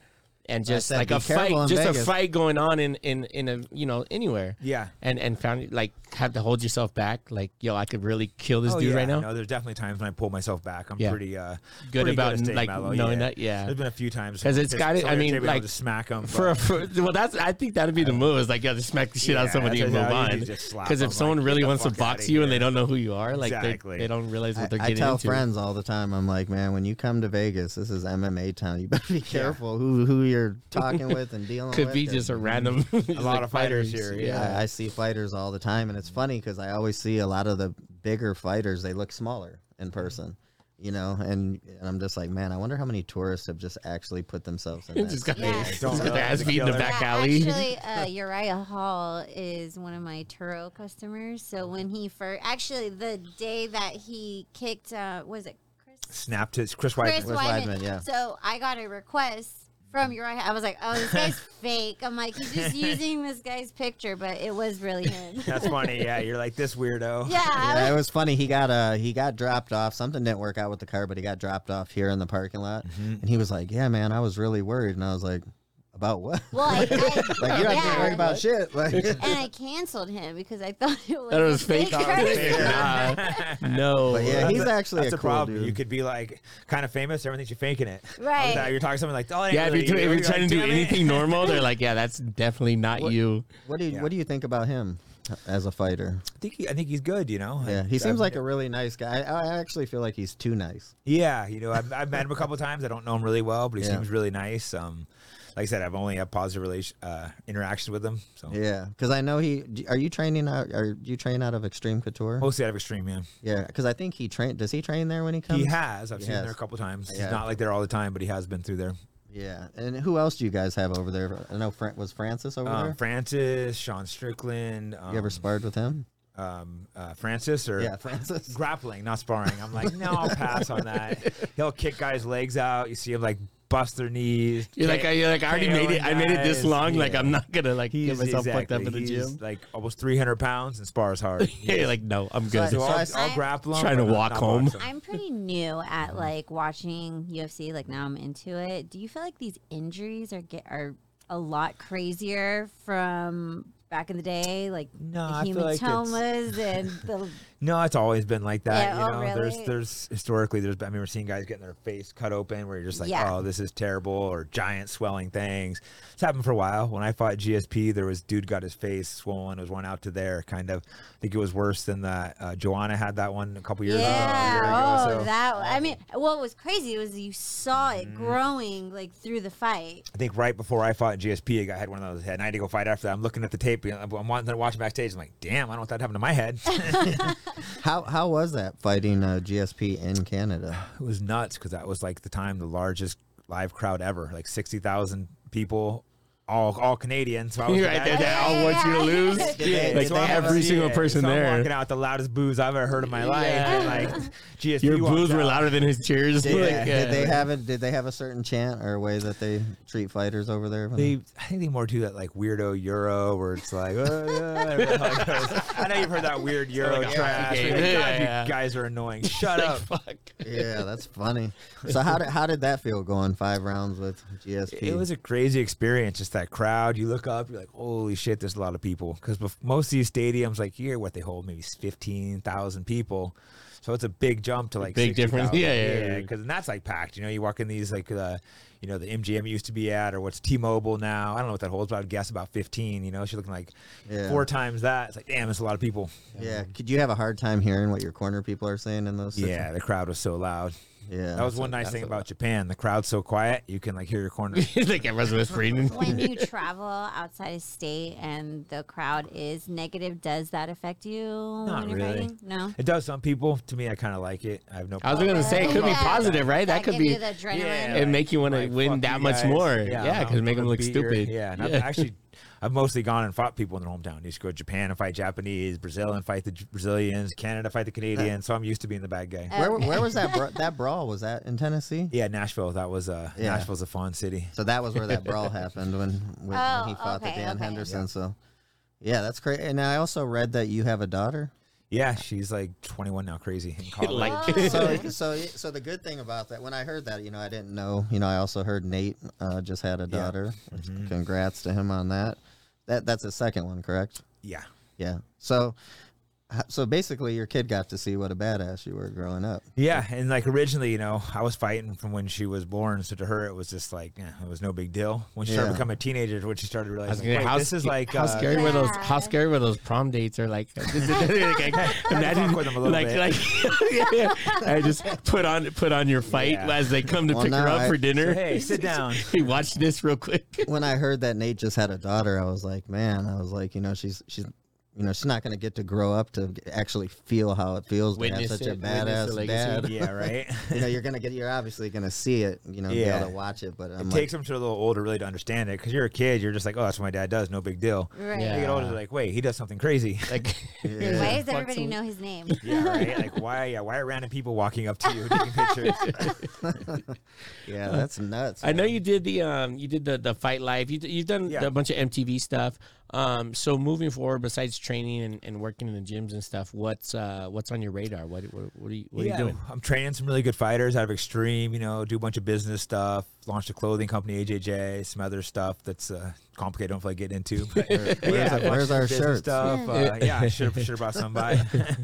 Speaker 1: and just
Speaker 2: said,
Speaker 1: like
Speaker 2: be
Speaker 1: a fight,
Speaker 2: careful in
Speaker 1: just a
Speaker 2: Vegas.
Speaker 1: fight going on in in in a you know anywhere.
Speaker 3: Yeah.
Speaker 1: and and found like have to hold yourself back. Like yo, I could really kill this
Speaker 3: Oh,
Speaker 1: dude
Speaker 3: yeah.
Speaker 1: right now.
Speaker 3: No, there's definitely times when I pull myself back. I'm
Speaker 1: Yeah.
Speaker 3: pretty uh,
Speaker 1: Good
Speaker 3: pretty
Speaker 1: about,
Speaker 3: at staying
Speaker 1: like,
Speaker 3: mellow,
Speaker 1: knowing that, yeah.
Speaker 3: There's been a few times
Speaker 1: 'Cause it's
Speaker 3: just
Speaker 1: gotta- I
Speaker 3: somebody
Speaker 1: mean,
Speaker 3: able to
Speaker 1: like,
Speaker 3: just smack them
Speaker 1: for, a- for well, that's I think that'd be the move. Is like, yeah, just smack the shit out of
Speaker 3: Yeah,
Speaker 1: somebody and
Speaker 3: that's
Speaker 1: move
Speaker 3: how you
Speaker 1: on.
Speaker 3: just slap
Speaker 1: Because
Speaker 3: them,
Speaker 1: if
Speaker 3: like,
Speaker 1: someone
Speaker 3: get
Speaker 1: really
Speaker 3: the
Speaker 1: wants to
Speaker 3: fuck outta
Speaker 1: box you and they
Speaker 3: here.
Speaker 1: don't know who you are, like they-
Speaker 3: Exactly.
Speaker 1: they don't realize
Speaker 2: I,
Speaker 1: what they're
Speaker 2: I
Speaker 1: getting
Speaker 2: tell
Speaker 1: into.
Speaker 2: friends all the time. I'm like, man, when you come to Vegas, this is MMA town. You better be careful who who you're talking with and dealing
Speaker 1: Could
Speaker 2: with.
Speaker 1: be
Speaker 2: 'cause
Speaker 1: just a random. A
Speaker 3: lot of fighters here,
Speaker 2: I, I see fighters all the time, and it's funny because I always see a lot of the bigger fighters. They look smaller in person, you know, and, and I'm just like, man, I wonder how many tourists have just actually put themselves in. That.
Speaker 1: just got
Speaker 4: Yeah.
Speaker 1: just
Speaker 3: Don't
Speaker 1: got their
Speaker 3: realize
Speaker 1: ass
Speaker 3: it's
Speaker 1: beat in the
Speaker 3: killer.
Speaker 1: back
Speaker 4: Yeah,
Speaker 1: alley.
Speaker 4: Actually, uh, Uriah Hall is one of my Turo customers. So when he first, actually, the day that he kicked, uh, was it Chris?
Speaker 3: Snapped his Chris
Speaker 4: Chris
Speaker 3: Weidman.
Speaker 2: Weidman. Weidman, yeah.
Speaker 4: So I got a request from Uriah. I was like, oh, this guy's fake. I'm like, he's just using this guy's picture, but it was really him.
Speaker 3: That's funny. Yeah, you're like this weirdo.
Speaker 4: yeah. I was
Speaker 2: Yeah, it was funny. He got uh he got dropped off. Something didn't work out with the car, but he got dropped off here in the parking lot. And he was like, "Yeah, man, I was really worried." And I was like, "About what?
Speaker 4: Well, I, I,
Speaker 2: like you're not
Speaker 4: yeah.
Speaker 2: getting worried about shit." Like,
Speaker 4: And I canceled him because I thought it was,
Speaker 1: That was fake.
Speaker 4: fake
Speaker 1: Nah, no.
Speaker 2: But yeah,
Speaker 3: That's
Speaker 2: he's
Speaker 3: a-
Speaker 2: actually
Speaker 3: that's
Speaker 2: a
Speaker 3: a,
Speaker 2: cool
Speaker 3: problem.
Speaker 2: dude.
Speaker 3: You could be like kind of famous. Everyone thinks you're faking it.
Speaker 4: Right.
Speaker 3: Like, You're talking something like, oh, I ain't
Speaker 1: Yeah, if
Speaker 3: really
Speaker 1: you're, doing- if
Speaker 3: you."
Speaker 1: you're
Speaker 3: You're
Speaker 1: trying
Speaker 3: like,
Speaker 1: to do
Speaker 3: "Damn it."
Speaker 1: anything normal, they're like, yeah, that's definitely not you.
Speaker 2: what do you,
Speaker 3: Yeah.
Speaker 2: what do you think about him uh, as a fighter?
Speaker 3: I think he, I think he's good. You know.
Speaker 2: Yeah,
Speaker 3: I-
Speaker 2: he seems
Speaker 3: I've-
Speaker 2: like a really nice guy. I, I actually feel like he's too nice.
Speaker 3: Yeah, you know, I've, I've met him a couple times. I don't know him really well, but he
Speaker 2: Yeah.
Speaker 3: seems really nice. Um, like I said, I've only had positive relation uh, interactions with him. So
Speaker 2: Yeah, because I know he. d- Are you training out? Are you train out of Extreme Couture?
Speaker 3: mostly out of extreme, man.
Speaker 2: Yeah, because I think he train. Does he train there when he comes?
Speaker 3: He has. I've
Speaker 2: Um, He
Speaker 3: seen him
Speaker 2: has.
Speaker 3: there a couple times. He's
Speaker 2: Yeah.
Speaker 3: not like there all the time, but he has been through there.
Speaker 2: Yeah, and who else do you guys have over there? I know Fran- was Francis over
Speaker 3: Um,
Speaker 2: there.
Speaker 3: Francis, Sean Strickland. Um,
Speaker 2: you ever sparred with him?
Speaker 3: um, uh, Francis or
Speaker 2: Yeah, Francis.
Speaker 3: grappling, not sparring. I'm like, no, I'll pass on that. He'll kick guys' legs out. You see him like bust their knees.
Speaker 1: You're
Speaker 3: kick-
Speaker 1: like, I, you're like, I already
Speaker 3: KO
Speaker 1: made it. I made it this
Speaker 3: guys.
Speaker 1: long. Like,
Speaker 3: Yeah.
Speaker 1: I'm not gonna like
Speaker 3: He's
Speaker 1: get myself fucked up
Speaker 3: exactly-
Speaker 1: in the
Speaker 3: he's,
Speaker 1: gym.
Speaker 3: like almost 300 pounds and spars hard.
Speaker 1: Yeah, you're like, no, I'm good.
Speaker 3: So
Speaker 2: So
Speaker 3: I'll,
Speaker 2: I-
Speaker 3: I'll grapple him.
Speaker 1: Trying to
Speaker 3: but not-
Speaker 1: walk
Speaker 3: not
Speaker 1: home.
Speaker 3: box him.
Speaker 4: I'm pretty new
Speaker 2: Mm-hmm.
Speaker 4: at like watching UFC. Like now I'm into it. Do you feel like these injuries are get are a lot crazier from back in the day, like
Speaker 3: No,
Speaker 4: the
Speaker 3: I feel like it's-
Speaker 4: hematomas and the
Speaker 3: No, it's always been like that.
Speaker 4: Yeah,
Speaker 3: you
Speaker 4: oh,
Speaker 3: know,
Speaker 4: really?
Speaker 3: there's there's historically there's I remember seeing guys getting their face cut open where you're just like,
Speaker 4: Yeah.
Speaker 3: oh, this is terrible, or giant swelling things. It's happened for a while. When I fought GSP, there was dude got his face swollen. It was one out to there, kind of. I think it was worse than that. Uh, Joanna had that one a couple years ago.
Speaker 4: yeah,
Speaker 3: a year ago,
Speaker 4: oh
Speaker 3: so.
Speaker 4: that. I mean, what was crazy was you saw
Speaker 1: Mm-hmm.
Speaker 4: it growing like through the fight.
Speaker 3: I think right before I fought GSP, I got- I had one of those head, and I had to go fight after that. I'm looking at the tape, you know, I'm wanting to watch backstage. I'm like, damn, I don't want that to happen to my head.
Speaker 2: How how was that fighting uh, GSP in Canada?
Speaker 3: it was nuts because that was like the time the largest live crowd ever, like sixty thousand people, all all Canadian. So I was
Speaker 1: You're right
Speaker 3: the guy-
Speaker 1: there. They all want you to lose.
Speaker 2: Yeah.
Speaker 1: Like
Speaker 3: So I'm-
Speaker 1: every single
Speaker 3: yeah,
Speaker 1: person
Speaker 3: so I'm
Speaker 1: there.
Speaker 3: walking out with the loudest boos I've ever heard in my life. and, like GSP
Speaker 1: Your
Speaker 3: walks
Speaker 1: boos were
Speaker 3: out.
Speaker 1: louder than his cheers.
Speaker 2: Did,
Speaker 1: Like,
Speaker 2: they, did
Speaker 1: uh,
Speaker 2: they have a did they have a certain chant or way that they treat fighters over there? when
Speaker 3: They, I think they more do that like weirdo Euro where it's like, oh, yeah. I don't know how it goes. I know you've heard that weird Euro
Speaker 1: a
Speaker 3: trash.
Speaker 1: game.
Speaker 3: where you're like,
Speaker 1: Yeah,
Speaker 3: God,
Speaker 1: yeah.
Speaker 3: you guys are annoying. Shut up.
Speaker 1: fuck.
Speaker 2: Yeah, that's funny. So how did how did that feel going five rounds with GSP?
Speaker 3: It was a crazy experience. Just that crowd. You look up, you're like, holy shit, there's a lot of people. Because most of these stadiums, like here, what they hold maybe 15,000 people. So it's a big jump to like
Speaker 1: big difference.
Speaker 3: 60,000.
Speaker 1: Yeah, yeah, yeah.
Speaker 3: Because that's like packed. You know, you walk in these like the, you know, the MGM used to be at, or what's T-Mobile now. I don't know what that holds, but I'd guess about 15. You know, so you're looking like
Speaker 2: Yeah.
Speaker 3: four times that. It's like, damn, it's a lot of people.
Speaker 2: yeah. Could you have a hard time hearing what your corner people are saying in those? situ-
Speaker 3: Yeah, the crowd was so loud.
Speaker 2: yeah.
Speaker 3: That was one nice thing about Japan. The crowd's so quiet, you can like hear your corner.
Speaker 1: like everyone's whispering.
Speaker 4: When you travel outside of state and the crowd is negative, does that affect you
Speaker 3: Not
Speaker 4: when you're
Speaker 3: really.
Speaker 4: fighting? No.
Speaker 3: It does some people. To me, I kind of like it. I have no.
Speaker 1: I was
Speaker 3: problem.
Speaker 1: gonna say it could be
Speaker 4: Yeah.
Speaker 1: positive, right? That could
Speaker 4: give
Speaker 1: be
Speaker 4: you the adrenaline.
Speaker 3: Yeah.
Speaker 1: and make you want to
Speaker 3: Like,
Speaker 1: win
Speaker 3: fuck
Speaker 1: that
Speaker 3: you
Speaker 1: much
Speaker 3: guys.
Speaker 1: more.
Speaker 3: Yeah,
Speaker 1: Yeah, because
Speaker 3: I'm
Speaker 1: make them
Speaker 3: gonna
Speaker 1: look
Speaker 3: beat your-
Speaker 1: stupid.
Speaker 3: yeah, and I've actually, I've mostly gone and fought people in their hometown. I used to go to Japan and fight Japanese, Brazil and fight the J- Brazilians, Canada fight the Canadians. So I'm used to being the bad guy.
Speaker 2: Where,
Speaker 4: Um,
Speaker 2: where was that bra- that brawl? Was that in Tennessee?
Speaker 3: yeah, Nashville. That was uh,
Speaker 2: Yeah.
Speaker 3: Nashville's a fun city.
Speaker 2: So that was where that brawl happened when when,
Speaker 4: Oh,
Speaker 2: when he fought
Speaker 4: okay,
Speaker 2: the Dan
Speaker 4: okay.
Speaker 2: Henderson. So yeah, that's crazy. And I also read that you have a daughter.
Speaker 3: Yeah, she's like 21 now, crazy in college.
Speaker 1: Like-
Speaker 4: Whoa.
Speaker 2: so so so the good thing about that when I heard that, you know, I didn't know. You know, I also heard Nate uh, just had a daughter. Congrats to him on that. That that's his second one, correct?
Speaker 3: yeah.
Speaker 2: Yeah. So, h- so basically, your kid got to see what a badass you were growing up.
Speaker 3: Yeah, and like originally, you know, I was fighting from when she was born, so to her it was just like eh, it was no big deal. When she started
Speaker 2: Yeah.
Speaker 3: becoming a teenager, is when she started
Speaker 1: I was
Speaker 3: realizing
Speaker 1: gonna-
Speaker 3: like,
Speaker 1: how
Speaker 3: wait, this is
Speaker 1: sc-
Speaker 3: like
Speaker 1: how
Speaker 3: uh,
Speaker 1: scary were those how
Speaker 4: Yeah.
Speaker 1: scary were those prom dates or like, this is- like, imagine
Speaker 3: fuck with them a little
Speaker 1: like
Speaker 3: bit.
Speaker 1: like yeah, yeah. I just put on put on your fight
Speaker 3: Yeah.
Speaker 1: as they come to
Speaker 2: Well,
Speaker 1: pick her
Speaker 2: no,
Speaker 1: up
Speaker 2: I-
Speaker 1: for dinner.
Speaker 3: Hey, sit down.
Speaker 1: Hey, watch this real quick.
Speaker 2: When I heard that Nate just had a daughter, I was like, man, I was like, you know, she's she's. You know, she's not going to get to grow up to actually feel how it feels to have
Speaker 1: Witness
Speaker 2: such
Speaker 1: it,
Speaker 2: a
Speaker 1: witness the
Speaker 2: badass
Speaker 1: legacy.
Speaker 2: dad.
Speaker 3: yeah, right.
Speaker 2: You know, you're gonna get, you're obviously gonna see it. You know, be
Speaker 3: Yeah.
Speaker 2: able to watch it, but I'm
Speaker 3: it
Speaker 2: like,
Speaker 3: takes them to a little older really to understand it because you're a kid you're just like oh that's what my dad does no big deal
Speaker 4: Right.
Speaker 1: Yeah.
Speaker 3: you get older you're like wait he does something crazy
Speaker 1: Like,
Speaker 4: Why does
Speaker 1: Fuck
Speaker 4: everybody
Speaker 1: some-
Speaker 4: know his name?
Speaker 3: yeah right like why yeah why are random people walking up to you and taking pictures
Speaker 2: yeah, that's nuts.
Speaker 1: I know you did the um you did the the fight live. You d- you've done
Speaker 3: Yeah.
Speaker 1: a bunch of MTV stuff. Um, so moving forward, besides training and, and working in the gyms and stuff, what's uh what's on your radar? What what, what are you what
Speaker 3: yeah,
Speaker 1: are you doing?
Speaker 3: i'm training some really good fighters out of extreme you know do a bunch of business stuff launched a clothing company ajj some other stuff that's uh complicated I don't feel like getting into but
Speaker 2: Where's,
Speaker 3: yeah,
Speaker 2: our- where's our
Speaker 3: business
Speaker 2: shirts?
Speaker 3: stuff. Uh, yeah, I should have should have brought some by.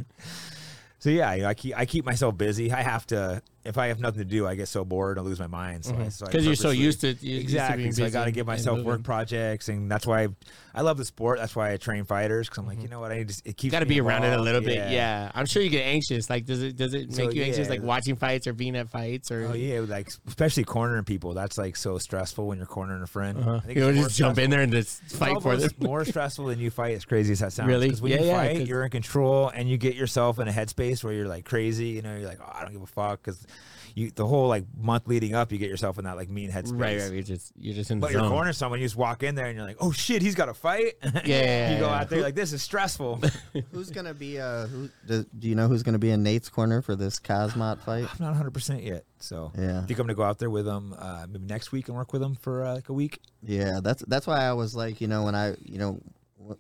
Speaker 3: so yeah, you know, I keep I keep myself busy. I have to if I have nothing to do, I get so bored, I lose my mind. So I- so I
Speaker 1: Because you're so
Speaker 3: purposely-
Speaker 1: used to you're used to
Speaker 3: exactly.
Speaker 1: being
Speaker 3: so I
Speaker 1: busy
Speaker 3: got to give
Speaker 1: and
Speaker 3: myself
Speaker 1: moving.
Speaker 3: work projects, and that's why I, I love the sport. That's why I train fighters because I'm like, you know what, I just it keeps
Speaker 1: got to
Speaker 3: me
Speaker 1: Mm-hmm. be around it a
Speaker 3: involved.
Speaker 1: little bit. Yeah, I'm sure you get anxious. Like, does it does it make
Speaker 3: So,
Speaker 1: you anxious?
Speaker 3: yeah.
Speaker 1: Like watching fights or being at fights or
Speaker 3: Oh yeah, like especially cornering people. That's like so stressful when you're cornering a friend.
Speaker 1: Uh,
Speaker 3: I think
Speaker 1: you
Speaker 3: it's
Speaker 1: know,
Speaker 3: more
Speaker 1: just jump in there and just
Speaker 3: It's
Speaker 1: fight for them.
Speaker 3: almost more stressful than you fight, as crazy as that sounds.
Speaker 1: Really?
Speaker 3: 'Cause when
Speaker 1: Yeah,
Speaker 3: you
Speaker 1: yeah,
Speaker 3: fight,
Speaker 1: 'cause-
Speaker 3: you're in control and you get yourself in a headspace where you're like crazy. You know, you're like, oh, I don't give a fuck. Because you, the whole like month leading up, you get yourself in that like mean headspace.
Speaker 1: Right, right. You're just you're just in the
Speaker 3: But you're
Speaker 1: zone.
Speaker 3: cornering someone, you just walk in there and you're like, oh shit, he's got a fight.
Speaker 1: Yeah,
Speaker 3: you go
Speaker 1: yeah,
Speaker 3: out there, like, this is stressful.
Speaker 2: Who's gonna be? Uh, who do, do you know who's gonna be in Nate's corner for this Cosmot fight?
Speaker 3: I'm not 100% yet. So
Speaker 2: Yeah.
Speaker 3: I think I'm going to go out there with him uh, maybe next week and work with him for uh, like a week.
Speaker 2: Yeah, that's that's why I was like, you know, when I, you know, wh-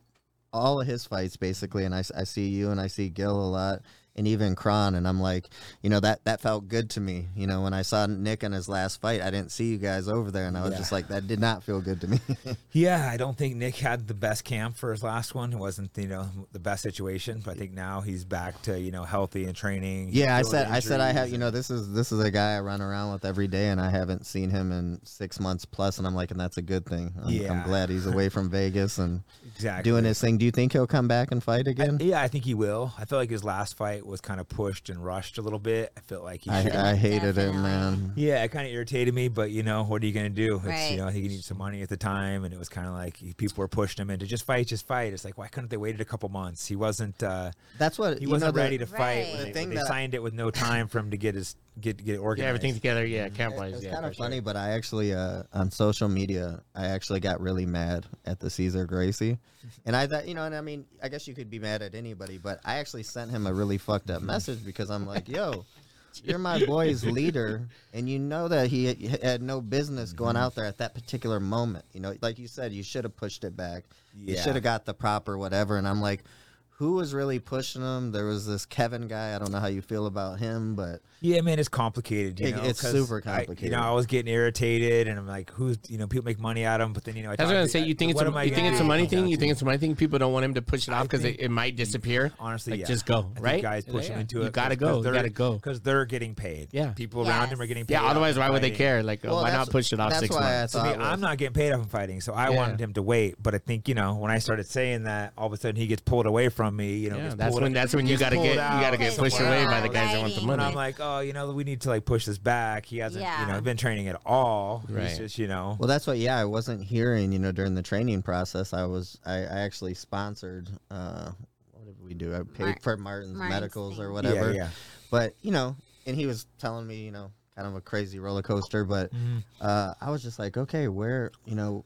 Speaker 2: all of his fights basically, and I, s- I see you and I see Gil a lot. and even Kron. And I'm like, you know, that that felt good to me. You know, when I saw Nick in his last fight, I didn't see you guys over there, and I was
Speaker 3: Yeah.
Speaker 2: just like, that did not feel good to me.
Speaker 3: Yeah, I don't think Nick had the best camp for his last one. It wasn't, you know, the best situation. But I think now he's back to, you know, healthy and training. He
Speaker 2: yeah, I
Speaker 3: healed
Speaker 2: said I said I have.
Speaker 3: injuries.
Speaker 2: You know, this is this is a guy I run around with every day, and I haven't seen him in six months plus, and I'm like, and that's a good thing. I'm,
Speaker 3: Yeah.
Speaker 2: I'm glad he's away from Vegas and
Speaker 3: exactly.
Speaker 2: doing his thing. Do you think he'll come back and fight again?
Speaker 3: Yeah, I think he will. I feel like his last fight was kind of pushed and rushed a little bit. I felt like he should.
Speaker 2: I, I hated it, man.
Speaker 3: yeah, it kind of irritated me, but you know, what are you going to do? It's,
Speaker 4: Right.
Speaker 3: You know, he needed some money at the time, and it was kind of like he- people were pushing him into just fight, just fight. It's like, why couldn't they waited a couple months? He wasn't. uh
Speaker 2: That's what
Speaker 3: He
Speaker 2: you
Speaker 3: wasn't
Speaker 2: know, the-
Speaker 3: ready to fight.
Speaker 4: Right.
Speaker 3: when
Speaker 4: The
Speaker 3: they,
Speaker 2: thing
Speaker 3: when they
Speaker 2: that I-
Speaker 3: signed it with no time for him to get his get get it organized.
Speaker 1: Get everything together.
Speaker 3: Mm-hmm.
Speaker 1: Yeah, camp wise.
Speaker 2: It's
Speaker 1: Yeah,
Speaker 2: kind
Speaker 1: for
Speaker 2: of
Speaker 1: sure.
Speaker 2: funny, but I actually uh, on social media, I actually got really mad at the Caesar Gracie, and I thought, you know, and I mean, I guess you could be mad at anybody, but I actually sent him a really fucked up message because I'm like, yo. You're my boy's leader, and you know that he had- had no business going
Speaker 3: Mm-hmm.
Speaker 2: out there at that particular moment. You know, like you said, you should have pushed it back. You
Speaker 3: Yeah.
Speaker 2: should have got the proper whatever. And I'm like, who was really pushing him? There was this Kevin guy. I don't know how you feel about him, but
Speaker 3: Yeah, man, it's complicated. You
Speaker 2: It-
Speaker 3: know,
Speaker 2: it's
Speaker 3: 'cause
Speaker 2: super
Speaker 3: I-
Speaker 2: complicated.
Speaker 3: you know, I was getting irritated, and I'm like, who's you know, people make money out of him, but then you
Speaker 1: I
Speaker 3: know, I
Speaker 1: was
Speaker 3: talked
Speaker 1: gonna
Speaker 3: to-
Speaker 1: say you think it's
Speaker 3: what
Speaker 1: a,
Speaker 3: am I
Speaker 1: you think
Speaker 3: gonna
Speaker 1: it's a
Speaker 3: do?
Speaker 1: money
Speaker 3: Comes
Speaker 1: thing.
Speaker 3: down
Speaker 1: You
Speaker 3: to
Speaker 1: think it's a money thing. People don't want him to push it off because
Speaker 3: think-
Speaker 1: it, it might disappear.
Speaker 3: honestly,
Speaker 1: like
Speaker 3: yeah.
Speaker 1: just
Speaker 3: I
Speaker 1: go
Speaker 3: think
Speaker 1: right.
Speaker 3: Guys push him
Speaker 1: Yeah.
Speaker 3: into it.
Speaker 1: You gotta go. You gotta go.
Speaker 3: because they're getting paid.
Speaker 1: Yeah.
Speaker 3: people around him are
Speaker 4: Yes.
Speaker 3: getting paid.
Speaker 1: Yeah.
Speaker 3: off
Speaker 1: Otherwise,
Speaker 3: of
Speaker 1: why would they
Speaker 3: fighting.
Speaker 1: care? Like, uh,
Speaker 2: Well,
Speaker 1: why
Speaker 2: that's-
Speaker 1: not push it off
Speaker 2: that's
Speaker 1: six
Speaker 2: why I
Speaker 1: months?
Speaker 3: To me,
Speaker 2: thought was-
Speaker 3: I'm not getting paid off of fighting, so I
Speaker 1: Yeah.
Speaker 3: wanted him to wait. But I think you know when I started saying that, all of a sudden he gets pulled away from me. You know,
Speaker 1: Yeah,
Speaker 3: gets
Speaker 1: that's
Speaker 3: pulled-
Speaker 1: when that's when you
Speaker 3: gets
Speaker 1: gotta
Speaker 3: pulled
Speaker 1: get you
Speaker 3: out
Speaker 1: gotta get
Speaker 4: Because
Speaker 1: pushed
Speaker 4: we're
Speaker 1: away
Speaker 4: not
Speaker 1: by the guys that want the
Speaker 4: fighting.
Speaker 3: And
Speaker 1: money.
Speaker 3: I'm like, oh, you know, we need to like push this back. He hasn't, you
Speaker 4: Yeah.
Speaker 3: know, been training at all.
Speaker 1: Right.
Speaker 3: He's just, you know,
Speaker 2: Well, that's what. Yeah, I wasn't hearing. You know, during the training process, I was. I, I actually sponsored. Uh, what did we do? I paid
Speaker 4: Mar-
Speaker 2: for Martin's,
Speaker 4: Martin's
Speaker 2: medicals
Speaker 4: thing.
Speaker 2: or
Speaker 4: Yeah,
Speaker 2: whatever.
Speaker 3: Yeah, yeah.
Speaker 2: But you know, and he was telling me, you know, kind of a crazy roller coaster. But uh, I was just like, okay, where, you know,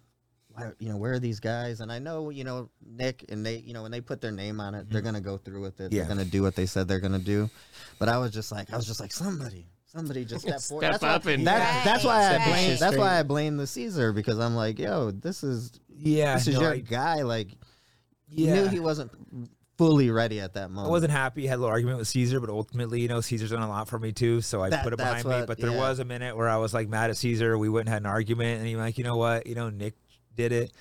Speaker 2: why, you know, where are these guys? And I know, you know, Nick and they, you know, when they put their name on it, they're gonna go through with it.
Speaker 3: Mm-hmm. Yeah.
Speaker 2: They're gonna do what they said they're gonna do. But I was just like, I was just like, somebody. Somebody just step forward.
Speaker 1: Step
Speaker 2: That's why-
Speaker 1: up and-
Speaker 2: that,
Speaker 4: Right,
Speaker 2: that's why I
Speaker 4: right.
Speaker 2: blame. That's
Speaker 1: Straight.
Speaker 2: why I blame the Caesar because I'm like, yo, this is
Speaker 3: Yeah,
Speaker 2: this is
Speaker 3: no,
Speaker 2: your
Speaker 3: I-
Speaker 2: guy. Like, you
Speaker 3: yeah.
Speaker 2: knew he wasn't fully ready at that
Speaker 3: I
Speaker 2: moment.
Speaker 3: wasn't happy. I had a little argument with Caesar, but ultimately, you know, Caesar's done a lot for me too. So I
Speaker 2: That-
Speaker 3: put it
Speaker 2: that's
Speaker 3: behind me.
Speaker 2: what-
Speaker 3: But there
Speaker 2: yeah.
Speaker 3: was a minute where I was like mad at Caesar. We went and had an argument, and he's like, you know what? You know, Nick did it.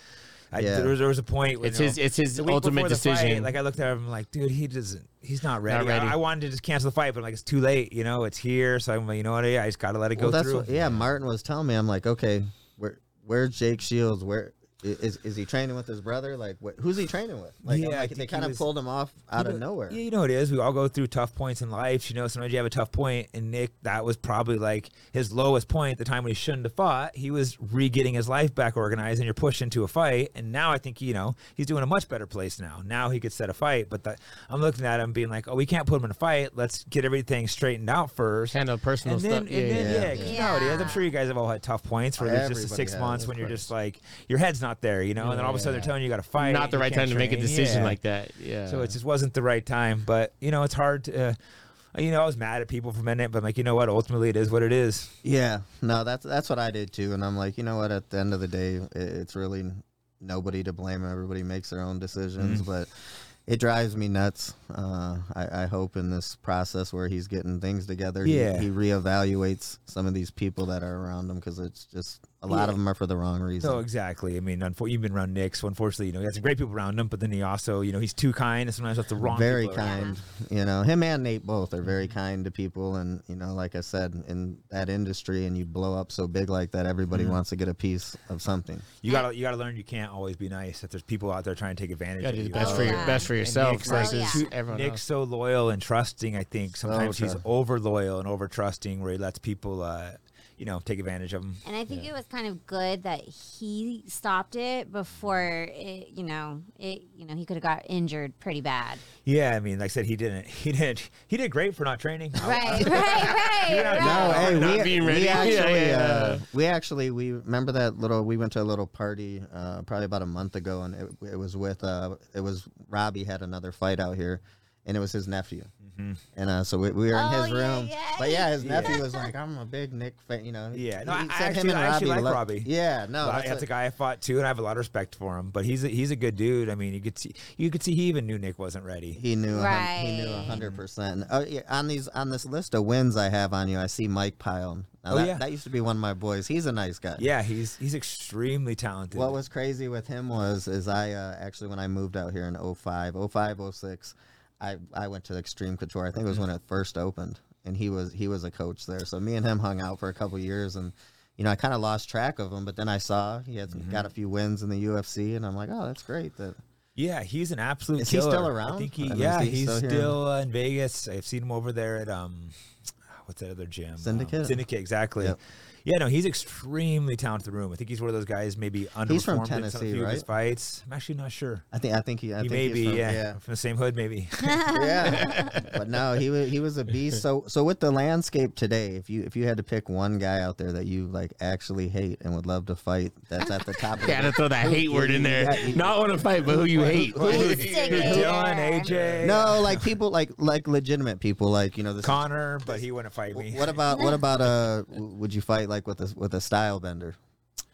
Speaker 3: I,
Speaker 2: Yeah.
Speaker 3: there, was, there was a point. where,
Speaker 1: It's
Speaker 3: you know,
Speaker 1: his it's his
Speaker 3: the week
Speaker 1: ultimate
Speaker 3: before the fight,
Speaker 1: decision.
Speaker 3: like I looked at him, like, dude, he doesn't. He's not ready.
Speaker 1: ready.
Speaker 3: I, I wanted to just cancel the fight, but like it's too late. You know, it's here. So I'm like, you know what? I just gotta let it
Speaker 2: Well,
Speaker 3: go
Speaker 2: that's
Speaker 3: through.
Speaker 2: what, yeah. Martin was telling me. I'm like, okay, where where's Jake Shields? Where i- is is he training with his brother? Like, what, who's he training with? Like, I'm
Speaker 3: Yeah, I
Speaker 2: like, they
Speaker 3: think he
Speaker 2: kind of
Speaker 3: was-
Speaker 2: pulled him off out
Speaker 3: You
Speaker 2: of
Speaker 3: know-
Speaker 2: nowhere.
Speaker 3: Yeah, you know it is. We all go through tough points in life. You know, sometimes you have a tough point, and Nick, that was probably like his lowest point at the time when he shouldn't have fought. He was re getting his life back organized, and you're pushed into a fight. And now I think you know he's doing a much better place now. Now he could set a fight, but the, I'm looking at him being like, oh, we can't put him in a fight. Let's get everything straightened out first.
Speaker 1: Handle personal
Speaker 3: and then,
Speaker 1: stuff.
Speaker 3: and then, yeah,
Speaker 2: yeah,
Speaker 3: 'cause you know how it is. I'm
Speaker 4: Yeah.
Speaker 3: sure you guys have all had tough points where there's just a
Speaker 2: Everybody
Speaker 3: six
Speaker 2: has,
Speaker 3: months
Speaker 2: of
Speaker 3: when you're
Speaker 2: course.
Speaker 3: just like your head's not there, you know, and then all of a sudden they're
Speaker 1: Yeah.
Speaker 3: telling you you got to fight.
Speaker 1: Not the
Speaker 3: you
Speaker 1: right time
Speaker 3: can't
Speaker 1: to make a
Speaker 3: train.
Speaker 1: decision
Speaker 3: Yeah.
Speaker 1: like uh, that. Yeah.
Speaker 3: So it just wasn't the right time. But you know, it's hard to. Uh, you know, I was mad at people for a minute, but I'm like, you know what? Ultimately, it is what it is.
Speaker 2: Yeah, no, that's that's what I did too. And I'm like, you know what? At the end of the day, i it's really nobody to blame. Everybody makes their own
Speaker 3: Mm.
Speaker 2: decisions, but it drives me nuts. Uh, I, I hope in this process where he's getting things together,
Speaker 3: Yeah.
Speaker 2: he, he reevaluates some of these people that are around him because it's just a lot of them are for the wrong reason.
Speaker 3: So exactly. I mean, unfor- you've been around Nick, so unfortunately, you know, he had some great people around him, but then he also, you know, he's too kind, and sometimes that's the wrong.
Speaker 2: very
Speaker 3: people around.
Speaker 2: kind you know him and nate both are very kind to people and you know like i said in that industry and you blow up so big like that everybody
Speaker 3: Mm-hmm.
Speaker 2: wants to get a piece of something
Speaker 3: You gotta, you gotta learn you can't always be nice. If there's people out there trying to take advantage
Speaker 1: you gotta
Speaker 3: of
Speaker 1: do the
Speaker 3: you,
Speaker 1: best
Speaker 3: Oh,
Speaker 1: for your
Speaker 4: yeah.
Speaker 1: best for
Speaker 3: And
Speaker 1: yourself
Speaker 3: Nick's like,
Speaker 1: versus
Speaker 4: too-
Speaker 1: everyone
Speaker 3: Nick's
Speaker 1: else.
Speaker 3: so loyal and trusting. I think sometimes he's
Speaker 2: trust-
Speaker 3: over loyal and over trusting, where he lets people, uh, you know, take advantage of him.
Speaker 4: And I think it was kind of good that he stopped it before it, you know, it, you know, he could have got injured pretty bad.
Speaker 3: Yeah, I mean, like I said, he didn't, he didn't, he did great for not training.
Speaker 1: Oh.
Speaker 3: I-
Speaker 4: Right, right, right,
Speaker 3: Yeah,
Speaker 2: no
Speaker 4: right.
Speaker 2: hey
Speaker 1: not
Speaker 2: we,
Speaker 1: being
Speaker 2: we
Speaker 1: ready. Yeah,
Speaker 2: actually
Speaker 1: yeah,
Speaker 2: uh,
Speaker 1: yeah.
Speaker 2: we actually we remember that little we went to a little party uh, probably about a month ago and it, it was with uh, it was robbie had another fight out here and it was his nephew. And uh, so we, we were in
Speaker 4: Oh,
Speaker 2: his
Speaker 4: yeah,
Speaker 2: room.
Speaker 4: yeah.
Speaker 2: But yeah, his
Speaker 3: Mm-hmm. Yeah.
Speaker 2: nephew was like, "I'm a big Nick fan," you know.
Speaker 3: Yeah,
Speaker 2: He-
Speaker 3: no, I-
Speaker 2: he
Speaker 3: I
Speaker 2: said
Speaker 3: actually- I actually like
Speaker 2: love-
Speaker 3: Robbie.
Speaker 2: Yeah, no,
Speaker 3: But I-
Speaker 2: Oh, that's,
Speaker 3: that's
Speaker 2: what-
Speaker 3: a guy I fought too, and I have a lot of respect for him. But he's a, he's a good dude. I mean, you could see you could see he even knew Nick wasn't ready.
Speaker 2: He knew. a hun- He knew a
Speaker 4: Right.
Speaker 2: hundred percent. Oh, yeah, on these on this list of wins I have on you, I see Mike Pyle. Now,
Speaker 3: Oh,
Speaker 2: that,
Speaker 3: yeah.
Speaker 2: that used to be one of my boys. He's a nice guy.
Speaker 3: Yeah, he's he's extremely talented.
Speaker 2: What was crazy with him was is I uh, actually when I moved out here in 05, 05, 06, I I went to Extreme Couture. I think it was when it first opened, and he was he was a coach there. So me and him hung out for a couple years, and you know I kind of lost track of him. But then I saw he had
Speaker 3: Mm-hmm.
Speaker 2: got a few wins in the UFC, and I'm like, oh, that's great. That
Speaker 3: Yeah, he's an absolute.
Speaker 2: Is he
Speaker 3: killer.
Speaker 2: still
Speaker 3: I
Speaker 2: around?
Speaker 3: think he,
Speaker 2: I mean, is
Speaker 3: yeah,
Speaker 2: he
Speaker 3: he's
Speaker 2: still
Speaker 3: still,
Speaker 2: here?
Speaker 3: uh, in Vegas. I've seen him over there at um, what's that other gym? Um,
Speaker 2: Syndicate?
Speaker 3: Syndicate, exactly.
Speaker 2: Yep.
Speaker 3: Yeah, no, he's extremely talented. Room. I think he's one of those guys maybe underperformed
Speaker 2: He's from
Speaker 3: in some
Speaker 2: Tennessee,
Speaker 3: few of his
Speaker 2: right?
Speaker 3: fights. I'm actually not sure.
Speaker 2: I think I think he I
Speaker 3: he
Speaker 2: think
Speaker 3: may
Speaker 2: he's
Speaker 3: be,
Speaker 2: from-
Speaker 3: yeah,
Speaker 2: yeah.
Speaker 3: from the same hood, maybe.
Speaker 2: yeah. But no, he was he was a beast. So so with the landscape today, if you if you had to pick one guy out there that you like actually hate and would love to fight, that's at the top. of the-
Speaker 1: Gotta throw that hate word in there.
Speaker 2: Yeah, you-
Speaker 1: Not want to fight, but who you hate.
Speaker 4: Stick it
Speaker 3: Dylan,
Speaker 4: there.
Speaker 3: AJ,
Speaker 2: No, like people like like legitimate people like you know this.
Speaker 3: Connor, but he wouldn't fight me.
Speaker 2: what about what about uh? w- Would you fight like with a with a style bender?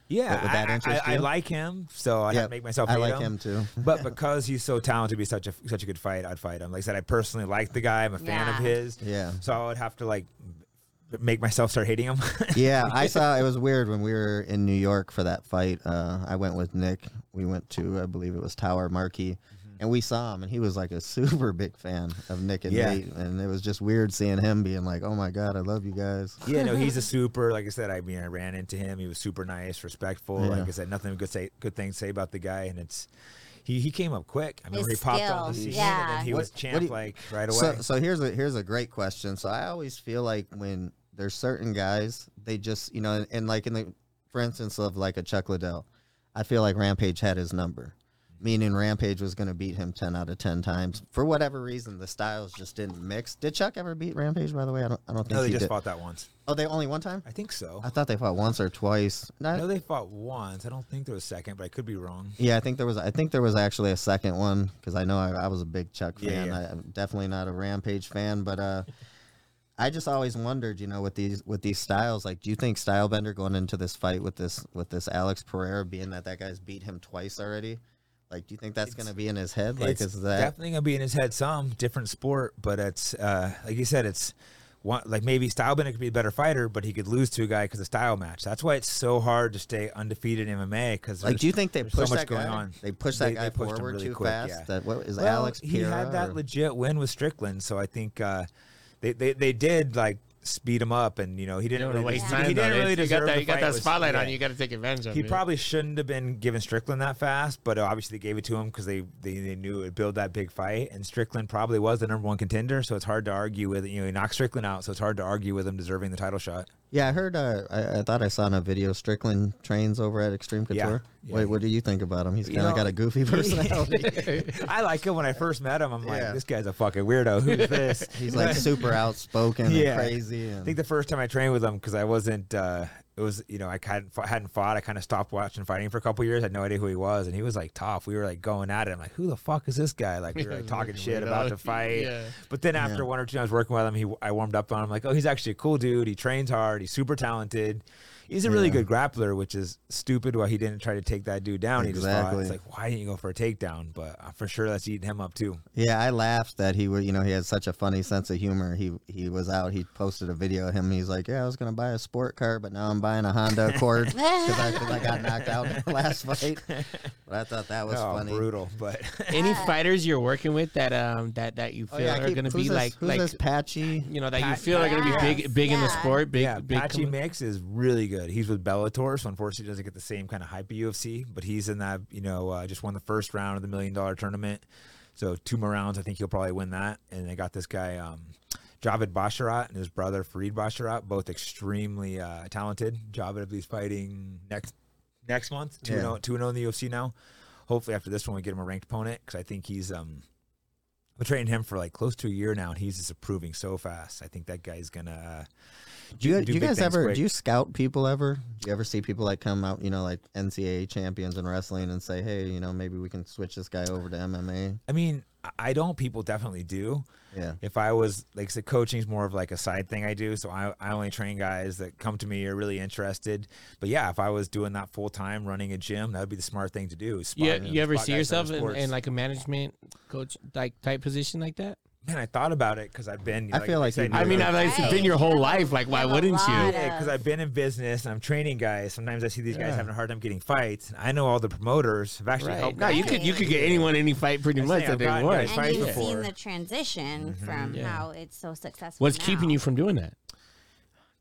Speaker 3: Yeah,
Speaker 2: Would- would that
Speaker 3: I-
Speaker 2: interest
Speaker 3: I, I,
Speaker 2: you?
Speaker 3: like him, so I
Speaker 2: Yep.
Speaker 3: have to make myself.
Speaker 2: I
Speaker 3: hate
Speaker 2: like him too.
Speaker 3: but because he's so talented, he's such a such a good fight. I'd fight him. Like I said, I personally like the guy. I'm a fan of
Speaker 4: Yeah.
Speaker 3: his.
Speaker 2: Yeah.
Speaker 3: So I would have to like b- make myself start hating him.
Speaker 2: yeah, I saw it was weird when we were in New York for that fight. Uh, I went with Nick. We went to I believe it was Tower Marquee, and we saw him, and he was like a super big fan of Nick and
Speaker 3: Yeah.
Speaker 2: Nate, and it was just weird seeing him being like, "Oh my god, I love you guys."
Speaker 3: yeah, no, he's a super. Like I said, I mean, I ran into him. He was super nice, respectful. Like
Speaker 2: Yeah.
Speaker 3: I said, nothing good say good things to say about the guy, and it's. He, he came up quick. I mean,
Speaker 4: His
Speaker 3: he popped on the
Speaker 4: skill,
Speaker 3: scene, and
Speaker 4: yeah.
Speaker 3: then he
Speaker 2: What-
Speaker 3: was
Speaker 2: what
Speaker 3: champ
Speaker 2: do you-
Speaker 3: like right away.
Speaker 2: So, so here's a here's a great question. So I always feel like when there's certain guys, they just you know, and, and like in the for instance of like a Chuck Liddell, I feel like Rampage had his number, meaning Rampage was going to beat him ten out of ten times for whatever reason. The styles just didn't mix. Did Chuck ever beat Rampage? By the way, I don't I don't think
Speaker 3: no, they
Speaker 2: he
Speaker 3: just
Speaker 2: did.
Speaker 3: fought that once.
Speaker 2: Oh, they only one time.
Speaker 3: I think so.
Speaker 2: I thought they fought once or twice.
Speaker 3: I
Speaker 2: Not,
Speaker 3: know they fought once. I don't think there was a second, but I could be wrong.
Speaker 2: Yeah, I think there was. I think there was actually a second one because I know I, I was a big Chuck
Speaker 3: Yeah,
Speaker 2: fan.
Speaker 3: yeah.
Speaker 2: I, I'm definitely not a Rampage fan, but uh, I just always wondered, you know, with these with these styles, like, do you think Stylebender going into this fight with this with this Alex Pereira, being that that guy's beat him twice already, like, do you think that's
Speaker 3: It's-
Speaker 2: gonna be in his head? Like,
Speaker 3: it's
Speaker 2: is that
Speaker 3: definitely gonna be in his head some different sport, but it's uh, like you said, it's one like maybe Stylebender could be a better fighter, but he could lose to a guy because of style match. That's why it's so hard to stay undefeated in MMA because
Speaker 2: like? Do you think they
Speaker 3: there's so
Speaker 2: push
Speaker 3: much
Speaker 2: that
Speaker 3: going
Speaker 2: guy?
Speaker 3: on.
Speaker 2: They push that
Speaker 3: They-
Speaker 2: guy
Speaker 3: they pushed him
Speaker 2: forward
Speaker 3: really
Speaker 2: too
Speaker 3: quick,
Speaker 2: fast.
Speaker 3: yeah.
Speaker 2: That what is
Speaker 3: well,
Speaker 2: Alex
Speaker 3: he
Speaker 2: Pereira?
Speaker 3: had that
Speaker 2: or-
Speaker 3: legit win with Strickland, so I think uh, they, they they did like speed him up, and you know he didn't
Speaker 1: Don't
Speaker 3: really,
Speaker 1: wanna waste
Speaker 3: he,
Speaker 1: time.
Speaker 3: he didn't
Speaker 1: though.
Speaker 3: really
Speaker 1: you
Speaker 3: deserve
Speaker 1: got that,
Speaker 3: the
Speaker 1: you got
Speaker 3: fight
Speaker 1: that
Speaker 3: with-
Speaker 1: spotlight
Speaker 3: yeah.
Speaker 1: on you. You got to take advantage of
Speaker 3: He
Speaker 1: it.
Speaker 3: probably shouldn't have been giving Strickland that fast, but uh, obviously they gave it to him because they, they, they knew it would build that big fight. And Strickland probably was the number one contender, so it's hard to argue with. You know, he knocked Strickland out, so it's hard to argue with him deserving the title shot.
Speaker 2: Yeah, I heard. Uh, I, I thought I saw in a video Strickland trains over at Extreme
Speaker 3: Yeah,
Speaker 2: Couture.
Speaker 3: yeah.
Speaker 2: Wait, what do you think about him? He's
Speaker 3: You
Speaker 2: kind of
Speaker 3: know-
Speaker 2: got a goofy personality.
Speaker 3: I like him when I first met him. I'm
Speaker 2: Yeah.
Speaker 3: like, this guy's a fucking weirdo. Who's this?
Speaker 2: He's like super outspoken
Speaker 3: Yeah.
Speaker 2: and crazy.
Speaker 3: I
Speaker 2: And,
Speaker 3: think the first time I trained with him because I wasn't. Uh, it was you know I hadn't fought, hadn't fought. I kind of stopped watching fighting for a couple years. I had no idea who he was, and he was like tough. We were like going at it. I'm like, who the fuck is this guy? Like we were like talking shit about the fight.
Speaker 1: Yeah.
Speaker 3: But then after
Speaker 2: Yeah.
Speaker 3: one or two times working with him, he I warmed up on him. Like, oh, he's actually a cool dude. He trains hard. He's super talented. He's a really
Speaker 2: Yeah.
Speaker 3: good grappler, which is stupid. Why he didn't try to take that dude down? He just thought,
Speaker 2: Exactly.
Speaker 3: it's like, why didn't you go for a takedown? But uh, for sure, that's eating him up too.
Speaker 2: yeah, I laughed that he would. You know, he had such a funny sense of humor. He he was out. He posted a video of him. he's like, "Yeah, I was gonna buy a sport car, but now I'm buying a Honda Accord because I, 'cause I got knocked out in the last fight." But I thought that was
Speaker 3: oh,
Speaker 2: funny.
Speaker 3: brutal. But
Speaker 1: Any fighters you're working with that um that that you feel
Speaker 2: Oh, yeah, I
Speaker 1: are
Speaker 2: keep-
Speaker 1: going to be
Speaker 2: who's this-
Speaker 1: like
Speaker 2: who's
Speaker 1: like
Speaker 2: this patchy?
Speaker 1: you know that you
Speaker 3: Pat-
Speaker 1: feel are going to be
Speaker 4: Yes,
Speaker 1: big big in the
Speaker 4: yeah.
Speaker 1: sport, big
Speaker 3: yeah,
Speaker 1: big
Speaker 3: Patchy
Speaker 1: come-
Speaker 3: Mix is really good. He's with Bellator, so unfortunately, he doesn't get the same kind of hype of UFC. But he's in that you know uh, just won the first round of the million dollar tournament. So two more rounds, I think he'll probably win that. And they got this guy, um, Javed Basharat, and his brother Farid Basharat, both extremely uh, talented. Javed, I believe, is fighting next next month. Two oh
Speaker 2: Yeah.
Speaker 3: and zero in the UFC now. Hopefully, after this one, we get him a ranked opponent because I think he's um, I've trained him for like close to a year now, and he's just improving so fast. I think that guy's gonna. Uh,
Speaker 2: Do you, do you
Speaker 3: big
Speaker 2: guys
Speaker 3: things
Speaker 2: ever
Speaker 3: quick.
Speaker 2: do you scout people ever? Do you ever see people that come out, you know, like NCAA champions in wrestling and say, hey, you know, maybe we can switch this guy over to MMA?
Speaker 3: I mean, I- I don't. People definitely do.
Speaker 2: Yeah.
Speaker 3: If I was like, so coaching's more of like a side thing I do. So I, I only train guys that come to me are really interested. But yeah, if I was doing that full time, running a gym, that would be the smart thing to do. is spot-
Speaker 1: You, you ever
Speaker 3: spot
Speaker 1: see
Speaker 3: guys in other
Speaker 1: yourself in,
Speaker 3: sports.
Speaker 1: in like a management coach like type position like that?
Speaker 3: man, I thought about it because I've been.
Speaker 2: I feel like
Speaker 3: said,
Speaker 2: you
Speaker 1: I
Speaker 2: I
Speaker 1: mean,
Speaker 2: mean,
Speaker 1: I've
Speaker 4: Right.
Speaker 1: been your whole life. Like, why
Speaker 4: have a
Speaker 1: wouldn't you?
Speaker 4: lot.
Speaker 3: Yeah, because I've been in business and I'm training guys. Sometimes I see these guys
Speaker 2: Yeah.
Speaker 3: having a hard time getting fights. And I know all the promoters have actually
Speaker 1: Right.
Speaker 3: helped.
Speaker 1: No, you
Speaker 3: guys.
Speaker 1: could you could get anyone any fight pretty
Speaker 3: I'm
Speaker 1: much
Speaker 3: saying
Speaker 1: that they
Speaker 3: I've gotten
Speaker 1: want.
Speaker 3: guys
Speaker 4: and
Speaker 3: fights
Speaker 4: you've
Speaker 3: before.
Speaker 4: seen the transition from
Speaker 1: Mm-hmm. Yeah.
Speaker 4: how it's so successful.
Speaker 1: What's
Speaker 4: now.
Speaker 1: keeping you from doing that?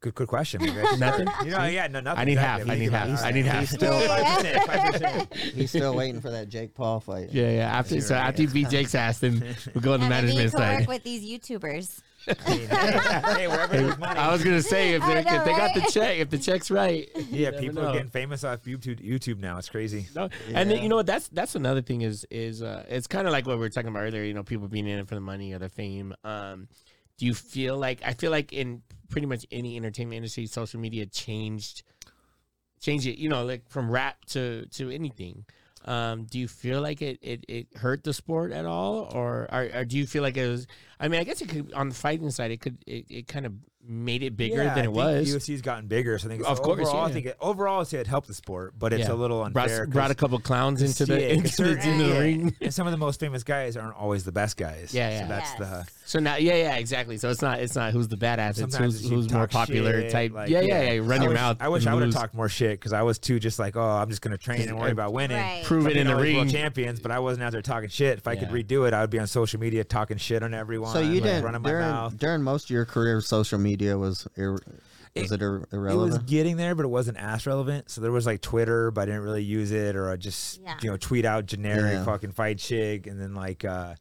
Speaker 3: Good, good question. Maybe I should-
Speaker 1: Nothing.
Speaker 3: You know, yeah, no, nothing.
Speaker 1: I need half.
Speaker 3: exactly.
Speaker 1: I need
Speaker 3: Think about
Speaker 1: half.
Speaker 3: it.
Speaker 1: I need half.
Speaker 2: Still,
Speaker 3: Five percent, five percent.
Speaker 2: he's still waiting for that Jake Paul fight.
Speaker 1: Yeah, yeah. After so after you beat Jake's ass, then we go on the
Speaker 4: And maybe you
Speaker 1: management
Speaker 4: could work
Speaker 1: side.
Speaker 4: with these YouTubers.
Speaker 3: I mean, hey, hey, wherever there's money.
Speaker 1: I was gonna say if,
Speaker 4: I
Speaker 1: they,
Speaker 4: know,
Speaker 1: if they got the
Speaker 4: right?
Speaker 1: check, if the check's right.
Speaker 3: yeah,
Speaker 1: never
Speaker 3: people are
Speaker 1: know.
Speaker 3: getting famous off YouTube, YouTube now. It's crazy.
Speaker 1: No, and then,
Speaker 2: Yeah.
Speaker 1: you know what? That's that's another thing is is uh, it's kind of like what we were talking about earlier. You know, people being in it for the money or the fame. Um, do you feel like I feel like in pretty much any entertainment industry, social media changed changed it. You know, like from rap to to anything. Um, do you feel like it, it, it hurt the sport at all, or, or or do you feel like it was? I mean, I guess it could on the fighting side, it could it, it kind of made it bigger
Speaker 3: Yeah,
Speaker 1: than
Speaker 3: I
Speaker 1: it was.
Speaker 3: think UFC's gotten bigger, so I think it's,
Speaker 1: Of course,
Speaker 3: Overall, I
Speaker 1: yeah.
Speaker 3: think it, overall, I say it helped the sport, but it's
Speaker 1: Yeah.
Speaker 3: a little
Speaker 1: brought,
Speaker 3: unfair. 'cause-
Speaker 1: brought a couple clowns into the
Speaker 3: Yeah, 'cause
Speaker 1: into the,
Speaker 3: certain-
Speaker 1: into the
Speaker 3: yeah.
Speaker 1: ring.
Speaker 3: and some of the most famous guys aren't always the best guys.
Speaker 1: Yeah, yeah.
Speaker 3: So that's
Speaker 4: Yes.
Speaker 3: the
Speaker 1: So now, yeah, yeah, exactly. So it's not it's not who's the badass. It's
Speaker 3: sometimes
Speaker 1: who's,
Speaker 3: it's you
Speaker 1: who's more
Speaker 3: talk
Speaker 1: popular
Speaker 3: shit,
Speaker 1: type.
Speaker 3: like,
Speaker 1: yeah, yeah, yeah.
Speaker 3: I
Speaker 1: Run your
Speaker 3: wish-
Speaker 1: mouth.
Speaker 3: I wish
Speaker 1: and
Speaker 3: I would have
Speaker 1: lose.
Speaker 3: talked more shit because I was too just like, oh, I'm just gonna train and worry about winning.
Speaker 4: Right.
Speaker 1: Prove it
Speaker 3: Being
Speaker 1: in the
Speaker 3: all these world
Speaker 1: ring.
Speaker 3: champions, but I wasn't out there talking shit. If I could
Speaker 1: Yeah.
Speaker 3: redo it, I would be on social media talking shit on everyone.
Speaker 2: So you
Speaker 3: like,
Speaker 2: didn't
Speaker 3: running my
Speaker 2: during,
Speaker 3: mouth.
Speaker 2: during most of your career, social media was ir- was it, ir-
Speaker 3: It was
Speaker 2: irrelevant?
Speaker 3: getting there, but it wasn't as relevant. So there was like Twitter, but I didn't really use it, or I just
Speaker 4: Yeah.
Speaker 3: you know tweet out generic
Speaker 2: Yeah.
Speaker 3: fucking fight chick, and then like uh,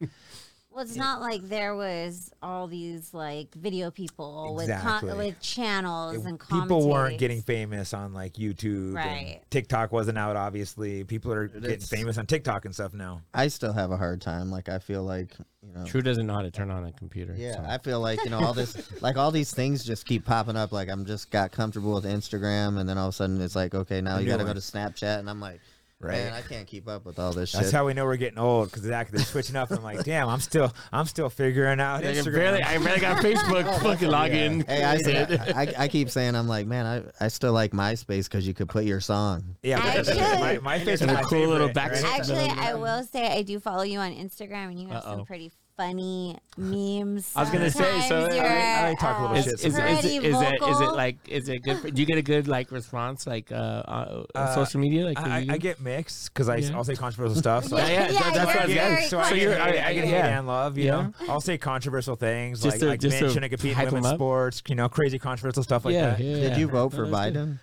Speaker 4: Well, it's not like there was all these like video people with
Speaker 3: Exactly.
Speaker 4: con- with channels
Speaker 3: it-
Speaker 4: and
Speaker 3: people weren't
Speaker 4: commentaries.
Speaker 3: getting famous on like YouTube. and
Speaker 4: Right.
Speaker 3: TikTok wasn't out, obviously. People are getting
Speaker 2: is.
Speaker 3: famous on TikTok and stuff now.
Speaker 2: I still have a hard time. Like I feel like you know.
Speaker 1: True doesn't know how to turn on a computer.
Speaker 2: Yeah,
Speaker 1: so.
Speaker 2: I feel like you know all this, like all these things just keep popping up. Like I'm just got comfortable with Instagram, and then all of a sudden it's like, okay, now you
Speaker 3: new
Speaker 2: got to go
Speaker 3: one.
Speaker 2: to Snapchat, and I'm like, man, I can't keep up with all this
Speaker 3: That's
Speaker 2: shit.
Speaker 3: how we know we're getting old because exactly they're switching up. And I'm like, damn, I'm still, I'm still figuring out
Speaker 1: Like, I
Speaker 3: Instagram. Oh,
Speaker 1: barely, I barely got Facebook fucking login.
Speaker 2: hey, I, say, I I keep saying I'm like, man, I, I still like MySpace because you could put your song.
Speaker 3: yeah, but
Speaker 4: Actually-
Speaker 3: my, my face
Speaker 1: And
Speaker 3: is
Speaker 1: a
Speaker 3: my
Speaker 1: cool little
Speaker 3: favorite, right?
Speaker 1: backstory.
Speaker 4: Actually, I will say I do follow you on Instagram, and you have
Speaker 1: Uh-oh.
Speaker 4: some pretty funny memes.
Speaker 1: I was gonna say, so
Speaker 4: Sometimes
Speaker 1: I-
Speaker 4: you're,
Speaker 3: I like talk a little
Speaker 4: uh,
Speaker 1: Is,
Speaker 3: shit
Speaker 1: is, is,
Speaker 4: pretty
Speaker 1: it- is it is it
Speaker 4: vocal.
Speaker 1: like is it good? For, do you get a good like response like uh, on
Speaker 3: Uh,
Speaker 1: social media? Like
Speaker 3: I,
Speaker 1: you-
Speaker 3: I, I get mixed because I
Speaker 1: Yeah.
Speaker 3: I'll say controversial stuff. So
Speaker 1: Yeah,
Speaker 3: I,
Speaker 1: yeah,
Speaker 4: Yeah,
Speaker 1: that- that's what I was
Speaker 4: you're
Speaker 1: getting.
Speaker 4: very
Speaker 3: So I
Speaker 1: So
Speaker 3: get,
Speaker 1: you're,
Speaker 3: hate-
Speaker 1: I,
Speaker 3: I get hate
Speaker 1: yeah.
Speaker 3: and love, you
Speaker 1: Yeah.
Speaker 3: know. I'll say controversial things
Speaker 1: Just
Speaker 3: like,
Speaker 1: to-
Speaker 3: like
Speaker 1: just to
Speaker 3: mention I compete in
Speaker 1: hype 'em
Speaker 3: women's
Speaker 1: up.
Speaker 3: sports, you know, crazy controversial stuff like
Speaker 1: yeah,
Speaker 3: that.
Speaker 1: yeah.
Speaker 2: Did you vote
Speaker 1: No,
Speaker 2: for
Speaker 1: that's good.
Speaker 2: Biden,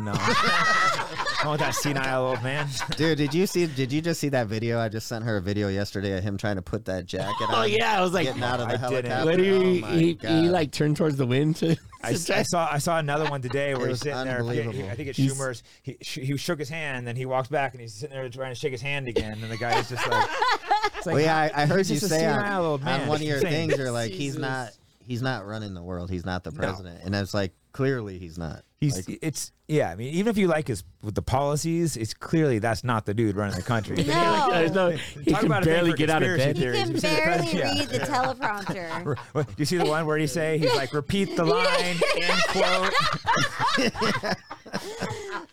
Speaker 3: no. I want that senile old man.
Speaker 2: dude? Did you see? Did you just see that video? I just sent her a video yesterday of him trying to put that jacket on.
Speaker 1: Oh yeah, I was like,
Speaker 2: Getting out of the
Speaker 3: I didn't.
Speaker 2: helicopter.
Speaker 1: what do you?
Speaker 2: Oh, my
Speaker 1: he, he
Speaker 2: God.
Speaker 1: like turned towards the wind to,
Speaker 3: I,
Speaker 1: to try-
Speaker 3: I saw I saw another one today where
Speaker 2: It
Speaker 3: he's
Speaker 2: was
Speaker 3: sitting there. I forget- he- I think it's
Speaker 1: He's-
Speaker 3: Schumer's. He, sh- he shook his hand, then he walks back and he's sitting there trying to shake his hand again. And the guy is just like, it's like
Speaker 2: Well, yeah, I, I heard
Speaker 3: he's
Speaker 2: you
Speaker 3: just a
Speaker 2: say on,
Speaker 3: senile old man.
Speaker 2: on one of
Speaker 3: It's
Speaker 2: your
Speaker 3: insane.
Speaker 2: things, you're like, he's
Speaker 1: Jesus.
Speaker 2: not, he's not running the world. He's not the president, and it's like clearly he's not.
Speaker 3: He's
Speaker 2: Like,
Speaker 3: it's yeah. I mean, even if you like his with the policies, it's clearly that's not the dude running the country.
Speaker 4: No.
Speaker 1: There's no, he
Speaker 3: Talk
Speaker 1: can
Speaker 3: about a thing
Speaker 1: barely
Speaker 3: for
Speaker 1: get out of
Speaker 3: conspiracy
Speaker 1: bed.
Speaker 3: theories. You
Speaker 4: You can
Speaker 3: see the
Speaker 4: barely
Speaker 3: press- yeah.
Speaker 4: read the teleprompter.
Speaker 3: Do you see the one where he say he's like repeat the line end quote?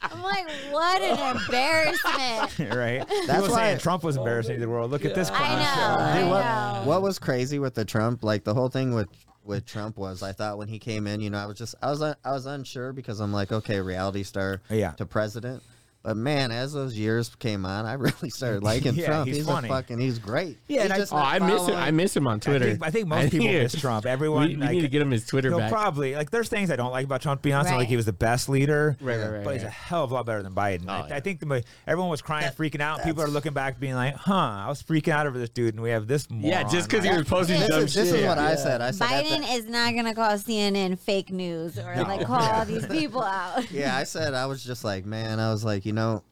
Speaker 4: I'm like, what an embarrassment!
Speaker 3: right?
Speaker 2: That's
Speaker 3: People saying
Speaker 2: why-
Speaker 3: Trump was embarrassing to the world. Look at this
Speaker 4: I
Speaker 3: clown.
Speaker 4: know.
Speaker 2: Dude, what,
Speaker 4: I know.
Speaker 2: what was crazy with the Trump, like the whole thing with with Trump was, I thought when he came in, you know, I was just, I was, un- I was unsure because I'm like, okay, reality star
Speaker 3: Yeah.
Speaker 2: to president. But man, as those years came on, I really started liking
Speaker 3: Yeah,
Speaker 2: Trump.
Speaker 3: he's
Speaker 2: He's,
Speaker 3: funny.
Speaker 2: a fucking, he's great.
Speaker 3: Yeah,
Speaker 2: He's
Speaker 3: and I-
Speaker 2: just
Speaker 1: Oh,
Speaker 2: not
Speaker 1: I miss him.
Speaker 2: following-
Speaker 1: I miss him on Twitter.
Speaker 3: think- I think most people miss Trump. Everyone,
Speaker 1: we, we
Speaker 3: like-
Speaker 1: need to get him his Twitter
Speaker 3: No,
Speaker 1: back.
Speaker 3: probably. Like, there's things I don't like about Trump. To be honest, I don't
Speaker 4: Right.
Speaker 3: like he was the best leader,
Speaker 1: Right, right, right,
Speaker 3: but he's
Speaker 1: right.
Speaker 3: a hell of a lot better than Biden. I,
Speaker 1: Oh, yeah.
Speaker 3: I think the, mo- everyone was crying, freaking out. and People are looking back, being like, "Huh, I was freaking out over this dude, and we have this." Moron.
Speaker 1: Yeah, just because
Speaker 3: Like,
Speaker 1: he was posting
Speaker 4: This
Speaker 1: dumb
Speaker 2: This is, this
Speaker 1: shit.
Speaker 2: is what I said. I said at the-
Speaker 4: Biden is not gonna call CNN fake news or like call all these people out.
Speaker 2: yeah, I said I was just like, man, I was like, you know,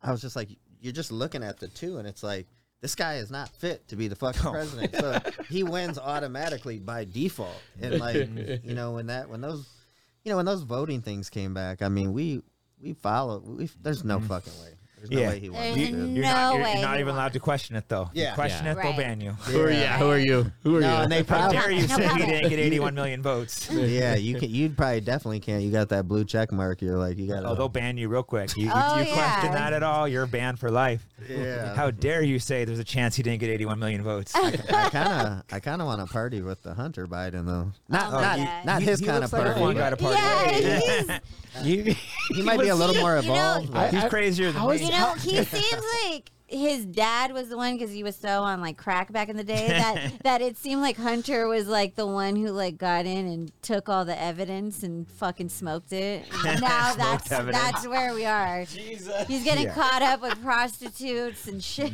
Speaker 2: I was just like, you're just looking at the two, and it's like this guy is not fit to be the fucking
Speaker 3: No.
Speaker 2: president. So he wins automatically by default. And like you know, when that when those you know, when those voting things came back, I mean we we follow we there's no fucking way. There's no
Speaker 3: Yeah.
Speaker 2: way he won.
Speaker 4: There's
Speaker 2: dude.
Speaker 4: no
Speaker 3: not, you're,
Speaker 4: way
Speaker 3: you're not
Speaker 4: he
Speaker 3: even
Speaker 4: won.
Speaker 3: allowed to question it though. You
Speaker 2: Yeah.
Speaker 3: question
Speaker 1: Yeah.
Speaker 3: it, they'll
Speaker 4: Right.
Speaker 3: ban you.
Speaker 1: Who are you?
Speaker 2: Yeah.
Speaker 1: Who are you? Who are
Speaker 2: No,
Speaker 1: you?
Speaker 2: and they
Speaker 3: How
Speaker 2: probably
Speaker 3: dare you
Speaker 4: No
Speaker 3: say he
Speaker 4: problem.
Speaker 3: didn't get 81 million votes?
Speaker 2: yeah, you can. You probably definitely can't. You got that blue check mark. You're like, you got.
Speaker 3: Oh, they'll ban you real quick. You, you-
Speaker 4: Oh,
Speaker 3: you question
Speaker 4: yeah.
Speaker 3: that at all, you're banned for life.
Speaker 2: Yeah.
Speaker 3: How dare you say there's a chance he didn't get 81 million votes?
Speaker 2: I kind of, I kind of want to party with the Hunter Biden though. Not,
Speaker 4: Oh my
Speaker 2: not,
Speaker 4: God.
Speaker 2: not
Speaker 3: He-
Speaker 2: his
Speaker 3: he
Speaker 2: kind of
Speaker 3: looks like
Speaker 2: party.
Speaker 3: a fun
Speaker 2: but
Speaker 3: guy to party
Speaker 4: Yeah,
Speaker 3: with.
Speaker 4: he's,
Speaker 1: You-
Speaker 2: he might be a little more
Speaker 4: You know-
Speaker 2: evolved. but-
Speaker 3: He's crazier than
Speaker 1: how is
Speaker 3: me.
Speaker 4: you know, he seems like his dad was the one because he was so on like crack back in the day that that it seemed like Hunter was like the one who like got in and took all the evidence and fucking smoked it. And now
Speaker 3: Smoked
Speaker 4: that's
Speaker 3: evidence.
Speaker 4: that's where we are. He's getting
Speaker 3: Yeah.
Speaker 4: caught up with prostitutes and shit.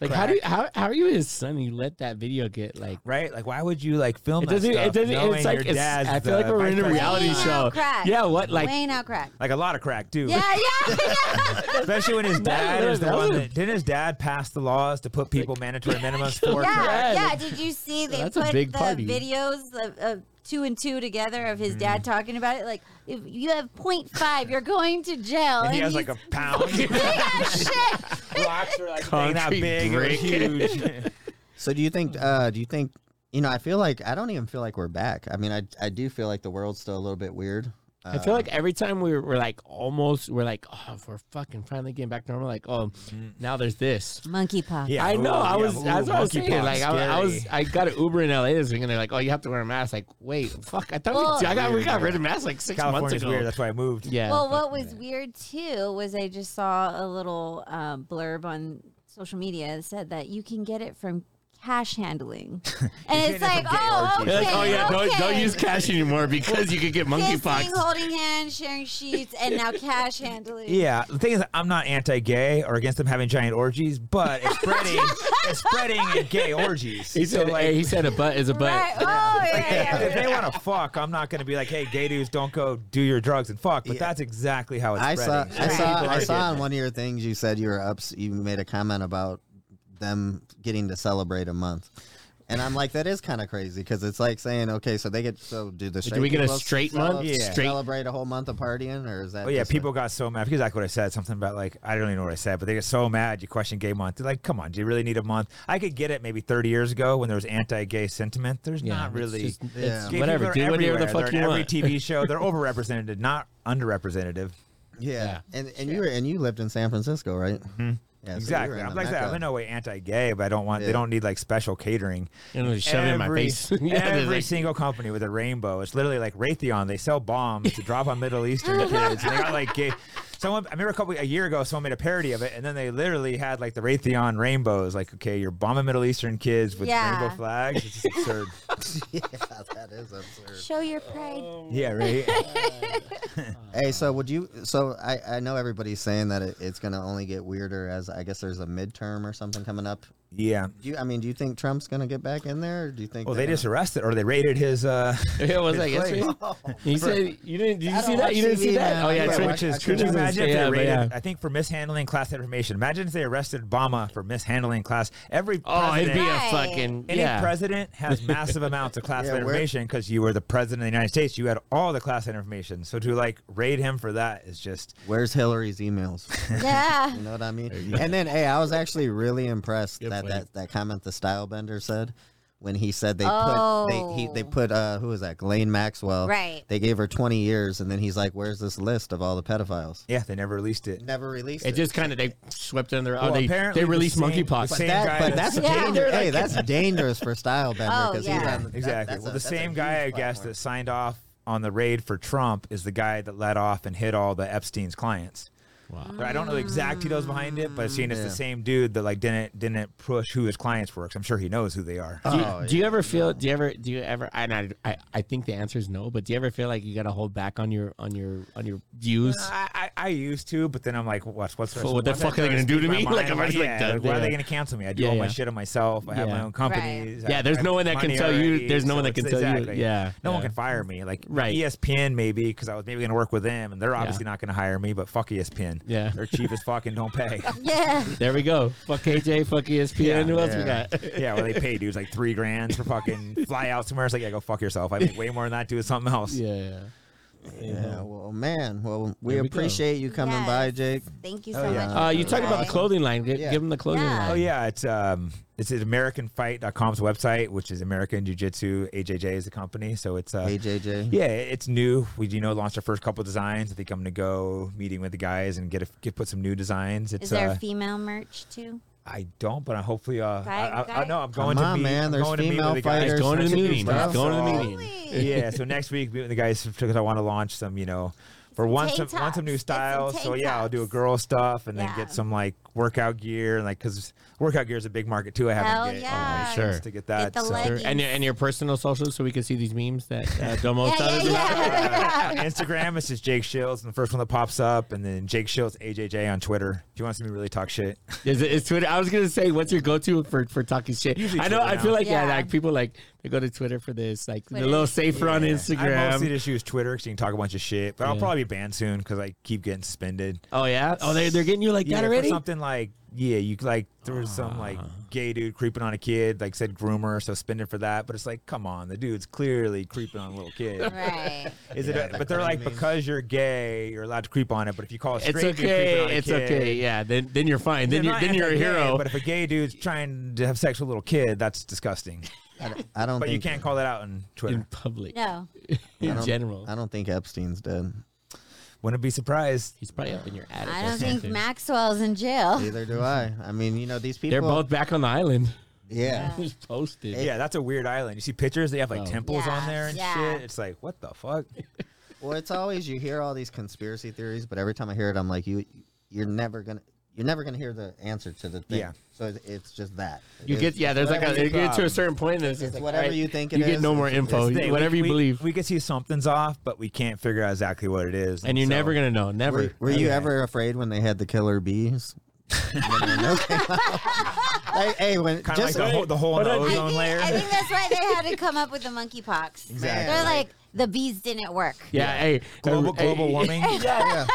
Speaker 1: Like how do you, how how are you his son? You let that video get like
Speaker 3: right? Like, why would you like film
Speaker 1: it
Speaker 3: that
Speaker 1: doesn't
Speaker 3: stuff?
Speaker 1: it doesn't
Speaker 3: knowing
Speaker 1: it's like
Speaker 3: your
Speaker 1: it's,
Speaker 3: dad's
Speaker 1: I feel like
Speaker 3: the
Speaker 1: we're in a
Speaker 3: vice president?
Speaker 1: reality
Speaker 4: Wayne
Speaker 1: show.
Speaker 4: out crack.
Speaker 1: Yeah, what like
Speaker 4: Wayne out crack.
Speaker 3: Like a lot of crack, dude.
Speaker 4: Yeah, yeah, yeah.
Speaker 3: Especially when his dad
Speaker 1: no,
Speaker 3: is the
Speaker 1: that
Speaker 3: one
Speaker 1: was-
Speaker 3: that didn't his dad pass the laws to put people mandatory minimums for?
Speaker 4: yeah,
Speaker 1: Brad.
Speaker 4: yeah. Did you see they
Speaker 1: That's a
Speaker 4: put
Speaker 1: big
Speaker 4: the
Speaker 1: party.
Speaker 4: videos of, of two and two together of his
Speaker 3: Mm.
Speaker 4: dad talking about it? Like, if you have point five, you're going to jail.
Speaker 3: And he has like
Speaker 4: he's
Speaker 3: a pound.
Speaker 4: big ass shit.
Speaker 3: Rocks are like dang, that
Speaker 1: Concrete
Speaker 3: big or
Speaker 1: brick.
Speaker 3: huge.
Speaker 2: so do you think? Uh, do you think? You know, I feel like I don't even feel like we're back. I mean, I, I do feel like the world's still a little bit weird. Uh,
Speaker 1: I feel like every time we're, we're like almost we're like oh if we're fucking finally getting back to normal like oh
Speaker 3: Mm.
Speaker 1: now there's this
Speaker 4: Monkeypox.
Speaker 3: Yeah,
Speaker 1: I
Speaker 3: ooh,
Speaker 1: know I
Speaker 3: yeah,
Speaker 1: was
Speaker 3: ooh,
Speaker 1: that's what I was
Speaker 3: monkeypox,
Speaker 1: saying like I, I was
Speaker 3: scary.
Speaker 1: I got an Uber in LA this week and they're like oh you have to wear a mask like wait fuck I thought
Speaker 4: Well-
Speaker 1: we, I got we got rid of masks like six months
Speaker 3: California's
Speaker 1: ago
Speaker 3: weird. That's why I moved.
Speaker 1: yeah
Speaker 4: Well, what was weird too was I just saw a little um, blurb on social media that said that you can get it from cash handling, and
Speaker 3: can
Speaker 4: it's
Speaker 3: get it
Speaker 4: like,
Speaker 3: from gay
Speaker 4: oh,
Speaker 3: orgies.
Speaker 4: okay,
Speaker 1: They're like, oh yeah,
Speaker 4: okay.
Speaker 1: don't, don't use cash anymore because you could get monkeypox.
Speaker 4: Kissing, holding hands, sharing sheets, and now cash handling.
Speaker 3: Yeah, the thing is, I'm not anti-gay or against them having giant orgies, but it's spreading, it's spreading in gay orgies.
Speaker 1: He
Speaker 3: So,
Speaker 1: said,
Speaker 3: like,
Speaker 1: hey, he said a butt is a butt.
Speaker 4: Right. Oh, yeah, yeah,
Speaker 3: if
Speaker 4: yeah.
Speaker 3: they want to fuck, I'm not going to be like, hey, gay dudes, don't go do your drugs and fuck. But
Speaker 2: Yeah.
Speaker 3: that's exactly how it's
Speaker 2: I saw,
Speaker 3: spreading.
Speaker 2: I saw,
Speaker 3: People
Speaker 2: I
Speaker 3: are
Speaker 2: saw
Speaker 3: getting
Speaker 2: on one of your things you said you were ups. You made a comment about them getting to celebrate a month, and I'm like, that is kind of crazy because it's like saying, okay, so they get so do the straight
Speaker 1: we get a
Speaker 2: people
Speaker 1: straight
Speaker 2: cele-
Speaker 1: month?
Speaker 3: Yeah.
Speaker 1: Straight-
Speaker 2: celebrate a whole month of partying, or is that?
Speaker 3: Oh yeah,
Speaker 2: just a-
Speaker 3: people got so mad. I forget exactly what I said. Something about like I don't even know what I said, but they get so mad. You question gay month. They're like, come on, do you really need a month? I could get it maybe 30 years ago when there was anti-gay sentiment. There's
Speaker 1: Yeah,
Speaker 3: not
Speaker 1: it's
Speaker 3: really.
Speaker 1: just- it's
Speaker 2: Yeah.
Speaker 3: Gay
Speaker 1: whatever.
Speaker 3: people
Speaker 1: Do
Speaker 3: are
Speaker 1: whatever the
Speaker 3: everywhere.
Speaker 1: fuck
Speaker 3: They're
Speaker 1: you
Speaker 3: in
Speaker 1: want.
Speaker 3: Every TV show, they're overrepresented, not underrepresented.
Speaker 2: Yeah. And and you were and you lived in San Francisco, right? Mm-hmm. Yeah,
Speaker 3: Exactly. I'm like I said, I'm in no way anti-gay, but I don't want. They
Speaker 2: Yeah.
Speaker 3: don't need like special catering.
Speaker 1: And they shove it in my face. Yeah, they're
Speaker 3: every
Speaker 1: like-
Speaker 3: single company with a rainbow. It's literally like Raytheon. They sell bombs to drop on Middle Eastern kids. And they got like gay. Someone I remember a couple a year ago, someone made a parody of it, and then they literally had like the Raytheon rainbows. Like, okay, you're bombing Middle Eastern kids with
Speaker 4: Yeah.
Speaker 3: rainbow flags. It's just absurd.
Speaker 2: yeah, that is absurd.
Speaker 3: Uh,
Speaker 4: Show your pride.
Speaker 3: yeah, right.
Speaker 2: Hey, so would you? So I, I know everybody's saying that it, it's going to only get weirder as I guess there's a midterm or something coming up.
Speaker 3: Yeah.
Speaker 2: Do you? I mean, do you think Trump's going to get back in there? Or do you think?
Speaker 3: Well, they
Speaker 2: they're
Speaker 3: just
Speaker 2: gonna-
Speaker 3: arrested or they raided his. uh
Speaker 1: It was like
Speaker 3: His
Speaker 1: yesterday. He said, "You didn't? Did you
Speaker 2: don't
Speaker 1: see that?
Speaker 2: watch
Speaker 1: You didn't
Speaker 2: TV,
Speaker 1: see that?
Speaker 2: man.
Speaker 1: Oh yeah,
Speaker 2: Yeah,
Speaker 1: Twitch
Speaker 2: watch-
Speaker 1: is
Speaker 2: I
Speaker 1: Twitch
Speaker 3: Could you
Speaker 1: is
Speaker 3: imagine if
Speaker 1: yeah,
Speaker 3: they
Speaker 1: but
Speaker 3: raided,
Speaker 1: yeah.
Speaker 3: I think, for mishandling class information? Imagine if they arrested Obama for mishandling class. Every
Speaker 1: Oh, it'd be
Speaker 3: president-
Speaker 1: a
Speaker 4: Right.
Speaker 1: fucking
Speaker 3: Any
Speaker 1: yeah.
Speaker 3: president has massive amounts of classified
Speaker 2: Yeah, we're-
Speaker 3: information because you were the president of the United States. You had all the classified information. So to like raid him for that is just
Speaker 2: Where's Hillary's emails?
Speaker 4: Yeah.
Speaker 2: You know what I mean? And then, hey, I was actually really impressed
Speaker 1: Good
Speaker 2: that,
Speaker 1: point.
Speaker 2: that that comment the style bender said when he said they put they he, they
Speaker 4: Oh.
Speaker 2: put uh who was that Ghislaine Maxwell
Speaker 4: Right.
Speaker 2: They gave her twenty years, and then he's like, "Where's this list of all the pedophiles?"
Speaker 3: yeah. They never released it.
Speaker 2: Never released.
Speaker 1: It just kind of they swept under. Oh,
Speaker 3: Well,
Speaker 1: they
Speaker 3: apparently
Speaker 1: they
Speaker 3: the
Speaker 1: released
Speaker 3: same-
Speaker 1: monkeypox.
Speaker 3: the
Speaker 2: But,
Speaker 3: same
Speaker 2: that,
Speaker 3: guy
Speaker 2: but
Speaker 3: that's-
Speaker 2: that's
Speaker 4: Yeah.
Speaker 2: dangerous. Hey, that's dangerous for Stylebender
Speaker 4: Oh,
Speaker 2: because
Speaker 4: yeah.
Speaker 2: he's on that-
Speaker 3: Exactly.
Speaker 2: that's
Speaker 3: well,
Speaker 2: a-
Speaker 3: the
Speaker 2: that's a
Speaker 3: same
Speaker 2: huge
Speaker 3: guy, I guess,
Speaker 2: platform.
Speaker 3: that signed off on the raid for Trump is the guy that let off and hit all the Epstein's clients.
Speaker 1: Wow.
Speaker 3: But I don't know the exact details behind it, but seeing it's
Speaker 2: Yeah.
Speaker 3: the same dude that like didn't didn't push who his clients were, 'cause I'm sure he knows who they are.
Speaker 1: Do you,
Speaker 2: Oh,
Speaker 1: do you ever feel? Do you ever? Do you ever? And I, I, I think the answer is no. But do you ever feel like you got to hold back on your on your on your views?
Speaker 3: I, I, I used to, but then I'm like, what's what's
Speaker 1: Well, what the
Speaker 3: what's
Speaker 1: fuck
Speaker 3: that
Speaker 1: are they gonna
Speaker 3: gonna
Speaker 1: do to
Speaker 3: speak
Speaker 1: me?
Speaker 3: my mind?
Speaker 1: Like, I'm already, like,
Speaker 3: yeah,
Speaker 1: done.
Speaker 3: why are
Speaker 1: Yeah.
Speaker 3: they gonna cancel me? I do
Speaker 1: Yeah,
Speaker 3: all my
Speaker 1: yeah.
Speaker 3: shit on myself. I have
Speaker 1: Yeah.
Speaker 3: my own companies. I
Speaker 1: Yeah,
Speaker 3: have
Speaker 1: there's
Speaker 3: my
Speaker 1: no one that can
Speaker 3: money
Speaker 1: tell you-
Speaker 3: already,
Speaker 1: there's no one that
Speaker 3: it's-
Speaker 1: can tell you.
Speaker 3: exactly.
Speaker 1: Yeah,
Speaker 3: no one
Speaker 1: yeah.
Speaker 3: can fire me. Like E
Speaker 1: Right.
Speaker 3: ESPN maybe because I was maybe gonna work with them, and they're obviously not gonna hire me. But fuck E ESPN. dude.
Speaker 1: Yeah.
Speaker 3: They're cheap as fucking don't pay.
Speaker 4: Yeah.
Speaker 1: There we go. Fuck KJ. Fuck E ESPN.
Speaker 3: Yeah.
Speaker 1: Who else we
Speaker 2: Yeah.
Speaker 1: got?
Speaker 3: yeah, well, they pay dudes like three grand for fucking fly out somewhere. It's like, yeah, go fuck yourself. I make way more than that doing something else.
Speaker 1: yeah, yeah.
Speaker 2: Yeah. Well, man. Well, we
Speaker 1: There we go.
Speaker 2: appreciate you coming
Speaker 4: Yes.
Speaker 2: by, Jake.
Speaker 4: Thank you so
Speaker 2: Oh, yeah.
Speaker 4: much.
Speaker 1: Uh, you talked about the
Speaker 4: Right.
Speaker 1: clothing line. Give,
Speaker 2: Yeah.
Speaker 1: give them the clothing
Speaker 4: Yeah.
Speaker 1: line.
Speaker 3: Oh yeah, it's um, it's at AmericanFight.com's website, which is American Jiu Jitsu. AJJ is the company, so it's uh,
Speaker 2: Hey, JJ.
Speaker 3: yeah, it's new. We you know launched our first couple designs. I think I'm gonna go meeting with the guys and get a, get put some new designs. It's
Speaker 4: Is there
Speaker 3: uh,
Speaker 4: female merch too?
Speaker 3: I don't, but I hopefully uh,
Speaker 4: Guy-
Speaker 3: I, I,
Speaker 4: guy-
Speaker 3: I know I'm going
Speaker 2: on,
Speaker 3: to meet,
Speaker 2: man,
Speaker 3: I'm
Speaker 2: there's
Speaker 3: going to meet
Speaker 2: female
Speaker 3: with the guys.
Speaker 1: Guys,
Speaker 2: fighters.
Speaker 1: going to the
Speaker 2: Nice to
Speaker 1: meeting.
Speaker 2: meet you,
Speaker 1: Guys,
Speaker 2: bro.
Speaker 1: going to the
Speaker 2: So-
Speaker 1: meeting.
Speaker 3: yeah, so next week meeting the guys because I want to launch some, you know, for
Speaker 4: Some
Speaker 3: one some,
Speaker 4: tank
Speaker 3: want some new
Speaker 4: tops. Get some
Speaker 3: styles. so
Speaker 4: tank
Speaker 3: yeah, I'll do a
Speaker 4: tops.
Speaker 3: girl stuff and then
Speaker 4: Yeah.
Speaker 3: get some like workout gear and like because workout gear is a big market too. I haven't
Speaker 4: Hell
Speaker 3: get,
Speaker 4: yeah.
Speaker 3: uh,
Speaker 1: Sure.
Speaker 3: to get that.
Speaker 4: the
Speaker 3: so.
Speaker 4: leg-
Speaker 1: Sure. And your, and your personal socials so we can see these memes that uh, Domo
Speaker 4: Yeah, yeah,
Speaker 1: does.
Speaker 4: yeah.
Speaker 3: Instagram, it's just Jake Shields, and the first one that pops up, and then Jake Shields AJJ on Twitter. If you want to see me really talk shit,
Speaker 1: Is it is Twitter? I was gonna say, what's your go-to for for talking shit?
Speaker 3: Usually
Speaker 1: I know.
Speaker 3: Twitter
Speaker 1: I feel
Speaker 3: now.
Speaker 1: like yeah.
Speaker 4: Yeah.
Speaker 1: like people like they go to Twitter for this. Like they're a
Speaker 4: Twitter.
Speaker 1: little safer on
Speaker 3: Yeah. I mostly
Speaker 1: Instagram.
Speaker 3: just use Twitter because you can talk a bunch of shit, but I'll
Speaker 1: Yeah.
Speaker 3: probably be banned soon because I keep getting suspended.
Speaker 1: Oh yeah. Oh, they they're getting you like
Speaker 3: yeah,
Speaker 1: that
Speaker 3: for
Speaker 1: already.
Speaker 3: something like yeah, you like there was some like
Speaker 1: Ah.
Speaker 3: gay dude creeping on a kid, like said groomer, so suspended for that. But it's like, come on, the dude's clearly creeping on a little kid.
Speaker 4: Right.
Speaker 3: Is
Speaker 2: Yeah,
Speaker 3: it? A,
Speaker 2: that
Speaker 3: but they're
Speaker 2: kinda
Speaker 3: like,
Speaker 2: means-
Speaker 3: because you're gay, you're allowed to creep on it. But if you call a straight
Speaker 1: It's
Speaker 3: dude creeping on
Speaker 1: okay.
Speaker 3: a
Speaker 1: It's
Speaker 3: kid,
Speaker 1: okay. Yeah. Then then you're fine. Then you're
Speaker 3: not
Speaker 1: then you're a
Speaker 3: anti-gay,
Speaker 1: hero.
Speaker 3: But if a gay dude's trying to have sex with a little kid, that's disgusting.
Speaker 2: I don't- I don't
Speaker 3: But you
Speaker 2: think
Speaker 3: can't call that out on
Speaker 1: in
Speaker 3: Twitter.
Speaker 1: public,
Speaker 4: No.
Speaker 2: I
Speaker 1: in
Speaker 2: don't-
Speaker 1: general,
Speaker 2: I don't think Epstein's dead.
Speaker 3: Wouldn't be surprised.
Speaker 1: he's probably up in your attic.
Speaker 4: I
Speaker 1: or
Speaker 4: don't think
Speaker 1: something.
Speaker 4: Maxwell's in jail.
Speaker 2: Neither do I. I mean, you know, these people.
Speaker 1: They're both back on the island.
Speaker 2: Yeah.
Speaker 1: Just posted.
Speaker 3: Yeah, that's a weird island. You see pictures; they have like
Speaker 1: Oh.
Speaker 3: temples on
Speaker 4: Yeah,
Speaker 3: there and
Speaker 4: yeah.
Speaker 3: shit. It's like, what the fuck?
Speaker 2: Well, it's always you hear all these conspiracy theories, but every time I hear it, I'm like, you, you're never gonna, you're never gonna hear the answer to the thing.
Speaker 3: Yeah.
Speaker 2: So it's, it's just that.
Speaker 1: You
Speaker 2: It
Speaker 1: get
Speaker 2: is-
Speaker 1: yeah. There's like
Speaker 2: whatever
Speaker 1: a,
Speaker 2: you
Speaker 1: you get to a
Speaker 2: thought.
Speaker 1: certain point. And it's just
Speaker 2: It's
Speaker 1: like,
Speaker 2: whatever
Speaker 1: alright,
Speaker 2: you think it
Speaker 1: You get
Speaker 2: is,
Speaker 1: no more
Speaker 2: it's- it's
Speaker 1: info.
Speaker 2: the
Speaker 3: thing.
Speaker 1: Whatever
Speaker 3: We-
Speaker 1: Oh, you
Speaker 3: we-
Speaker 1: believe,
Speaker 3: We can see something's off, but we can't figure out exactly what it is.
Speaker 1: and you're
Speaker 3: so-
Speaker 1: never gonna know. Never.
Speaker 2: Were, were you
Speaker 3: Okay.
Speaker 2: ever afraid when they had the killer bees? When the nose came out? like, hey, when just
Speaker 3: Kinda like the, hole, the hole in the
Speaker 1: But I-
Speaker 4: I
Speaker 3: ozone
Speaker 4: think,
Speaker 3: layer.
Speaker 4: I think that's why they had to come up with the monkeypox.
Speaker 2: Exactly.
Speaker 4: They're like, the bees didn't work.
Speaker 1: Yeah. Hey.
Speaker 3: global
Speaker 1: uh, hey,
Speaker 3: global warming.
Speaker 2: yeah.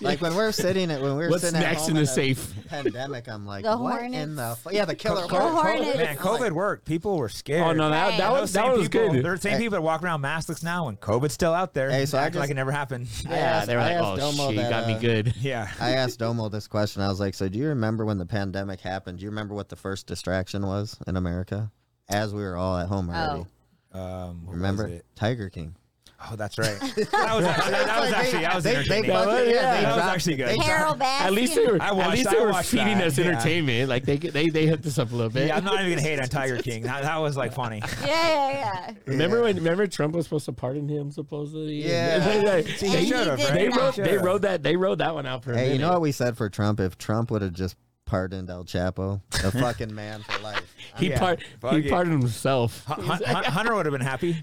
Speaker 2: like when we're sitting at when we're
Speaker 1: What's
Speaker 2: sitting at
Speaker 1: next
Speaker 2: home
Speaker 1: in the
Speaker 2: a
Speaker 1: safe?
Speaker 2: pandemic, I'm like,
Speaker 4: The
Speaker 2: what in the
Speaker 4: hornets.
Speaker 2: fu- yeah, the killer
Speaker 4: The
Speaker 2: hornets.
Speaker 4: hornets.
Speaker 3: Man, COVID worked. People were scared.
Speaker 1: Oh no, that
Speaker 4: Right.
Speaker 1: that
Speaker 4: And
Speaker 1: was
Speaker 3: Those
Speaker 1: that
Speaker 3: same
Speaker 1: was
Speaker 3: people,
Speaker 1: good.
Speaker 3: They're the same people that walk around maskless now, and COVID's still out there.
Speaker 2: Hey, so I
Speaker 3: acting like
Speaker 2: just-
Speaker 3: it never happened.
Speaker 2: I
Speaker 1: Yeah,
Speaker 2: asked-
Speaker 1: they were
Speaker 2: I
Speaker 1: like,
Speaker 2: asked
Speaker 1: "Oh
Speaker 2: Domo
Speaker 1: shit, you
Speaker 2: that,
Speaker 1: got me
Speaker 2: uh,
Speaker 1: good."
Speaker 3: Yeah,
Speaker 2: I asked Domo this question. I was like, "So, do you remember when the pandemic happened? Do you remember what the first distraction was in America, as we were all at home already?
Speaker 4: Oh.
Speaker 3: um, what
Speaker 2: remember
Speaker 3: was it?
Speaker 2: Tiger King?
Speaker 3: Oh, that's right. That was actually that, was actually that was
Speaker 2: They- they
Speaker 3: entertaining.
Speaker 2: fucking-
Speaker 1: That was- yeah,
Speaker 2: they
Speaker 3: that was
Speaker 2: dropped
Speaker 3: actually
Speaker 2: it.
Speaker 3: good.
Speaker 2: They
Speaker 4: Carol Baskin.
Speaker 1: At least they were.
Speaker 3: I
Speaker 1: at
Speaker 3: watched-
Speaker 1: least
Speaker 3: I
Speaker 1: they were
Speaker 3: watched
Speaker 1: feeding
Speaker 3: that,
Speaker 1: us
Speaker 3: yeah.
Speaker 1: entertainment. Like they they they hooked us up a little bit.
Speaker 3: yeah, I'm not even gonna hate on Tiger King. That, that was like funny.
Speaker 4: Yeah, yeah,
Speaker 1: Remember when? Remember Trump was supposed to pardon him supposedly.
Speaker 2: Yeah.
Speaker 1: They- they-
Speaker 4: yeah.
Speaker 1: they,
Speaker 4: And
Speaker 3: should've,
Speaker 4: he did
Speaker 1: they
Speaker 4: not.
Speaker 1: wrote they wrote that they wrote that one out for. a
Speaker 2: Hey, you know
Speaker 1: minute.
Speaker 2: what we said for Trump? If Trump would have just pardoned El Chapo, a fucking man for life.
Speaker 1: He
Speaker 3: Yeah.
Speaker 1: part
Speaker 3: Fuck
Speaker 1: he
Speaker 3: it.
Speaker 1: pardoned himself.
Speaker 3: Hun- Hun- Hunter would have been happy.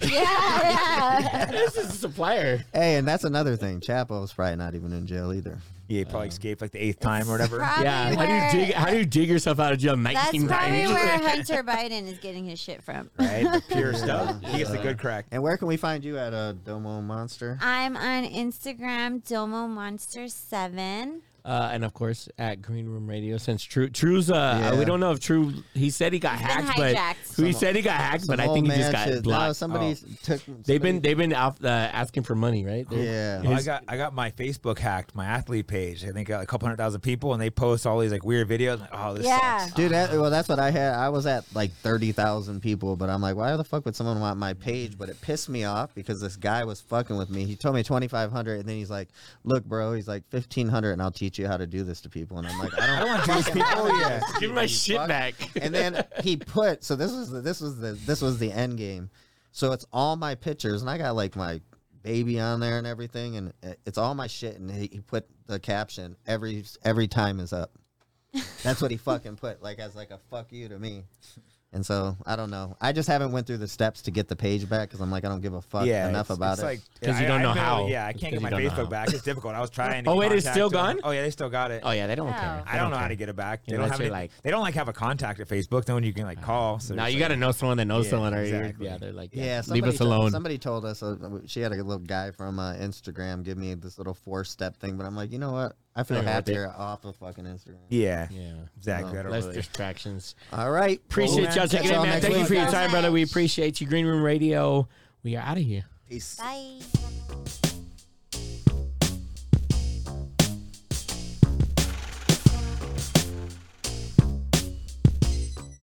Speaker 4: Yeah, yeah.
Speaker 1: this is a supplier.
Speaker 2: Hey, and that's another thing. Chapo's probably not even in jail either.
Speaker 3: Yeah, he probably
Speaker 1: Um,
Speaker 3: escaped like the eighth time or whatever.
Speaker 4: Probably
Speaker 1: Yeah, how do
Speaker 4: where-
Speaker 1: you dig? How do you dig yourself out of jail
Speaker 4: That's
Speaker 1: nineteen
Speaker 4: probably
Speaker 1: times?
Speaker 4: where Hunter Biden is getting his shit from.
Speaker 3: Right, the pure stuff. He gets the good crack.
Speaker 2: And where can we find you at uh, Domo Monster?
Speaker 4: I'm on Instagram, Domo Monster Seven.
Speaker 1: Uh, and of course, at Green Room Radio, since True, True's, uh,
Speaker 2: Yeah.
Speaker 1: we don't know if True, he said he got
Speaker 4: He's been
Speaker 1: hacked, but
Speaker 4: hijacked.
Speaker 1: he
Speaker 2: Some-
Speaker 1: said he got hacked, but
Speaker 2: Some
Speaker 1: I
Speaker 2: old
Speaker 1: think he just
Speaker 2: Oh, man
Speaker 1: got
Speaker 2: shit.
Speaker 1: blocked.
Speaker 2: No, somebody
Speaker 3: Oh.
Speaker 2: took. Somebody,
Speaker 1: they've been they've been out, uh, asking for money, right? They're-
Speaker 2: Yeah.
Speaker 3: Well, I
Speaker 1: His-
Speaker 3: got I got my Facebook hacked, my athlete page. I think got a couple hundred thousand people, and they post all these like weird videos. I'm like, oh, this
Speaker 4: Yeah.
Speaker 3: sucks.
Speaker 2: Dude, that, well, that's what I had. I was at like 30,000 people, but I'm like, why the fuck would someone want my page? But it pissed me off because this guy was fucking with me. He told me 2,500, and then he's like, look, bro, he's like, 1,500, and I'll teach you how to do this to people. And I'm like, I don't,
Speaker 3: I don't want Jewish
Speaker 2: fucking
Speaker 3: people.
Speaker 2: know
Speaker 3: Yeah.
Speaker 2: this,
Speaker 1: Give
Speaker 2: you
Speaker 1: my
Speaker 2: you
Speaker 1: shit
Speaker 2: fuck.
Speaker 1: back.
Speaker 2: And then he put, so this was the, this was the, this was the end game. So it's all my pictures, and I got like my baby on there and everything, and it- it's all my shit. And he, he put the caption, every, every time is up. That's what he fucking put, like as like a fuck you to me. And so I don't know. I just haven't went through the steps to get the page back because I'm like I don't give a fuck
Speaker 3: yeah,
Speaker 2: enough
Speaker 3: it's-
Speaker 2: about
Speaker 3: it's
Speaker 2: it.
Speaker 3: like-
Speaker 1: 'Cause you
Speaker 3: I-
Speaker 1: don't
Speaker 3: I
Speaker 1: know
Speaker 3: feel-
Speaker 1: how.
Speaker 3: Yeah, I
Speaker 1: It's 'cause
Speaker 3: can't get
Speaker 1: you
Speaker 3: my
Speaker 1: don't know how.
Speaker 3: Facebook back. It's difficult. I was trying. To
Speaker 1: Oh,
Speaker 3: get
Speaker 1: wait, it's
Speaker 3: contact
Speaker 1: still
Speaker 3: to them.
Speaker 1: gone?
Speaker 3: Oh yeah, they still got it.
Speaker 1: oh yeah, they don't
Speaker 4: Oh.
Speaker 1: care.
Speaker 3: I don't know how to get it back. They don't
Speaker 1: Unless
Speaker 3: have
Speaker 1: you're
Speaker 3: any,
Speaker 1: like- Oh.
Speaker 3: They don't like have a contact at Facebook. No one you can like call. So
Speaker 1: Now
Speaker 3: it's
Speaker 1: you
Speaker 3: like-
Speaker 1: got to know someone that knows
Speaker 3: Yeah,
Speaker 1: someone, or you're-
Speaker 3: exactly.
Speaker 1: yeah, they're like,
Speaker 2: yeah,
Speaker 1: leave
Speaker 2: somebody
Speaker 1: us
Speaker 2: told-
Speaker 1: alone.
Speaker 2: somebody told us uh, she had a little guy from uh, Instagram give me this little four step thing, but I'm like, you know what? I
Speaker 1: Nothing
Speaker 2: feel
Speaker 1: wrong with
Speaker 2: happier off of fucking Instagram.
Speaker 3: Yeah,
Speaker 1: Yeah.
Speaker 3: exactly. I don't
Speaker 1: Less
Speaker 3: really-
Speaker 1: distractions.
Speaker 2: All right.
Speaker 1: Appreciate
Speaker 3: man,
Speaker 1: y'all checking it,
Speaker 2: y'all
Speaker 1: man.
Speaker 2: next
Speaker 1: Thank you
Speaker 2: week.
Speaker 1: for your time, brother. We
Speaker 4: Thanks.
Speaker 1: appreciate you. Green Room Radio. We are out of here.
Speaker 2: Peace.
Speaker 4: Bye.